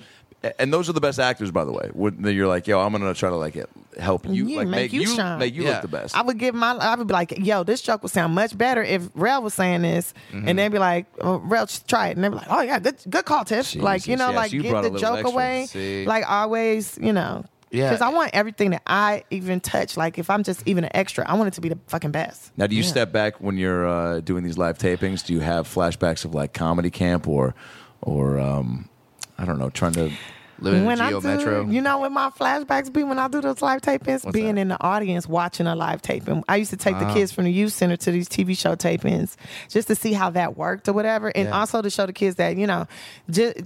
Speaker 6: And those are the best actors, by the way. When you're like, yo, I'm gonna try to like it, help you,
Speaker 2: Yeah,
Speaker 6: like
Speaker 2: make you shine.
Speaker 6: make you
Speaker 3: Yeah.
Speaker 6: look the best.
Speaker 2: I would give my. I would be like, "Yo, this joke would sound much better if Rel was saying this,"
Speaker 6: Mm-hmm.
Speaker 2: and they'd be like, oh, "Rel, just try it," and they'd be like, "Oh yeah, good, good call, Tiff." like you
Speaker 6: Jesus,
Speaker 2: know,
Speaker 6: yes,
Speaker 2: like
Speaker 6: you
Speaker 2: get
Speaker 6: brought a
Speaker 2: the
Speaker 6: little
Speaker 2: joke
Speaker 6: extra.
Speaker 2: away.
Speaker 3: See?
Speaker 2: Like always, you know.
Speaker 3: Yeah.
Speaker 2: Because I want everything that I even touch. Like if I'm just even an extra, I want it to be the fucking best.
Speaker 6: Now, do you step back when you're uh, doing these live tapings? Do you have flashbacks of like comedy camp or, or um, I don't know, trying to?
Speaker 3: living in
Speaker 2: when
Speaker 3: the
Speaker 2: I
Speaker 3: Geo
Speaker 2: do,
Speaker 3: Metro.
Speaker 2: you know, when my flashbacks be when I do those live tapings, being in the audience watching a live taping. I used to take
Speaker 3: Ah.
Speaker 2: the kids from the youth center to these TV show tapings just to see how that worked or whatever, and also to show the kids that you know, just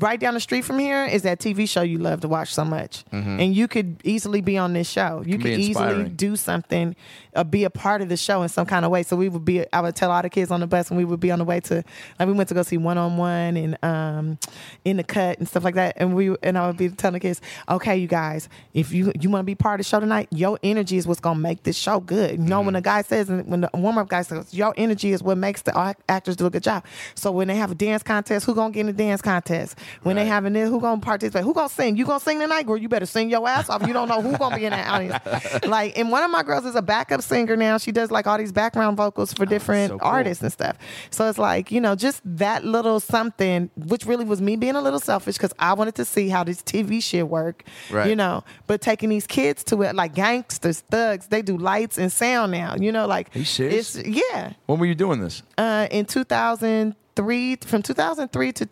Speaker 2: right down the street from here is that TV show you love to watch so much,
Speaker 3: Mm-hmm.
Speaker 2: and you could easily be on this show. You
Speaker 6: can be
Speaker 2: could easily
Speaker 6: inspiring.
Speaker 2: do something, uh, be a part of the show in some kind of way. So we would be. I would tell all the kids on the bus, and we would be on the way to. Like we went to go see One on One and um, in the cut and stuff like that. And we and I would be telling the kids, okay, you guys, if you you want to be part of the show tonight, your energy is what's gonna make this show good. You know when the guy says and when the warm up guy says, your energy is what makes the act- actors do a good job. So when they have a dance contest, who gonna get in the dance contest? When they have an who gonna participate? Who gonna sing? You gonna sing tonight, girl? You better sing your ass off. You don't know who gonna be in that audience. like, and one of my girls is a backup singer now. She does like all these background vocals for different
Speaker 3: Oh, so cool.
Speaker 2: artists and stuff. So it's like you know, just that little something, which really was me being a little selfish because I wanted to see how this TV shit work.
Speaker 3: Right.
Speaker 2: You know, but taking these kids to it, like gangsters, thugs, they do lights and sound now. You know, like
Speaker 6: you serious?
Speaker 2: it's- yeah
Speaker 6: When were you doing this?
Speaker 2: uh, in 2003, from 2003 to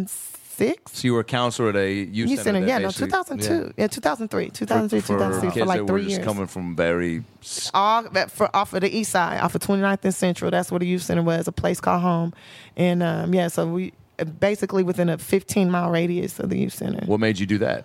Speaker 2: 2006.
Speaker 6: So you were a counselor at a youth
Speaker 2: You
Speaker 6: center.
Speaker 2: said,
Speaker 6: that
Speaker 2: yeah, no,
Speaker 6: basically-
Speaker 2: 2002, yeah, 2003, 2003,
Speaker 6: for
Speaker 2: 2006,
Speaker 6: kids
Speaker 2: for,
Speaker 6: that
Speaker 2: like
Speaker 6: were
Speaker 2: three
Speaker 6: just
Speaker 2: years.
Speaker 6: coming from very s-
Speaker 2: All that for off of the east side, off of 29th and Central. That's where the youth center was, a place called home, and um, yeah, so we basically within a 15 mile radius of the youth center.
Speaker 6: what made you do that?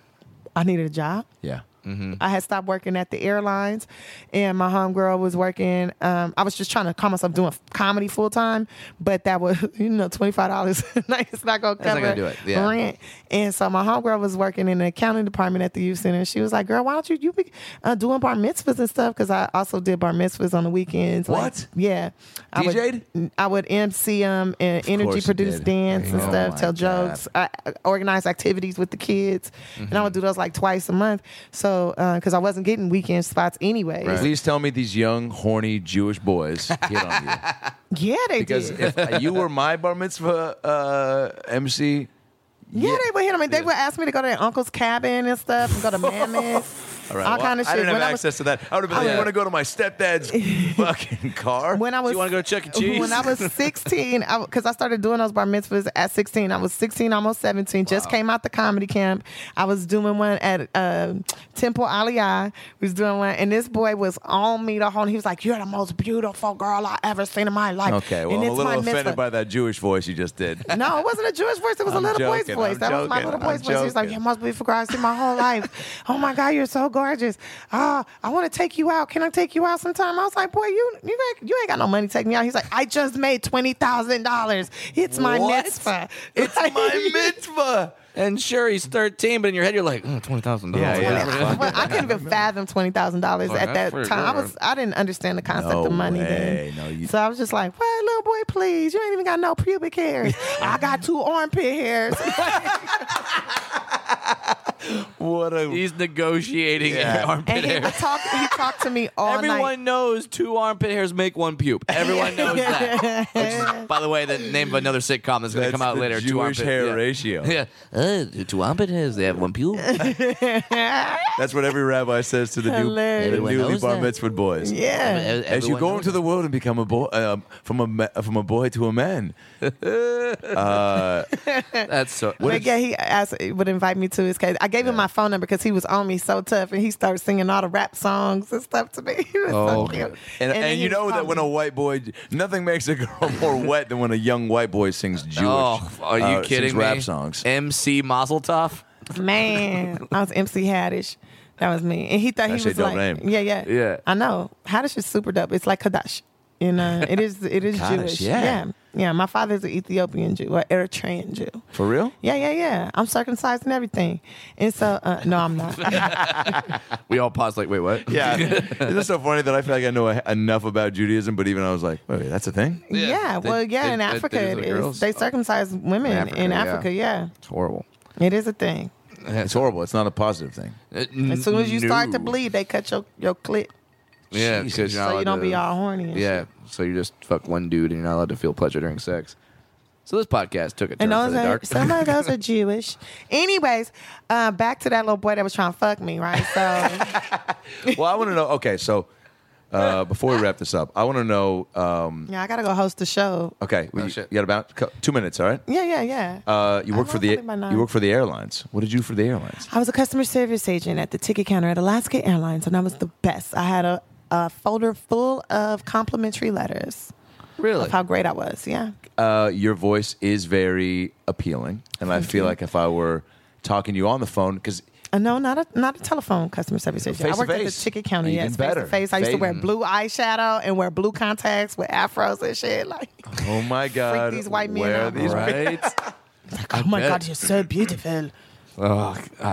Speaker 2: I needed a job.
Speaker 6: Yeah.
Speaker 1: Mm-hmm.
Speaker 2: I had stopped working at the airlines, and my homegirl was working. Um, I was just trying to call myself doing comedy full time, but that was you know twenty five dollars. it's not gonna
Speaker 3: not
Speaker 2: cover
Speaker 3: gonna do it, yeah.
Speaker 2: rent. And so my homegirl was working in the accounting department at the youth center. She was like, "Girl, why don't you you be uh, doing bar mitzvahs and stuff?" Because I also did bar mitzvahs on the weekends. Like,
Speaker 6: What?
Speaker 2: yeah, I
Speaker 6: DJ'd?
Speaker 2: would I would MC them and energy
Speaker 6: course you
Speaker 2: produce
Speaker 6: did.
Speaker 2: dance and
Speaker 6: Oh
Speaker 2: stuff,
Speaker 6: my
Speaker 2: tell
Speaker 6: God.
Speaker 2: jokes, I I organized activities with the kids, and
Speaker 1: Mm-hmm.
Speaker 2: I would do those like twice a month. So because I wasn't getting weekend spots anyways.
Speaker 6: Please tell me these young, horny Jewish boys hit on you.
Speaker 2: Yeah, they
Speaker 6: Because
Speaker 2: did.
Speaker 6: if you were my bar mitzvah uh, MC,
Speaker 2: yeah, they would hit them. They would ask me to go to their uncle's cabin and stuff, and go to Mammoth.
Speaker 1: All right.
Speaker 2: All
Speaker 1: well,
Speaker 2: kind of
Speaker 1: I
Speaker 2: shit.
Speaker 1: didn't have
Speaker 2: When I was-
Speaker 1: access to that. I would have been like,
Speaker 2: I
Speaker 1: you
Speaker 2: was-
Speaker 1: want to go to my stepdad's fucking car?
Speaker 2: when I was
Speaker 1: you want to go to Chuck E. Cheese?
Speaker 2: When I was 16, because I, started doing those bar mitzvahs at 16. I was 16, almost 17. Just came out the comedy camp. I was doing one at uh, Temple Aliyah. We was doing one, and this boy was on me the whole. He was like, "You're the most beautiful girl I ever seen in my life."
Speaker 1: okay, well,
Speaker 2: and
Speaker 1: I'm a
Speaker 2: it's
Speaker 1: little
Speaker 2: my
Speaker 1: offended
Speaker 2: mitzvah.
Speaker 1: by that Jewish voice you just did.
Speaker 2: No, it wasn't a Jewish voice. It was
Speaker 1: I'm
Speaker 2: a little boy's
Speaker 1: joking,
Speaker 2: voice.
Speaker 1: I'm
Speaker 2: that was my
Speaker 1: joking,
Speaker 2: little
Speaker 1: I'm
Speaker 2: boy's voice. He was like,
Speaker 1: joking.
Speaker 2: "You're the most beautiful girl I've seen my whole life. Oh my God, you're so gorgeous. Ah, I want to take you out. Can I take you out sometime?" I was like, "Boy, you you ain't, you ain't got no money taking me out." He's like, "I just made twenty thousand dollars. It's my
Speaker 3: What?
Speaker 2: mitzvah.
Speaker 1: it's my mitzvah.
Speaker 3: And sure, he's 13, but in your head, you're like, oh, $20,000.
Speaker 1: Yeah, yeah.
Speaker 2: Well, I couldn't even fathom twenty thousand
Speaker 1: Oh,
Speaker 2: dollars
Speaker 3: Well,
Speaker 2: at
Speaker 3: that's
Speaker 2: that
Speaker 3: pretty
Speaker 2: time. I
Speaker 3: good.
Speaker 2: was I didn't understand the concept
Speaker 1: No
Speaker 2: of money
Speaker 1: way.
Speaker 2: then.
Speaker 1: No, you-
Speaker 2: so I was just like, "What, little boy? Please, you ain't even got no pubic hairs. I got two armpit hairs."
Speaker 1: What a
Speaker 3: He's negotiating
Speaker 1: Yeah.
Speaker 3: armpit
Speaker 2: And he,
Speaker 3: hair.
Speaker 2: I talked, he talked to me all
Speaker 3: Everyone
Speaker 2: night.
Speaker 3: knows two armpit hairs make one pube. Everyone knows that. Which is, by the way, the name of another sitcom that's going to
Speaker 1: That's
Speaker 3: come out
Speaker 1: the
Speaker 3: later. two
Speaker 1: Jewish
Speaker 3: armpit,
Speaker 1: hair
Speaker 3: yeah.
Speaker 1: ratio.
Speaker 3: Yeah. Uh, two armpit hairs, they have one E- pube.
Speaker 1: That's what every rabbi says to the, new,
Speaker 2: Hilarious.
Speaker 1: the
Speaker 2: Everyone
Speaker 1: newly
Speaker 3: knows
Speaker 1: bar
Speaker 3: that.
Speaker 1: mitzvah boys.
Speaker 2: Yeah.
Speaker 1: As you go into the world and become a boy, um, from a ma- from a boy to a man,
Speaker 3: That's so.
Speaker 2: But yeah, he asked, would invite me to his case. I gave him my phone number because he was on me so tough, and he started singing all the rap songs and stuff to me. He was
Speaker 3: Oh,
Speaker 2: so cute.
Speaker 3: okay.
Speaker 1: and, and,
Speaker 2: then he
Speaker 1: you know
Speaker 2: would
Speaker 1: that
Speaker 2: call
Speaker 1: when
Speaker 2: me.
Speaker 1: a white boy, nothing makes a girl more wet than when a young white boy sings Jewish.
Speaker 3: Oh, are you
Speaker 1: uh, sings
Speaker 3: kidding me?
Speaker 1: Rap songs.
Speaker 3: MC Mazel Tov?
Speaker 2: man, I was MC Haddish. That was me, and he thought
Speaker 1: That's
Speaker 2: he
Speaker 1: a
Speaker 2: was
Speaker 1: dope
Speaker 2: like,
Speaker 1: name.
Speaker 2: yeah, yeah,
Speaker 3: Yeah.
Speaker 2: I know Haddish is super dope. It's like Kadash, you know. It is, it is
Speaker 1: Kaddish,
Speaker 2: Jewish.
Speaker 1: yeah.
Speaker 2: yeah, yeah. My father's an Ethiopian Jew, or Eritrean Jew.
Speaker 1: For real?
Speaker 2: Yeah, yeah, yeah. I'm circumcised and everything. And so, uh, no, I'm not.
Speaker 3: We all pause like, wait, what?
Speaker 1: Yeah. Isn't it so funny that I feel like I know enough about Judaism, but even I was like, wait, that's a thing?
Speaker 3: Yeah.
Speaker 2: Yeah.
Speaker 3: They-
Speaker 2: well, yeah,
Speaker 3: they-
Speaker 2: in
Speaker 3: they-
Speaker 2: Africa,
Speaker 3: they do
Speaker 2: it
Speaker 3: the
Speaker 2: is.
Speaker 3: girls.
Speaker 2: They circumcise women
Speaker 3: In
Speaker 2: in
Speaker 3: Africa,
Speaker 2: Africa,
Speaker 3: yeah.
Speaker 2: yeah.
Speaker 3: It's horrible.
Speaker 2: It is a thing.
Speaker 1: It's horrible. It's not a positive thing.
Speaker 3: Uh,
Speaker 2: As soon as you start to bleed, they cut your, your clit
Speaker 3: Yeah, 'cause
Speaker 1: Jesus.
Speaker 3: you're not
Speaker 2: so
Speaker 3: allowed
Speaker 2: you don't
Speaker 3: to-
Speaker 2: be all horny. And
Speaker 3: Yeah,
Speaker 2: shit.
Speaker 3: so you just fuck one dude and you're not allowed to feel pleasure during sex. So this podcast took a
Speaker 2: And
Speaker 3: turn for
Speaker 2: those
Speaker 3: the
Speaker 2: are,
Speaker 3: dark.
Speaker 2: some of those are Jewish. Anyways, uh, back to that little boy that was trying to fuck me, right? So,
Speaker 1: Well, I want to know. Okay, so uh, before we wrap this up, I want to know. Um,
Speaker 2: yeah, I got to go host the show.
Speaker 1: okay, well, you,
Speaker 3: Oh, shit.
Speaker 1: you got about co- two minutes, all right?
Speaker 2: Yeah, yeah, yeah.
Speaker 1: Uh, you
Speaker 2: I
Speaker 1: work for
Speaker 2: love
Speaker 1: the
Speaker 2: having my nine.
Speaker 1: you work for the airlines. What did you do for the airlines?
Speaker 2: I was a customer service agent at the ticket counter at Alaska Airlines, and I was the best. I had a, a folder full of complimentary letters
Speaker 3: really?
Speaker 2: of how great I was. Yeah.
Speaker 1: Uh, your voice is very appealing, and I feel like if I were talking to you on the phone, because
Speaker 2: Uh, no, not a not a telephone customer service agent. I worked at
Speaker 1: Face-to-face.
Speaker 2: the ticket counter.
Speaker 1: Even
Speaker 2: yes,
Speaker 1: better.
Speaker 2: face to face. I used to
Speaker 1: Face-
Speaker 2: wear blue eyeshadow and wear blue contacts with afros and shit. Like,
Speaker 1: oh my god,
Speaker 2: these white men
Speaker 1: where are
Speaker 2: out.
Speaker 1: these
Speaker 3: right?
Speaker 2: oh my
Speaker 3: bet.
Speaker 2: god, you're so beautiful.
Speaker 3: oh,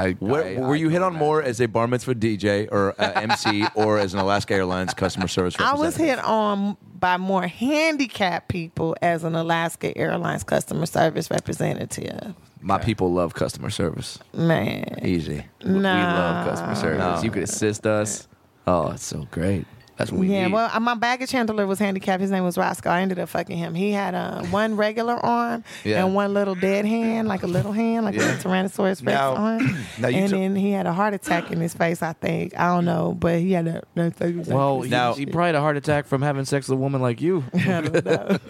Speaker 3: I,
Speaker 1: Where,
Speaker 3: I-
Speaker 1: were
Speaker 3: I
Speaker 1: you hit
Speaker 3: know
Speaker 1: on
Speaker 3: that.
Speaker 1: more as a bar mitzvah DJ or uh, MC or as an Alaska Airlines customer service?
Speaker 2: I was
Speaker 1: representative?
Speaker 2: hit on by more handicapped people as an Alaska Airlines customer service representative.
Speaker 3: My people love customer service.
Speaker 2: Man,
Speaker 1: easy.
Speaker 3: We
Speaker 2: Nah.
Speaker 3: love customer service. You could assist us. Oh, it's so great. That's what we
Speaker 2: yeah.
Speaker 3: need.
Speaker 2: Well, uh, my baggage handler was handicapped. His name was Roscoe. I ended up fucking him. He had uh, one regular arm
Speaker 3: Yeah.
Speaker 2: and one little dead hand, like a little hand, like a Tyrannosaurus Rex
Speaker 1: Now-
Speaker 2: arm.
Speaker 1: now you
Speaker 2: and
Speaker 1: took-
Speaker 2: then he had a heart attack in his face. I think I don't know, but he had a. that thing was like-
Speaker 3: well he,
Speaker 1: Now-
Speaker 3: he probably had a heart attack from having sex with a woman like you.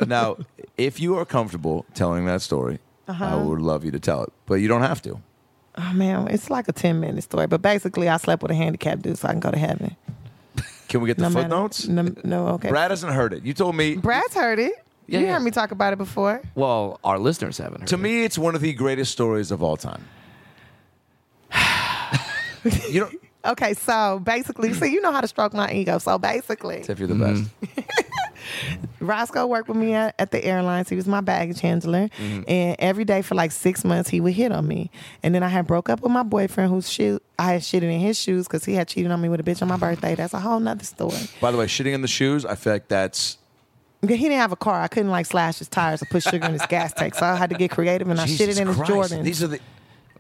Speaker 1: now, if you are comfortable telling that story,
Speaker 2: Uh-huh.
Speaker 1: I would love you to tell it, but you don't have to.
Speaker 2: oh man, it's like a ten minute story. But basically, I slept with a handicapped dude, so I can go to heaven.
Speaker 1: Can we get the
Speaker 2: No matter-
Speaker 1: footnotes?
Speaker 2: No, no, okay.
Speaker 1: Brad hasn't heard it. You told me.
Speaker 2: Brad's heard it.
Speaker 3: Yeah,
Speaker 2: you
Speaker 3: yeah.
Speaker 2: heard me talk about it before.
Speaker 3: well, our listeners haven't heard.
Speaker 1: To
Speaker 3: it.
Speaker 1: me, it's one of the greatest stories of all time. you don't.
Speaker 2: Okay, so basically, see, you know how to stroke my ego. So basically,
Speaker 1: Tiff, you're the best.
Speaker 2: Roscoe worked with me at, at the airlines. He was my baggage handler,
Speaker 1: Mm-hmm.
Speaker 2: and every day for like six months, he would hit on me. And then I had broke up with my boyfriend, whose shoe I had shitted in his shoes because he had cheated on me with a bitch on my birthday. That's a whole nother story.
Speaker 1: By the way, shitting in the shoes, I feel like that's.
Speaker 2: He didn't have a car. I couldn't like slash his tires or put sugar in his gas tank, so I had to get creative and I
Speaker 1: Jesus
Speaker 2: shitted in his
Speaker 1: Christ.
Speaker 2: Jordans.
Speaker 1: These are the.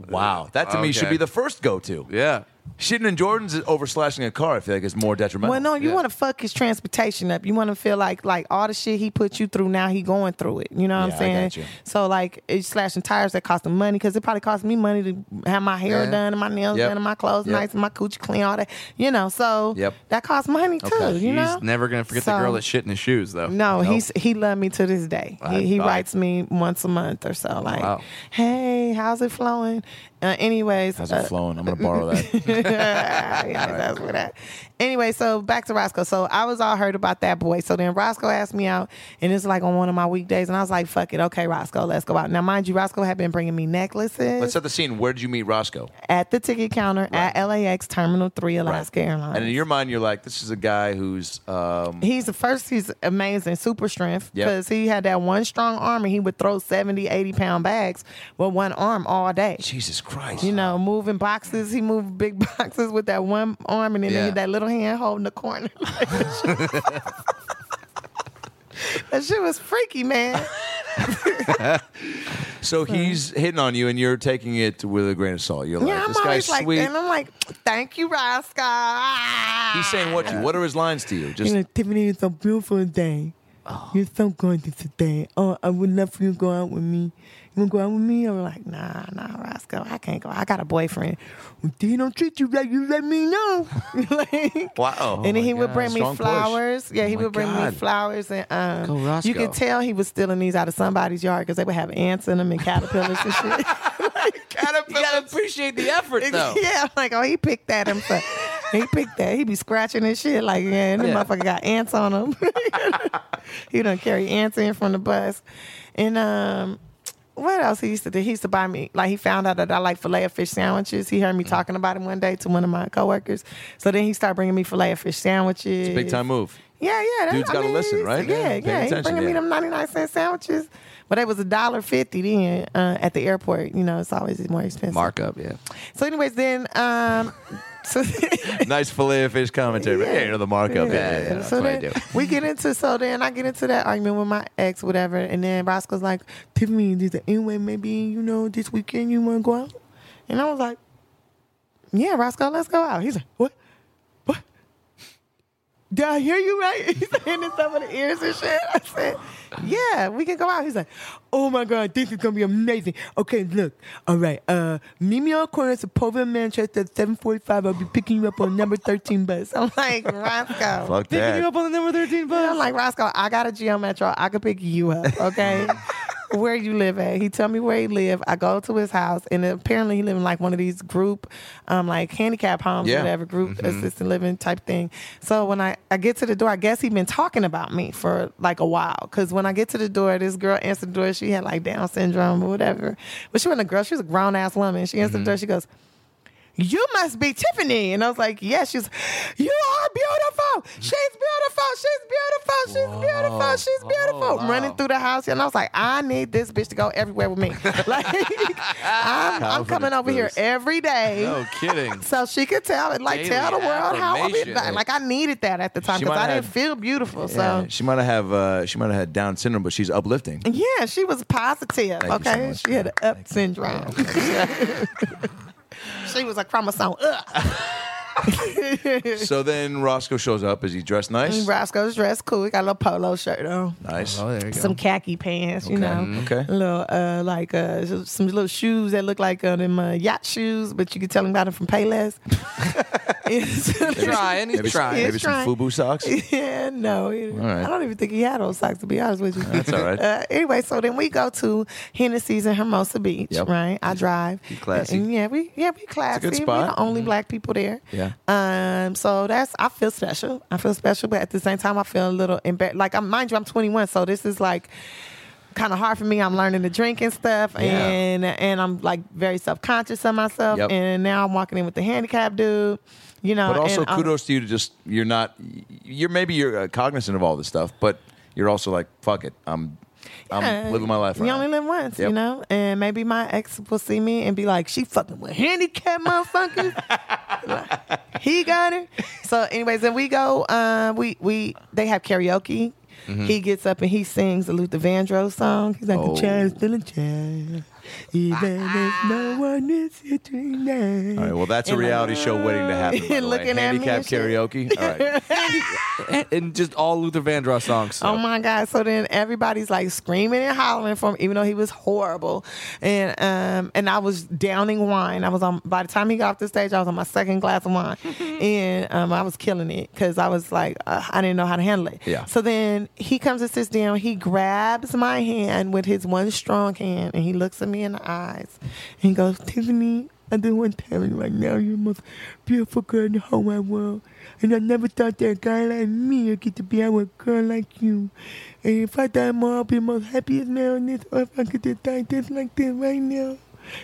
Speaker 1: Wow, that to me
Speaker 3: Okay.
Speaker 1: should be the first go to.
Speaker 3: yeah.
Speaker 6: Shitting in Jordans over slashing a car, I feel like it's more detrimental.
Speaker 2: Well, no, you
Speaker 3: Yeah.
Speaker 2: want to fuck his transportation up. You want to feel like like all the shit he put you through. Now he going through it. You know what
Speaker 6: Yeah, I
Speaker 2: I'm saying?
Speaker 6: got you.
Speaker 2: So like it's slashing tires that cost him money because it probably cost me money to have my hair
Speaker 6: Yeah.
Speaker 2: done and my nails
Speaker 6: Yep.
Speaker 2: done and my clothes
Speaker 6: Yep.
Speaker 2: nice and my coochie clean all that. You know, so
Speaker 6: Yep.
Speaker 2: that costs money too.
Speaker 6: Okay.
Speaker 2: You know,
Speaker 3: He's never gonna forget the
Speaker 2: So-
Speaker 3: girl that shit in his shoes, though.
Speaker 2: No,
Speaker 3: Nope.
Speaker 2: he's he loved me to this day.
Speaker 3: I
Speaker 2: He, he
Speaker 3: thought-
Speaker 2: writes me once a month or so, like,
Speaker 3: Wow.
Speaker 2: "Hey, how's it flowing?" Uh, anyways,
Speaker 6: How's
Speaker 2: uh,
Speaker 6: it flowing? I'm gonna borrow that.
Speaker 2: yeah, that's what I- Anyway, so back to Roscoe. So I was all heard about that boy. So then Roscoe asked me out, and it's like on one of my weekdays, and I was like, "Fuck it, okay, Roscoe, let's go out." Now, mind you, Roscoe had been bringing me necklaces
Speaker 6: Let's set the scene. Where did you meet Roscoe?
Speaker 2: at the ticket counter at LAX Terminal Three, Alaska Airlines.
Speaker 6: And in your mind, you're like, this is a guy who's um,
Speaker 2: He's the first, he's amazing, super strength.
Speaker 6: Yep.
Speaker 2: Because he had that one strong arm and he would throw 70, 80 pound bags with one arm all day.
Speaker 6: Jesus Christ.
Speaker 2: You know, moving boxes. He moved big boxes with that one arm and then he
Speaker 6: Yeah.
Speaker 2: had that little hand holding the corner. that shit was freaky, man.
Speaker 6: So he's hitting on you, and you're taking it with a grain of salt. You're like,
Speaker 2: Yeah, I'm
Speaker 6: this guy's
Speaker 2: always like,
Speaker 6: sweet.
Speaker 2: and I'm like, thank you, Ah. Roscoe.
Speaker 6: He's saying what? to You, what are his lines to you? Just Oh.
Speaker 2: You know, Tiffany, it's a beautiful day. You're so gorgeous today. Oh, I would love for you to go out with me. You wanna go out with me? I'm like, nah, nah, Roscoe, I can't go. I got a boyfriend. Well, then he don't treat you right, you let me know. like,
Speaker 6: Wow.
Speaker 2: And then he
Speaker 6: Oh my
Speaker 2: would bring
Speaker 6: God.
Speaker 2: me
Speaker 6: Strong push. Oh
Speaker 2: flowers. Yeah, he
Speaker 6: my
Speaker 2: would bring
Speaker 6: God.
Speaker 2: me flowers and
Speaker 6: Go,
Speaker 2: um,
Speaker 6: Roscoe.
Speaker 2: you could tell he was stealing these out of somebody's yard because they would have ants in them and caterpillars and shit.
Speaker 6: caterpillar.
Speaker 3: appreciate the effort,
Speaker 2: Yeah, I'm like, oh, he picked that himself. he picked that. He be scratching his shit like, yeah, and that
Speaker 6: Yeah.
Speaker 2: motherfucker got ants on him. he done carry ants in from the bus. And um, what else he used to do? He used to buy me, like, he found out that I like filet of fish sandwiches. He heard
Speaker 6: Mm.
Speaker 2: me talking about it one day to one of my coworkers. So then he started bringing me filet of fish sandwiches.
Speaker 6: Big time move.
Speaker 2: Yeah, yeah. That,
Speaker 6: Dude's
Speaker 2: I
Speaker 6: gotta
Speaker 2: mean,
Speaker 6: listen,
Speaker 2: it's-
Speaker 6: right? Yeah,
Speaker 2: Yeah,
Speaker 6: pay
Speaker 2: yeah. He
Speaker 6: attention,
Speaker 2: bringing
Speaker 6: yeah.
Speaker 2: me them ninety nine cent sandwiches, but it was a dollar fifty then uh, at the airport. You know, it's always more expensive.
Speaker 3: Markup, yeah.
Speaker 2: So, anyways, then um, so,
Speaker 6: nice filet of fish commentary. Yeah,
Speaker 2: Yeah.
Speaker 6: you know the markup. Yeah, yeah, yeah.
Speaker 2: so
Speaker 3: what I
Speaker 2: then
Speaker 3: do.
Speaker 2: we get into so then I get into that argument with my ex, whatever, and then Roscoe's like, Tiffany, this anyway, maybe you know this weekend you want to go out, and I was like, Yeah, Roscoe, let's go out. He's like, What? What? Did I hear you right? He's hitting some of the ears and shit. I said, Yeah, we can go out. He's like, Oh my God, this is gonna be amazing. Okay, look, all right, uh, meet me on the corner of Sepulveda, Manchester at 745. I'll be picking you up on number 13 bus. I'm like, Roscoe.
Speaker 6: Fuck that.
Speaker 3: on the number thirteen
Speaker 2: And I'm like, Roscoe, I got a Geo Metro. I could pick you up, okay? where you live at. He tell me where he live. I go to his house, and apparently he live in like one of these group, um, like handicap homes,
Speaker 6: Yeah.
Speaker 2: or whatever, group
Speaker 3: Mm-hmm.
Speaker 2: assisted living type thing. So when I, I get to the door, I guess he been talking about me for like a while. Because when I get to the door, this girl answered the door. She had like Down syndrome or whatever. But she wasn't a girl. She was a grown-ass woman. She
Speaker 3: Mm-hmm.
Speaker 2: answered the door. She goes, you must be Tiffany. And I was like, yeah, she's, you are beautiful. She's beautiful. She's beautiful. She's beautiful. She's
Speaker 6: Oh,
Speaker 2: beautiful. Running through the house. And I was like, I need this bitch to go everywhere with me. like, I'm, I'm coming over here every day.
Speaker 3: No kidding.
Speaker 2: So she could tell it, like,
Speaker 3: Daily
Speaker 2: tell the world how I be.
Speaker 3: affirmation.
Speaker 2: Like, I needed that at the time
Speaker 6: She
Speaker 2: because I
Speaker 6: might have
Speaker 2: didn't feel beautiful.
Speaker 6: Yeah,
Speaker 2: So,
Speaker 6: she might have uh, she might have had Down syndrome, but she's uplifting.
Speaker 2: yeah, she was positive.
Speaker 6: you so
Speaker 2: okay.
Speaker 6: much.
Speaker 2: she had an up
Speaker 6: Oh,
Speaker 2: syndrome. she was a chromosome up.
Speaker 6: so then Roscoe shows up. Is he dressed nice?
Speaker 2: Roscoe's dressed cool. He got a little polo shirt on,
Speaker 6: Nice.
Speaker 3: Oh, there you go.
Speaker 2: some khaki pants, you know.
Speaker 6: Okay.
Speaker 2: A little uh, like uh, s- some little shoes that look like uh, them uh, yacht shoes, but you can tell him about them from Payless.
Speaker 3: He's trying. He's
Speaker 6: Maybe,
Speaker 3: trying.
Speaker 6: maybe some
Speaker 2: trying.
Speaker 6: FUBU socks.
Speaker 2: yeah, no, he-
Speaker 6: right.
Speaker 2: I don't even think he had on socks to be honest with you. That's
Speaker 6: all right.
Speaker 2: Uh, anyway, so then we go to Hennessy's in Hermosa Beach,
Speaker 6: Yep.
Speaker 2: right? I drive.
Speaker 6: classy.
Speaker 2: And yeah, we yeah we classy.
Speaker 6: good
Speaker 2: We're
Speaker 6: spot. Mm-hmm.
Speaker 2: the only black people there.
Speaker 6: Yeah.
Speaker 2: Um. So that's I feel special. I feel special, but at the same time, I feel a little embarrassed. Like I'm, mind you, I'm 21, so this is like kind of hard for me. I'm learning to drink and stuff, and and I'm like very self conscious of myself.
Speaker 6: Yep.
Speaker 2: And now I'm walking in with the handicap dude. You know,
Speaker 6: But also
Speaker 2: and I'm-
Speaker 6: kudos to you to just you're not you're maybe you're uh, cognizant of all this stuff, but you're also like fuck it, I'm I'm
Speaker 2: Yeah.
Speaker 6: living my life. Right
Speaker 2: You only live once,
Speaker 6: Yep.
Speaker 2: you know? And maybe my ex will see me and be like, she fucking with handicapped motherfuckers. Like, he got it. So, anyways, then we go, uh, we, we, they have karaoke.
Speaker 6: Mm-hmm. Oh.
Speaker 2: He gets up and he sings the Luther Vandross song. He's like, the chair is still a chair. Even if no one is here tonight.
Speaker 6: Ah. All right, well, that's a reality show waiting to happen. By the way.
Speaker 2: uh, Looking at me and
Speaker 6: Handicap
Speaker 2: shit.
Speaker 6: karaoke. All right.
Speaker 3: and, and just all Luther Vandross songs.
Speaker 2: Oh my God. So then everybody's like screaming and hollering for him, even though he was horrible. And um and I was downing wine. I was on by the time he got off the stage, I was on my second glass of wine. and um I was killing it because I was like, uh, I didn't know how to handle it.
Speaker 6: Yeah.
Speaker 2: So then he comes and sits down, he grabs my hand with his one strong hand and he looks at me in the eyes and he goes, Tiffany, I just want to tell you right now, you're the most beautiful girl in the whole wide world. And I never thought that a guy like me would get to be out with a girl like you. And if I die tomorrow, I'll be the most happiest man on this earth. I could just die just like this right now.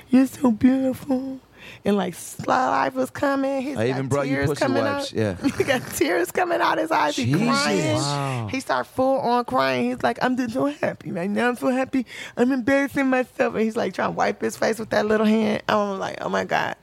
Speaker 2: You're so beautiful. And like Sly Life was coming. He's
Speaker 6: I even
Speaker 2: got
Speaker 6: brought you
Speaker 2: tears
Speaker 6: pussy
Speaker 2: coming
Speaker 6: wipes,
Speaker 2: Out.
Speaker 6: yeah.
Speaker 2: he got tears coming out his eyes. He
Speaker 6: Jesus.
Speaker 2: crying.
Speaker 6: Wow.
Speaker 2: He start full on crying. He's like, I'm just so happy right now. I'm so happy. I'm embarrassing myself. And he's like trying to wipe his face with that little hand. I'm like, oh my God.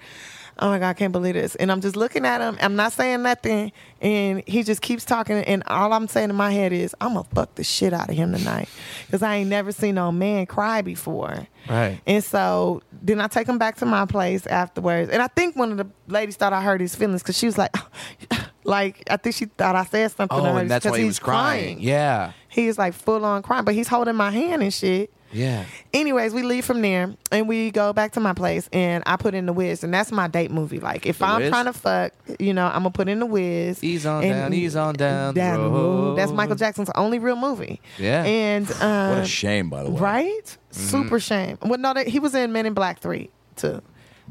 Speaker 2: Oh my God, I can't believe this. And I'm just looking at him. I'm not saying nothing. And he just keeps talking. And all I'm saying in my head is, I'm going to fuck the shit out of him tonight. Because I ain't never seen no man cry before.
Speaker 3: Right.
Speaker 2: And so then I take him back to my place afterwards. And I think one of the ladies thought I hurt his feelings because she was like, like, I think she thought I said something to
Speaker 3: Oh,
Speaker 2: her
Speaker 3: and that's
Speaker 2: because
Speaker 3: why he
Speaker 2: he's
Speaker 3: was crying. Yeah.
Speaker 2: He is like full on crying, but he's holding my hand and shit.
Speaker 3: Yeah.
Speaker 2: Anyways, we leave from there and we go back to my place and I put in the whiz and that's my date movie. Like if I'm
Speaker 3: Wiz?
Speaker 2: trying to fuck, you know, I'm gonna put in the whiz.
Speaker 3: Ease on down, ease on down the
Speaker 2: the road.
Speaker 3: road.
Speaker 2: That's Michael Jackson's only real movie.
Speaker 3: Yeah.
Speaker 2: And um,
Speaker 6: What a shame, by the way.
Speaker 2: right?
Speaker 6: Mm-hmm.
Speaker 2: Super shame. Well, no, that he was in Men in Black Three too.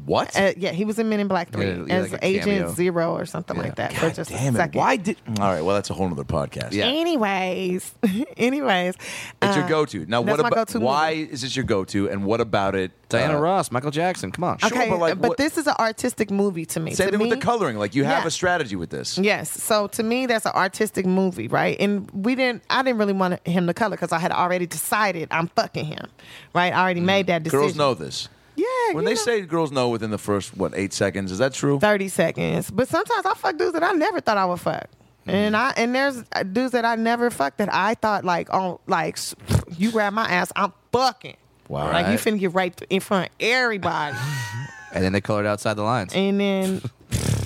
Speaker 6: What?
Speaker 2: Uh, yeah, he was in Men in Black Three
Speaker 3: Yeah, yeah,
Speaker 2: as
Speaker 3: like a
Speaker 2: Agent
Speaker 3: cameo.
Speaker 2: Zero or something like that for just
Speaker 6: Damn
Speaker 2: a
Speaker 6: it.
Speaker 2: second.
Speaker 6: Why did. All right, well, that's a whole nother podcast.
Speaker 3: Yeah.
Speaker 2: Anyways, anyways,
Speaker 6: It's
Speaker 2: uh,
Speaker 6: your go to. Now,
Speaker 2: that's
Speaker 6: what
Speaker 2: my
Speaker 6: about.
Speaker 2: go-to
Speaker 6: Why
Speaker 2: movie.
Speaker 6: is this your go to, and what about it?
Speaker 3: Diana
Speaker 6: uh,
Speaker 3: Ross, Michael Jackson. Come on.
Speaker 6: Sure,
Speaker 2: Okay,
Speaker 6: but,
Speaker 2: but,
Speaker 6: like, what-
Speaker 2: this is an artistic movie to me.
Speaker 6: Same
Speaker 2: To
Speaker 6: thing with
Speaker 2: me-
Speaker 6: the coloring. Like, you have
Speaker 2: Yeah.
Speaker 6: a strategy with this.
Speaker 2: Yes. So to me, that's an artistic movie, right? And we didn't. I didn't really want him to color because I had already decided I'm fucking him, right? I already made that decision.
Speaker 6: Mm-hmm. Girls know this.
Speaker 2: Yeah.
Speaker 6: When
Speaker 2: you
Speaker 6: they
Speaker 2: know.
Speaker 6: say girls know within the first, what, eight seconds, is that true?
Speaker 2: 30 seconds. But sometimes I fuck dudes that I never thought I would fuck. And
Speaker 3: Mm.
Speaker 2: I and there's uh, dudes that I never fucked that I thought like on like s- you grab my ass I'm fucking
Speaker 3: Wow.
Speaker 2: like you finna get raped in front of everybody
Speaker 3: and then they colored outside the lines.
Speaker 2: and then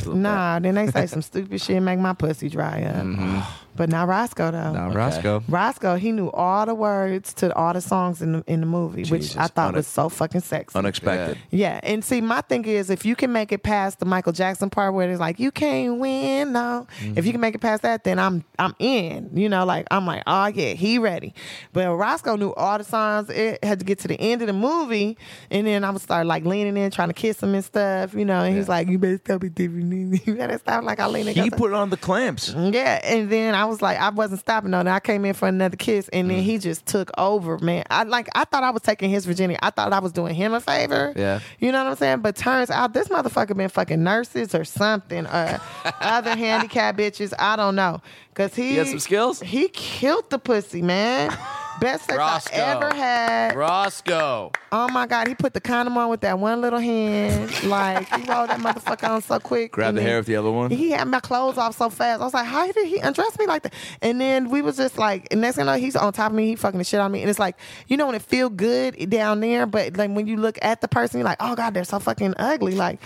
Speaker 2: nah then they say some stupid shit and make my pussy dry up but not Roscoe though
Speaker 3: Mm-hmm. Now Roscoe.
Speaker 2: Roscoe he knew all the words to all the songs in the, in the movie
Speaker 6: Jesus.
Speaker 2: which I thought
Speaker 6: Unex-
Speaker 2: was so fucking sexy
Speaker 6: Unexpected.
Speaker 2: yeah, and see, my thing is, if you can make it past the Michael Jackson part where it's like you can't win, no. If you can make it past that, then I'm I'm in. You know, like I'm like, oh yeah, he ready. But Roscoe knew all the songs. It had to get to the end of the movie, and then I would start like leaning in, trying to kiss him and stuff. You know, and he's like, you better stop it, different. You better stop. Like I lean in.
Speaker 6: He
Speaker 2: 'cause-
Speaker 6: put on the clamps.
Speaker 2: yeah, and then I was like, I wasn't stopping though. Then I came in for another kiss, and then he just took over, man. I like, I thought I was taking his virginity. I thought I was doing him a favor.
Speaker 3: Yeah.
Speaker 2: you know what I'm saying. But turns out this motherfucker been fucking nurses or something, or other handicapped bitches. I don't know, cause he,
Speaker 3: He had some skills?
Speaker 2: He killed the pussy, man. Best sex
Speaker 3: Roscoe.
Speaker 2: I ever had.
Speaker 3: Roscoe.
Speaker 2: Oh my god, he put the condom on with that one little hand. like he rolled that motherfucker on so quick.
Speaker 6: Grab
Speaker 2: and
Speaker 6: the
Speaker 2: then-
Speaker 6: hair with the other one.
Speaker 2: he had my clothes off so fast. I was like, how did he undress me like that? And then we was just like, and next thing I know, he's on top of me. He fucking the shit on me. And it's like, you know, when it feel good down there, but like when you look at the person, you're like, oh God, they're so fucking ugly. Like,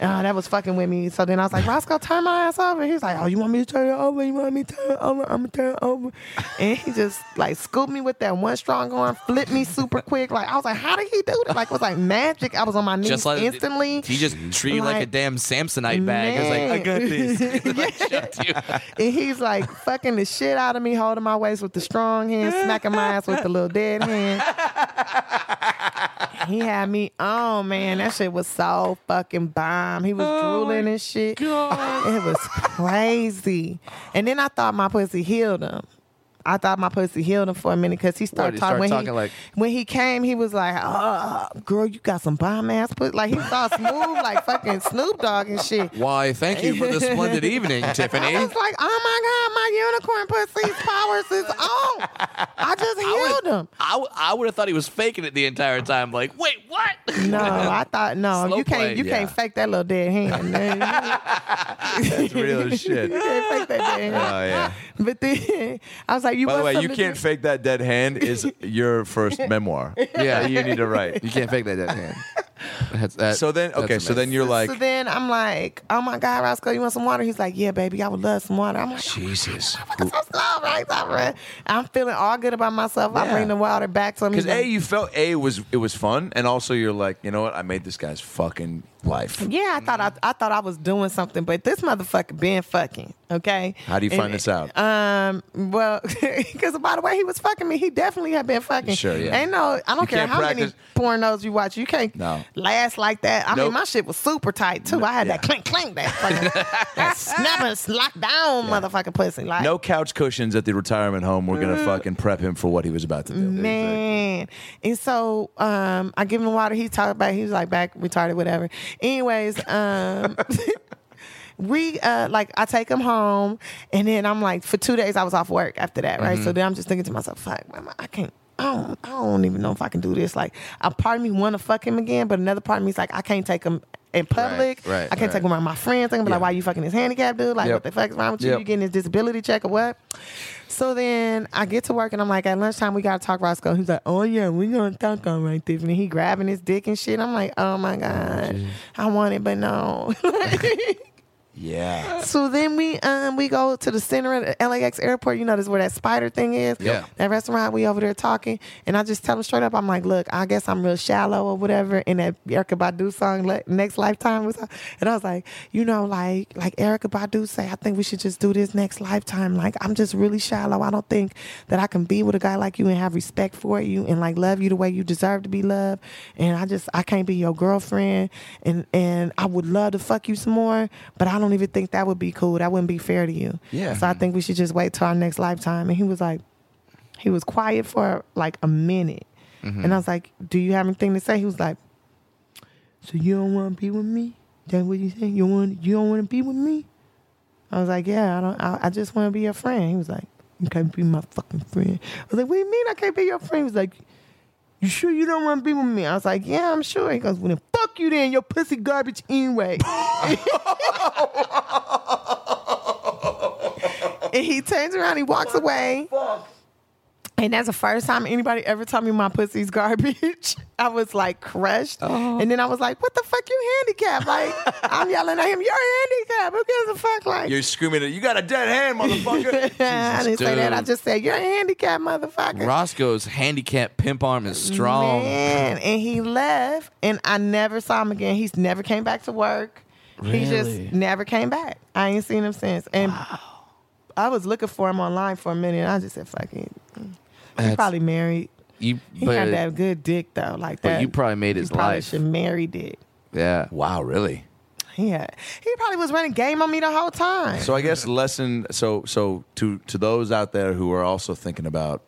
Speaker 2: uh, that was fucking with me. So then I was like, Roscoe, turn my ass over. He's like, oh, you want me to turn it over? You want me to turn it over? I'm going to turn it over. And he just like scooped me with that one strong arm, flipped me super quick. Like, I was like, how did he do that? Like, it was like magic. I was on my knees
Speaker 3: Just like
Speaker 2: instantly.
Speaker 3: He just treated you like, a
Speaker 2: Like,
Speaker 3: damn Samsonite bag. He was like,
Speaker 2: man.
Speaker 3: I got this. Yeah.
Speaker 2: And he's like fucking the shit out of me, holding my waist with the strong hand, smacking my ass with the little dead hand. he had me on, man. That shit was so fucking bomb. He was
Speaker 3: Oh
Speaker 2: drooling and shit. It was crazy. And then I thought my pussy healed him. I thought my pussy healed him for a minute because he started
Speaker 3: he
Speaker 2: talking.
Speaker 3: start
Speaker 2: when, he,
Speaker 3: talking like-
Speaker 2: when he came, he was like, oh, girl, you got some bomb ass pussy. Like, he saw smooth, like fucking Snoop Dogg and shit.
Speaker 3: Why, thank you for the splendid evening, Tiffany.
Speaker 2: I was like, oh my God, my unicorn pussy's powers is on. I just healed him. him.
Speaker 3: I, w- I would have thought he was faking it the entire time. Like, wait, what?
Speaker 2: No, I thought no.
Speaker 3: Slow
Speaker 2: you can't.
Speaker 3: play.
Speaker 2: You can't
Speaker 6: Yeah.
Speaker 2: fake that little dead hand. Man.
Speaker 6: That's real as shit.
Speaker 2: you
Speaker 6: Oh
Speaker 2: can't fake that dead hand.
Speaker 6: yeah.
Speaker 2: But then I was like, you.
Speaker 6: By the
Speaker 2: want
Speaker 6: way, you
Speaker 2: something
Speaker 6: can't
Speaker 2: to
Speaker 6: fake that dead hand is your first memoir.
Speaker 3: Yeah.
Speaker 6: that you need to write.
Speaker 3: You can't fake that dead hand. That's, that,
Speaker 6: So then,
Speaker 3: that's
Speaker 6: okay, so
Speaker 3: amazing.
Speaker 6: then you're like,
Speaker 2: do?" So then I'm like, oh my God, Roscoe, you want some water? He's like, yeah, baby, I would love some water. I'm like,
Speaker 6: Jesus.
Speaker 2: I'm so slow, right? So I'm running. I'm feeling all good about myself. I
Speaker 6: Yeah.
Speaker 2: bring the water back to him.
Speaker 6: Because
Speaker 2: He's
Speaker 6: a
Speaker 2: like,
Speaker 6: you felt a was it was fun, and also you're like, you know what? I made this guy's fucking life.
Speaker 2: Yeah, I thought I,
Speaker 6: Mm-hmm.
Speaker 2: I thought I was doing something, but this motherfucker been fucking. Okay.
Speaker 6: How do you find this out?
Speaker 2: Um. Well, because by the way, he was fucking me. He definitely had been fucking.
Speaker 6: Sure, yeah.
Speaker 2: Ain't no. I don't
Speaker 6: You
Speaker 2: care
Speaker 6: can't
Speaker 2: how
Speaker 6: practice-
Speaker 2: many pornos you watch. You can't
Speaker 6: No.
Speaker 2: last like that. I
Speaker 6: Nope.
Speaker 2: mean, my shit was super tight too. I had that
Speaker 6: yeah.
Speaker 2: clink clink that fucking that snapping locked down motherfucking pussy. Like
Speaker 6: No couch cushions at the retirement home. We're gonna fucking prep him for what he was about to do.
Speaker 2: Mm. Man. And so um I give him water. He talked about he was like back retarded, whatever. Anyways, um we uh like I take him home and then I'm like for two days I was off work after that, right?
Speaker 6: Mm-hmm.
Speaker 2: So then I'm just thinking to myself, fuck, why am I- I can't I don't, I don't even know if I can do this. Like, a part of me want to fuck him again, but another part of me is like, I can't take him in public.
Speaker 6: right,
Speaker 2: I can't
Speaker 6: right.
Speaker 2: take him around my friends. I can be like, why you fucking this handicapped dude? Like,
Speaker 6: Yep.
Speaker 2: what the fuck's wrong with you?
Speaker 6: Yep.
Speaker 2: You getting his disability check or what? So then I get to work and I'm like, at lunchtime we gotta talk Roscoe. He's like, oh yeah, we gonna talk all right, Tiffany. He grabbing his dick and shit. I'm like, oh my god, I want it, but no.
Speaker 6: Yeah.
Speaker 2: so then we um we go to the center of the LAX airport. You know, this is where that spider thing is.
Speaker 3: Yeah.
Speaker 2: That restaurant. We over there talking, and I just tell him straight up. I'm like, look, I guess I'm real shallow or whatever. And that Erica Badu song, like, Next Lifetime was, on. and I was like, you know, like like Erica Badu say, I think we should just do this next lifetime. Like, I'm just really shallow. I don't think that I can be with a guy like you and have respect for you and like love you the way you deserve to be loved. And I just I can't be your girlfriend. And and I would love to fuck you some more, but I don't even think that would be cool. That wouldn't be fair to you.
Speaker 6: Yeah.
Speaker 2: So I think we should just wait till our next lifetime. And he was like, he was quiet for like a minute. And I was like, Do you have anything to say? He was like, So you don't wanna be with me? That's what you saying? You want you don't wanna be with me? I was like, Yeah, I don't I, I just wanna be your friend. He was like, You can't be my fucking friend. I was like, What do you mean I can't be your friend? He was like, You sure you don't wanna be with me? I was like, Yeah, I'm sure. He goes, Well then fuck you then, your pussy garbage anyway. and he turns around, he walks away. And that's the first time anybody ever told me my pussy's garbage. I was like crushed. And then I was like, what the fuck you handicapped? Like, I'm yelling at him, you're handicapped. Who gives a fuck? Like,
Speaker 6: You're screaming, at- you got a dead hand, motherfucker.
Speaker 2: I didn't say that. I
Speaker 3: dude.
Speaker 2: just said, you're handicapped, motherfucker.
Speaker 3: Roscoe's handicap pimp arm is strong.
Speaker 2: Man. And he left, and I never saw him again. He's never came back to work. He just never came back. I ain't seen him since. And I was looking for him online for a minute, and I just said, fuck it. He's
Speaker 3: That's-
Speaker 2: probably married.
Speaker 3: You,
Speaker 2: He
Speaker 3: but,
Speaker 2: had that good dick though, like that.
Speaker 3: but you probably made
Speaker 2: He
Speaker 3: his
Speaker 2: probably
Speaker 3: life.
Speaker 2: should marry dick.
Speaker 3: Yeah.
Speaker 6: wow, really?
Speaker 2: Yeah, he probably was running game on me the whole time.
Speaker 6: So I guess lesson. So so to to those out there who are also thinking about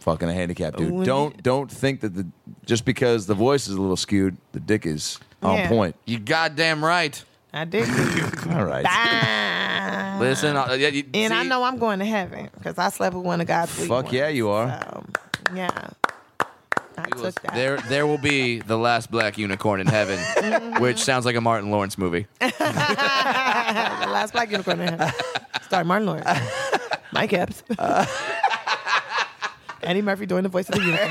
Speaker 6: fucking a handicap dude,
Speaker 2: When-
Speaker 6: don't don't think that the just because the voice is a little skewed, the dick is on
Speaker 2: Yeah.
Speaker 6: point.
Speaker 3: You goddamn right.
Speaker 2: I did.
Speaker 6: All right.
Speaker 2: Bye.
Speaker 3: Listen, I, yeah, you,
Speaker 2: and I
Speaker 3: see,
Speaker 2: know I'm going to heaven because I slept with one of God's sweet
Speaker 6: Fuck
Speaker 2: ones.
Speaker 6: yeah, you are.
Speaker 2: So, yeah, I
Speaker 3: it was-
Speaker 2: took that.
Speaker 3: There, there will be the last black unicorn in heaven, which sounds like a Martin Lawrence movie.
Speaker 2: the last black unicorn in heaven. Star Martin Lawrence, Mike Epps, Eddie Murphy doing the voice of the unicorn.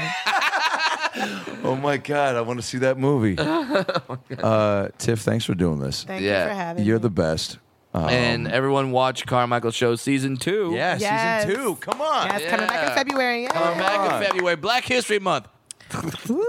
Speaker 6: Oh my god, I want to see that movie. uh, Tiff, thanks for doing this.
Speaker 2: Thank
Speaker 3: Yeah.
Speaker 2: you for having
Speaker 6: You're
Speaker 2: me.
Speaker 6: the best. Um,
Speaker 3: and everyone watch Carmichael Show season two.
Speaker 6: yeah,
Speaker 2: Yes.
Speaker 6: season two. Come on.
Speaker 2: Yes, coming back in
Speaker 3: Yeah.
Speaker 2: February. Yeah.
Speaker 3: Come back in February, Black History Month.
Speaker 2: Woo.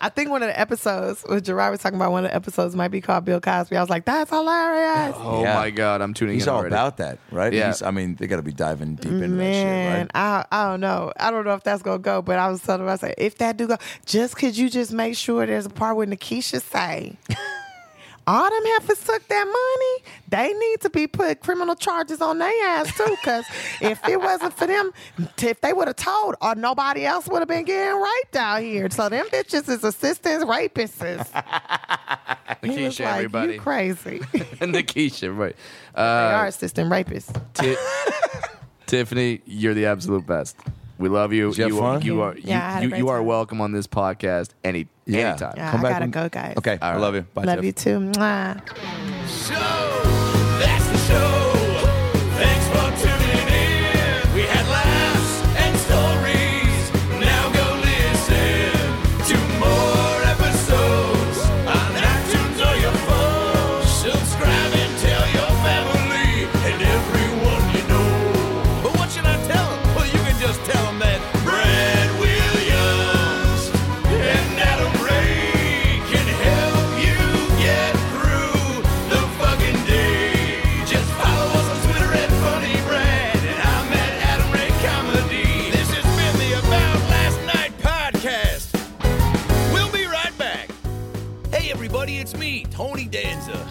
Speaker 2: I think one of the episodes was Gerard was talking about one of the episodes might be called Bill Cosby. I was like, that's hilarious.
Speaker 3: Oh
Speaker 6: Yeah.
Speaker 3: my God, I'm tuning
Speaker 6: He's
Speaker 3: in
Speaker 6: all
Speaker 3: already.
Speaker 6: about that, right?
Speaker 3: Yeah.
Speaker 6: He's- I mean, they got to be diving deep into
Speaker 2: Man,
Speaker 6: that shit, right?
Speaker 2: I I don't know. I don't know if that's gonna go, but I was telling him, I said, if that do go, just could you just make sure there's a part where Nikisha say all them heifers took that money, they need to be put criminal charges on their ass too. Cause if it wasn't for them, if they would have told, or nobody else would have been getting raped out here. So them bitches is assistants rapists. He was
Speaker 3: Nikisha,
Speaker 2: like,
Speaker 3: everybody.
Speaker 2: You crazy.
Speaker 6: Uh,
Speaker 3: Nikisha, right.
Speaker 2: they
Speaker 3: Uh,
Speaker 2: are assistant rapists.
Speaker 3: Ti- Tiffany, you're the absolute best. We love you.
Speaker 6: Did you have
Speaker 3: are,
Speaker 6: fun?
Speaker 3: you are you,
Speaker 2: Yeah, I had a
Speaker 3: you,
Speaker 2: great
Speaker 3: you are
Speaker 2: time.
Speaker 3: welcome on this podcast any
Speaker 6: Yeah.
Speaker 3: anytime.
Speaker 2: Yeah,
Speaker 6: Come
Speaker 2: I
Speaker 6: back
Speaker 2: gotta
Speaker 6: when-
Speaker 2: go, guys.
Speaker 6: Okay, I love you. Bye,
Speaker 2: Love
Speaker 6: Jeff.
Speaker 2: you too. Mwah.
Speaker 1: show. That's the show. Thanks for tuning in. We had laughs and stories. Now go listen to more episodes on iTunes or your phone. Subscribe and tell your family and everyone you know. But what should I tell 'em? Well, you can just tell 'em that Brad Williams and Adam Ray can help you get through the fucking day. Just follow us on Twitter at Funny Brad, and I'm at Adam Ray Comedy. This has been the About Last Night podcast. We'll be right back. Hey, everybody, it's me, Tony Danza.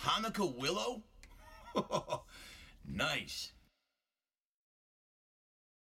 Speaker 1: Hanukkah willow? nice.